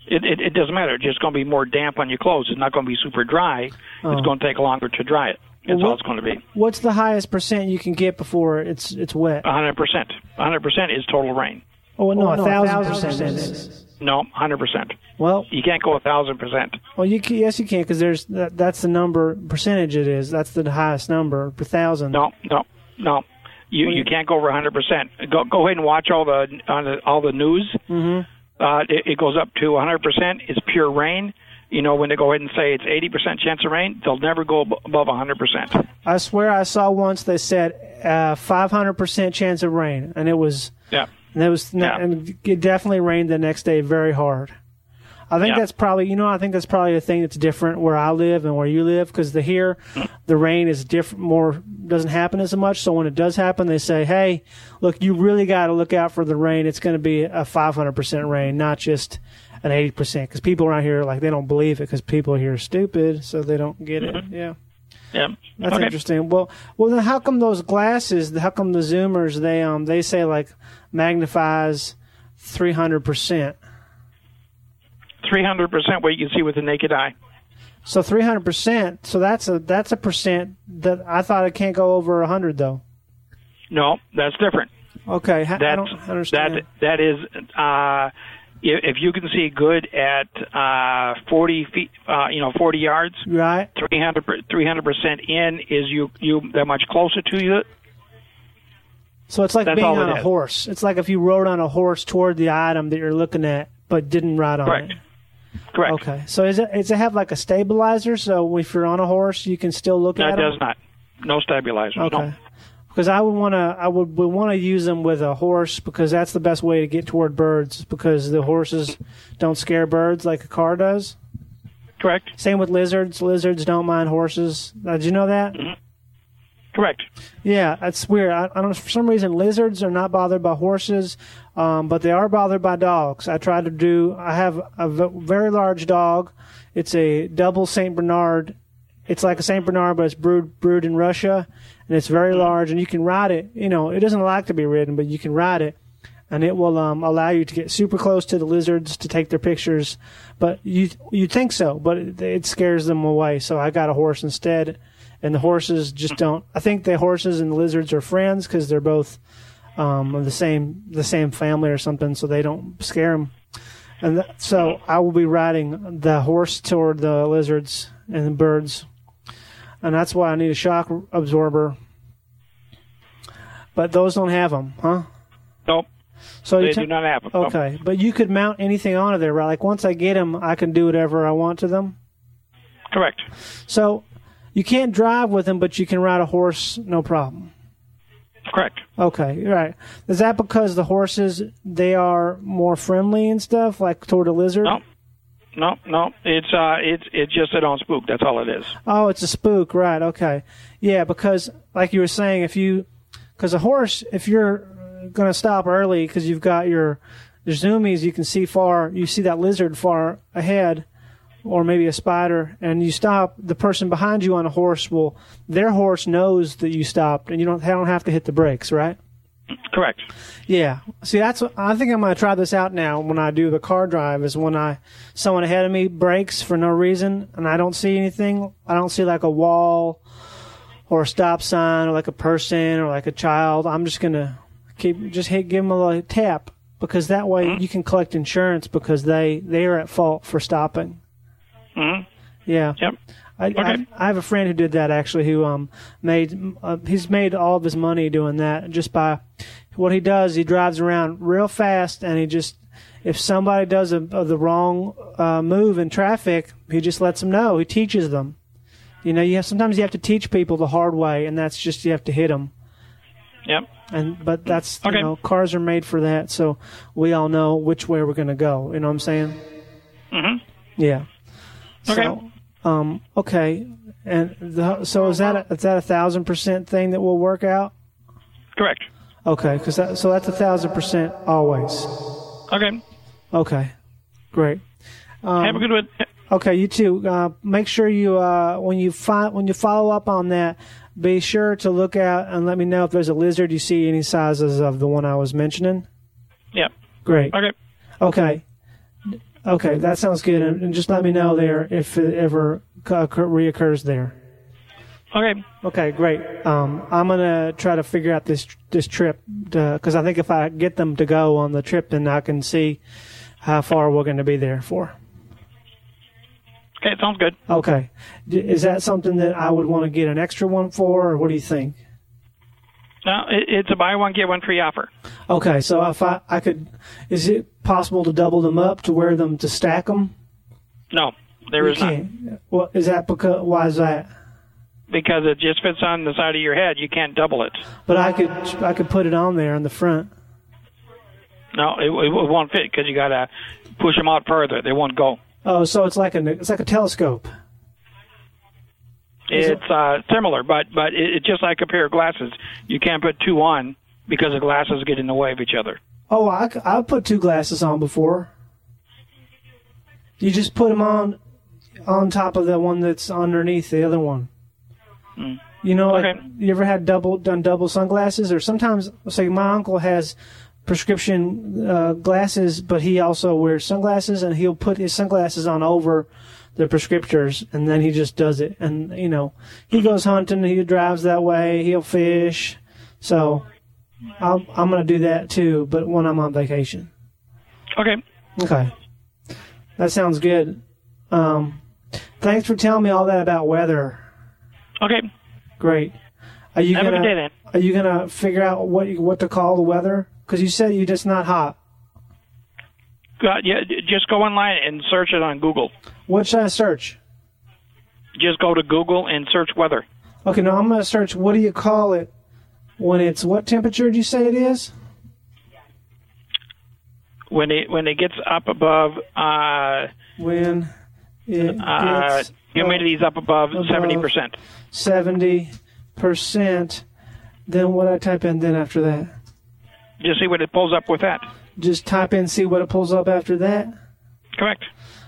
It, it it doesn't matter. It's just going to be more damp on your clothes. It's not going to be super dry. Oh. It's going to take longer to dry it. That's all it's going to be. What's the highest percent you can get before it's it's wet? 100 percent. 100 percent is total rain. Oh no, a thousand percent. No, 100 percent. Well, you can't go a thousand percent. Well, you can, yes, you can because there's that, that's the number percentage it is. That's the highest number per thousand. No, no, no. You you can't go over 100 percent. Go go ahead and watch all the on the, all the news. Mm-hmm. Uh, it, it goes up to 100 percent. It's pure rain. You know when they go ahead and say it's 80 percent chance of rain, they'll never go ab- above 100 percent. I swear I saw once they said uh, five hundred percent chance of rain, and it was Yeah. and it was Yeah. and it definitely rained the next day very hard. I think Yeah. that's probably you know I think that's probably the thing that's different where I live and where you live because the here the rain is different more doesn't happen as much so when it does happen they say hey look you really got to look out for the rain it's going to be a 500% rain not just an 80% because people around here like they don't believe it because people here are stupid so they don't get it Mm-hmm. yeah Yeah. that's Okay. interesting. Well, well, then how come those glasses? How come the zoomers? They um they say like magnifies three hundred percent. 300 percent what you can see with the naked eye. So three hundred percent. So that's a that's a percent that I thought it can't go over hundred though. No, that's different. Okay, ha- I That's- don't understand. That that is, uh, if if you can see good at uh, 40 feet, uh, you know, 40 yards, right? 300 percent in is you you that much closer to you. so it's like that's being all on it a is. horse. It's like if you rode on a horse toward the item that you're looking at, but didn't ride on Correct. it. Correct. Okay. So is it? Does it have like a stabilizer? So if you're on a horse, you can still look That at it. does not. No stabilizers. Okay. Because I would want to, I would, would want to use them with a horse because that's the best way to get toward birds because the horses don't scare birds like a car does. Correct. Same with lizards. Lizards don't mind horses. Uh, did you know that? Mm-hmm. Correct. Yeah, that's weird. I, I don't. For some reason, lizards are not bothered by horses, um, but they are bothered by dogs. I try to do. I have a v- very large dog. It's a double Saint Bernard. It's like a Saint Bernard, but it's brewed brewed in Russia, and it's very large. And you can ride it. You know, it doesn't like to be ridden, but you can ride it, and it will um, allow you to get super close to the lizards to take their pictures. But you you think so, but it, it scares them away. So I got a horse instead and the horses just don't. I think the horses and the lizards are friends because they're both um, of the same the same family or something, so they don't scare them. And that, so I will be riding the horse toward the lizards and the birds, and that's why I need a shock absorber. But those don't have them, huh? Nope. So you they ta- do not have them. No. Okay, but you could mount anything onto there, right? Like once I get them, I can do whatever I want to them. Correct. So you can't drive with them, but you can ride a horse, no problem. Correct. Okay, you're right. Is that because the horses they are more friendly and stuff, like toward a lizard? No. No, no, it's uh, it's it's just it don't spook. That's all it is. Oh, it's a spook, right? Okay, yeah, because like you were saying, if you, because a horse, if you're going to stop early because you've got your, your zoomies, you can see far, you see that lizard far ahead, or maybe a spider, and you stop. The person behind you on a horse will, their horse knows that you stopped, and you don't, they don't have to hit the brakes, right? Correct. Yeah. See, that's. what- I think I'm going to try this out now. When I do the car drive, is when I someone ahead of me brakes for no reason, and I don't see anything. I don't see like a wall, or a stop sign, or like a person, or like a child. I'm just gonna keep just hit give them a little tap because that way you can collect insurance because they they are at fault for stopping. Mm-hmm. Yeah. Yep. I, Okay. I, I have a friend who did that actually. Who um made uh, he's made all of his money doing that just by what he does. He drives around real fast and he just if somebody does a, a, the wrong uh, move in traffic, he just lets them know. He teaches them. You know, you have sometimes you have to teach people the hard way, and that's just you have to hit them. Yep. And but that's Okay. you know cars are made for that, so we all know which way we're gonna go. You know what I'm saying? hmm Mm-hmm. Yeah. Okay. So, um. Okay. And the, so is that a, is that a thousand percent thing that will work out? Correct. Okay. Cause that, so that's a thousand percent always. Okay. Okay. Great. Um, Have a good one. Okay, you too. Uh, make sure you uh, when you find when you follow up on that, be sure to look out and let me know if there's a lizard you see any sizes of the one I was mentioning. Yep. Great. Okay. Okay. Okay, that sounds good. And and just let me know there if it ever co- occur- reoccurs there. Okay. Okay, great. Um, I'm gonna try to figure out this this trip because I think if I get them to go on the trip, then I can see how far we're going to be there for. Okay. Sounds good. Okay, D- is that something that I would want to get an extra one for, or what do you think? No, it, it's a buy one get one free offer. Okay, so if I I could, is it possible to double them up to wear them to stack them? No, there you is not can't. Well, is that because why is that? because it just fits on the side of your head. You can't double it. But I could I could put it on there in the front. No, it, it won't fit because you gotta push them out further. They won't go. Oh, so it's like a it's like a telescope. Is it- It's uh, similar, but but it, it's just like a pair of glasses. You can't put two on because the glasses get in the way of each other. Oh, I c- I put two glasses on before. You just put them on on top of the one that's underneath the other one. Mm. You know, like you ever had double done double sunglasses, or sometimes, say, my uncle has prescription uh, glasses, but he also wears sunglasses, and he'll put his sunglasses on over the prescriptors, and then he just does it. And you know, he goes hunting, he drives that way, he'll fish. So, I'll, I'm going to do that too, but when I'm on vacation. Okay. Okay. That sounds good. Um, thanks for telling me all that about weather. Okay. Great. Are you Have a gonna, good day, then. Are you gonna figure out what you, what to call the weather? Because you said you just not hot. Uh, yeah, j- just go online and search it on Google. What should I search? Just go to Google and search weather. Okay, now I'm gonna search. What do you call it when it's what temperature? Do you say it is? When it when it gets up above, uh, When it uh, gets humidity's up above above- seventy percent. seventy percent, then what I type in then after that? Just see what it pulls up with that. just type in see what it pulls up after that Correct.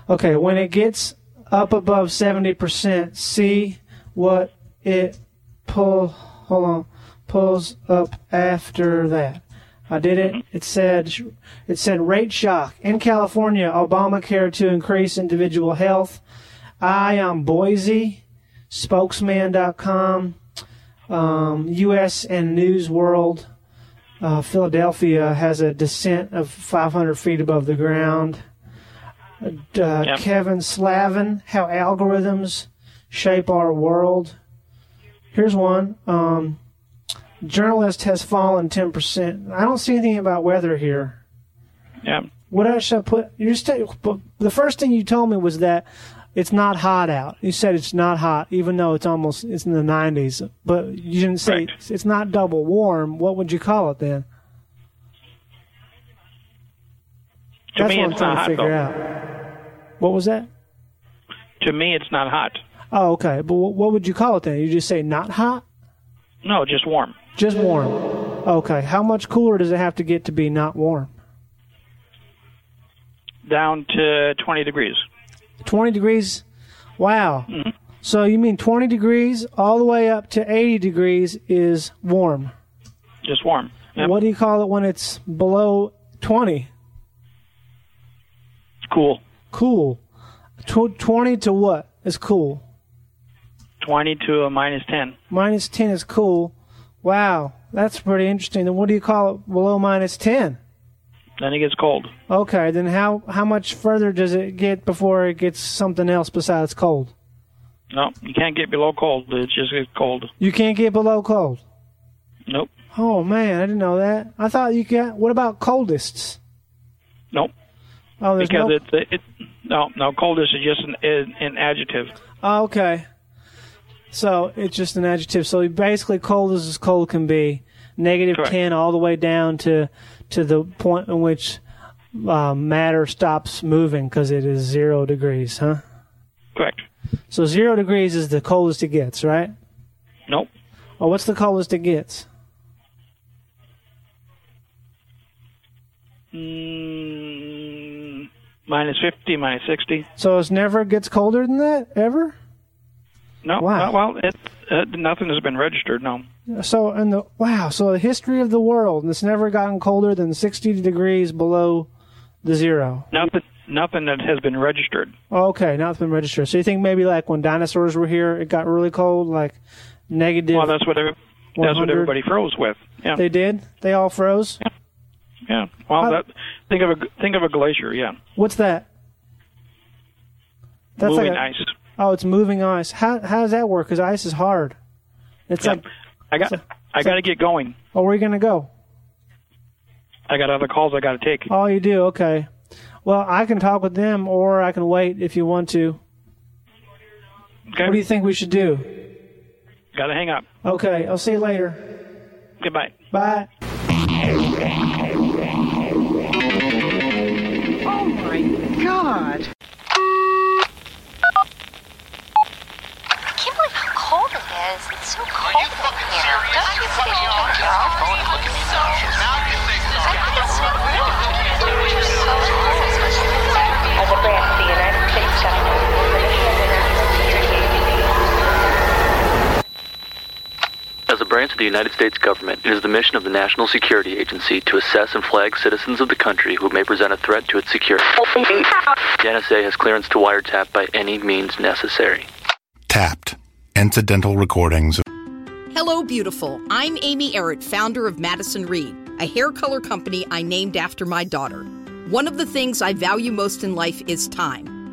okay when it gets up above 70% see what it pull hold on pulls up after that i did it it said it said rate shock in california obamacare to increase individual health i am boise spokesman.com um, us and news world uh, Philadelphia has a descent of 500 feet above the ground. Uh, Kevin Slavin, how algorithms shape our world. Here's one. Um, journalist has fallen 10%. I don't see anything about weather here. Yeah. What else should I put? You just said- but the first thing you told me was that it's not hot out. You said it's not hot, even though it's almost it's in the 90s. But you didn't say it's, it's not double warm. What would you call it then? To That's me, what it's I'm trying not to hot figure though. out. What was that? To me, it's not hot. Oh, okay. But wh- what would you call it then? You just say not hot, No, just warm. just warm. Okay. How much cooler does it have to get to be not warm? Down to twenty degrees. 20 degrees. Wow. So you mean 20 degrees all the way up to 80 degrees is warm. Just warm. What do you call it when it's below 20? Cool. Cool. Tw- 20 to what is cool? Twenty to a minus ten. Minus 10 is cool. Wow. That's pretty interesting. Then what do you call it below minus 10? Then it gets cold. Okay, then how how much further does it get before it gets something else besides cold? No, you can't get below cold. It just gets cold. You can't get below cold. Nope. Oh man, I didn't know that. I thought you got. What about coldests? Nope. Oh, there's because no. it's it, it no no coldest is just an, an, an adjective. Oh, okay. So it's just an adjective. So basically, cold is as cold can be. Negative Correct. ten all the way down to to the point in which uh, matter stops moving because it is zero degrees, huh? Correct. So zero degrees is the coldest it gets, right? Nope. Well, what's the coldest it gets? Mm, minus fifty, minus sixty. So it never gets colder than that ever. No. Wow. Well, well, it, uh, nothing has been registered. No. So in the wow, so the history of the world, and it's never gotten colder than sixty degrees below the zero. Nothing. Nothing that has been registered. Oh, okay, now it's been registered. So you think maybe like when dinosaurs were here, it got really cold, like negative. Well, that's what every, that's 100. what everybody froze with. Yeah. They did. They all froze. Yeah. Well, that, think of a think of a glacier. Yeah. What's that? That's Moving like a- ice. Oh, it's moving ice. How how does that work? Because ice is hard. It's Yeah. like I got I got to get going. oh, where are you gonna go? I got other calls I got to take. Oh, you do. Okay. Well, I can talk with them, or I can wait if you want to. What do you think we should do? Got to hang up. Okay, I'll see you later. Goodbye. Bye. Oh my god. I can't believe how cold it is. It's so cold. Are you fucking serious? Don't you think you're on your phone and look at these options? Now you think so. I think it's so rude. Temperatures so cold. As a brand for the United States government, for the As a branch of the United States government, it is the mission of the National Security Agency to assess and flag citizens of the country who may present a threat to its security. The NSA has clearance to wiretap by any means necessary. Tapped. Incidental recordings. Hello, beautiful. I'm Amy Errett, founder of Madison Reed, a hair color company I named after my daughter. One of the things I value most in life is time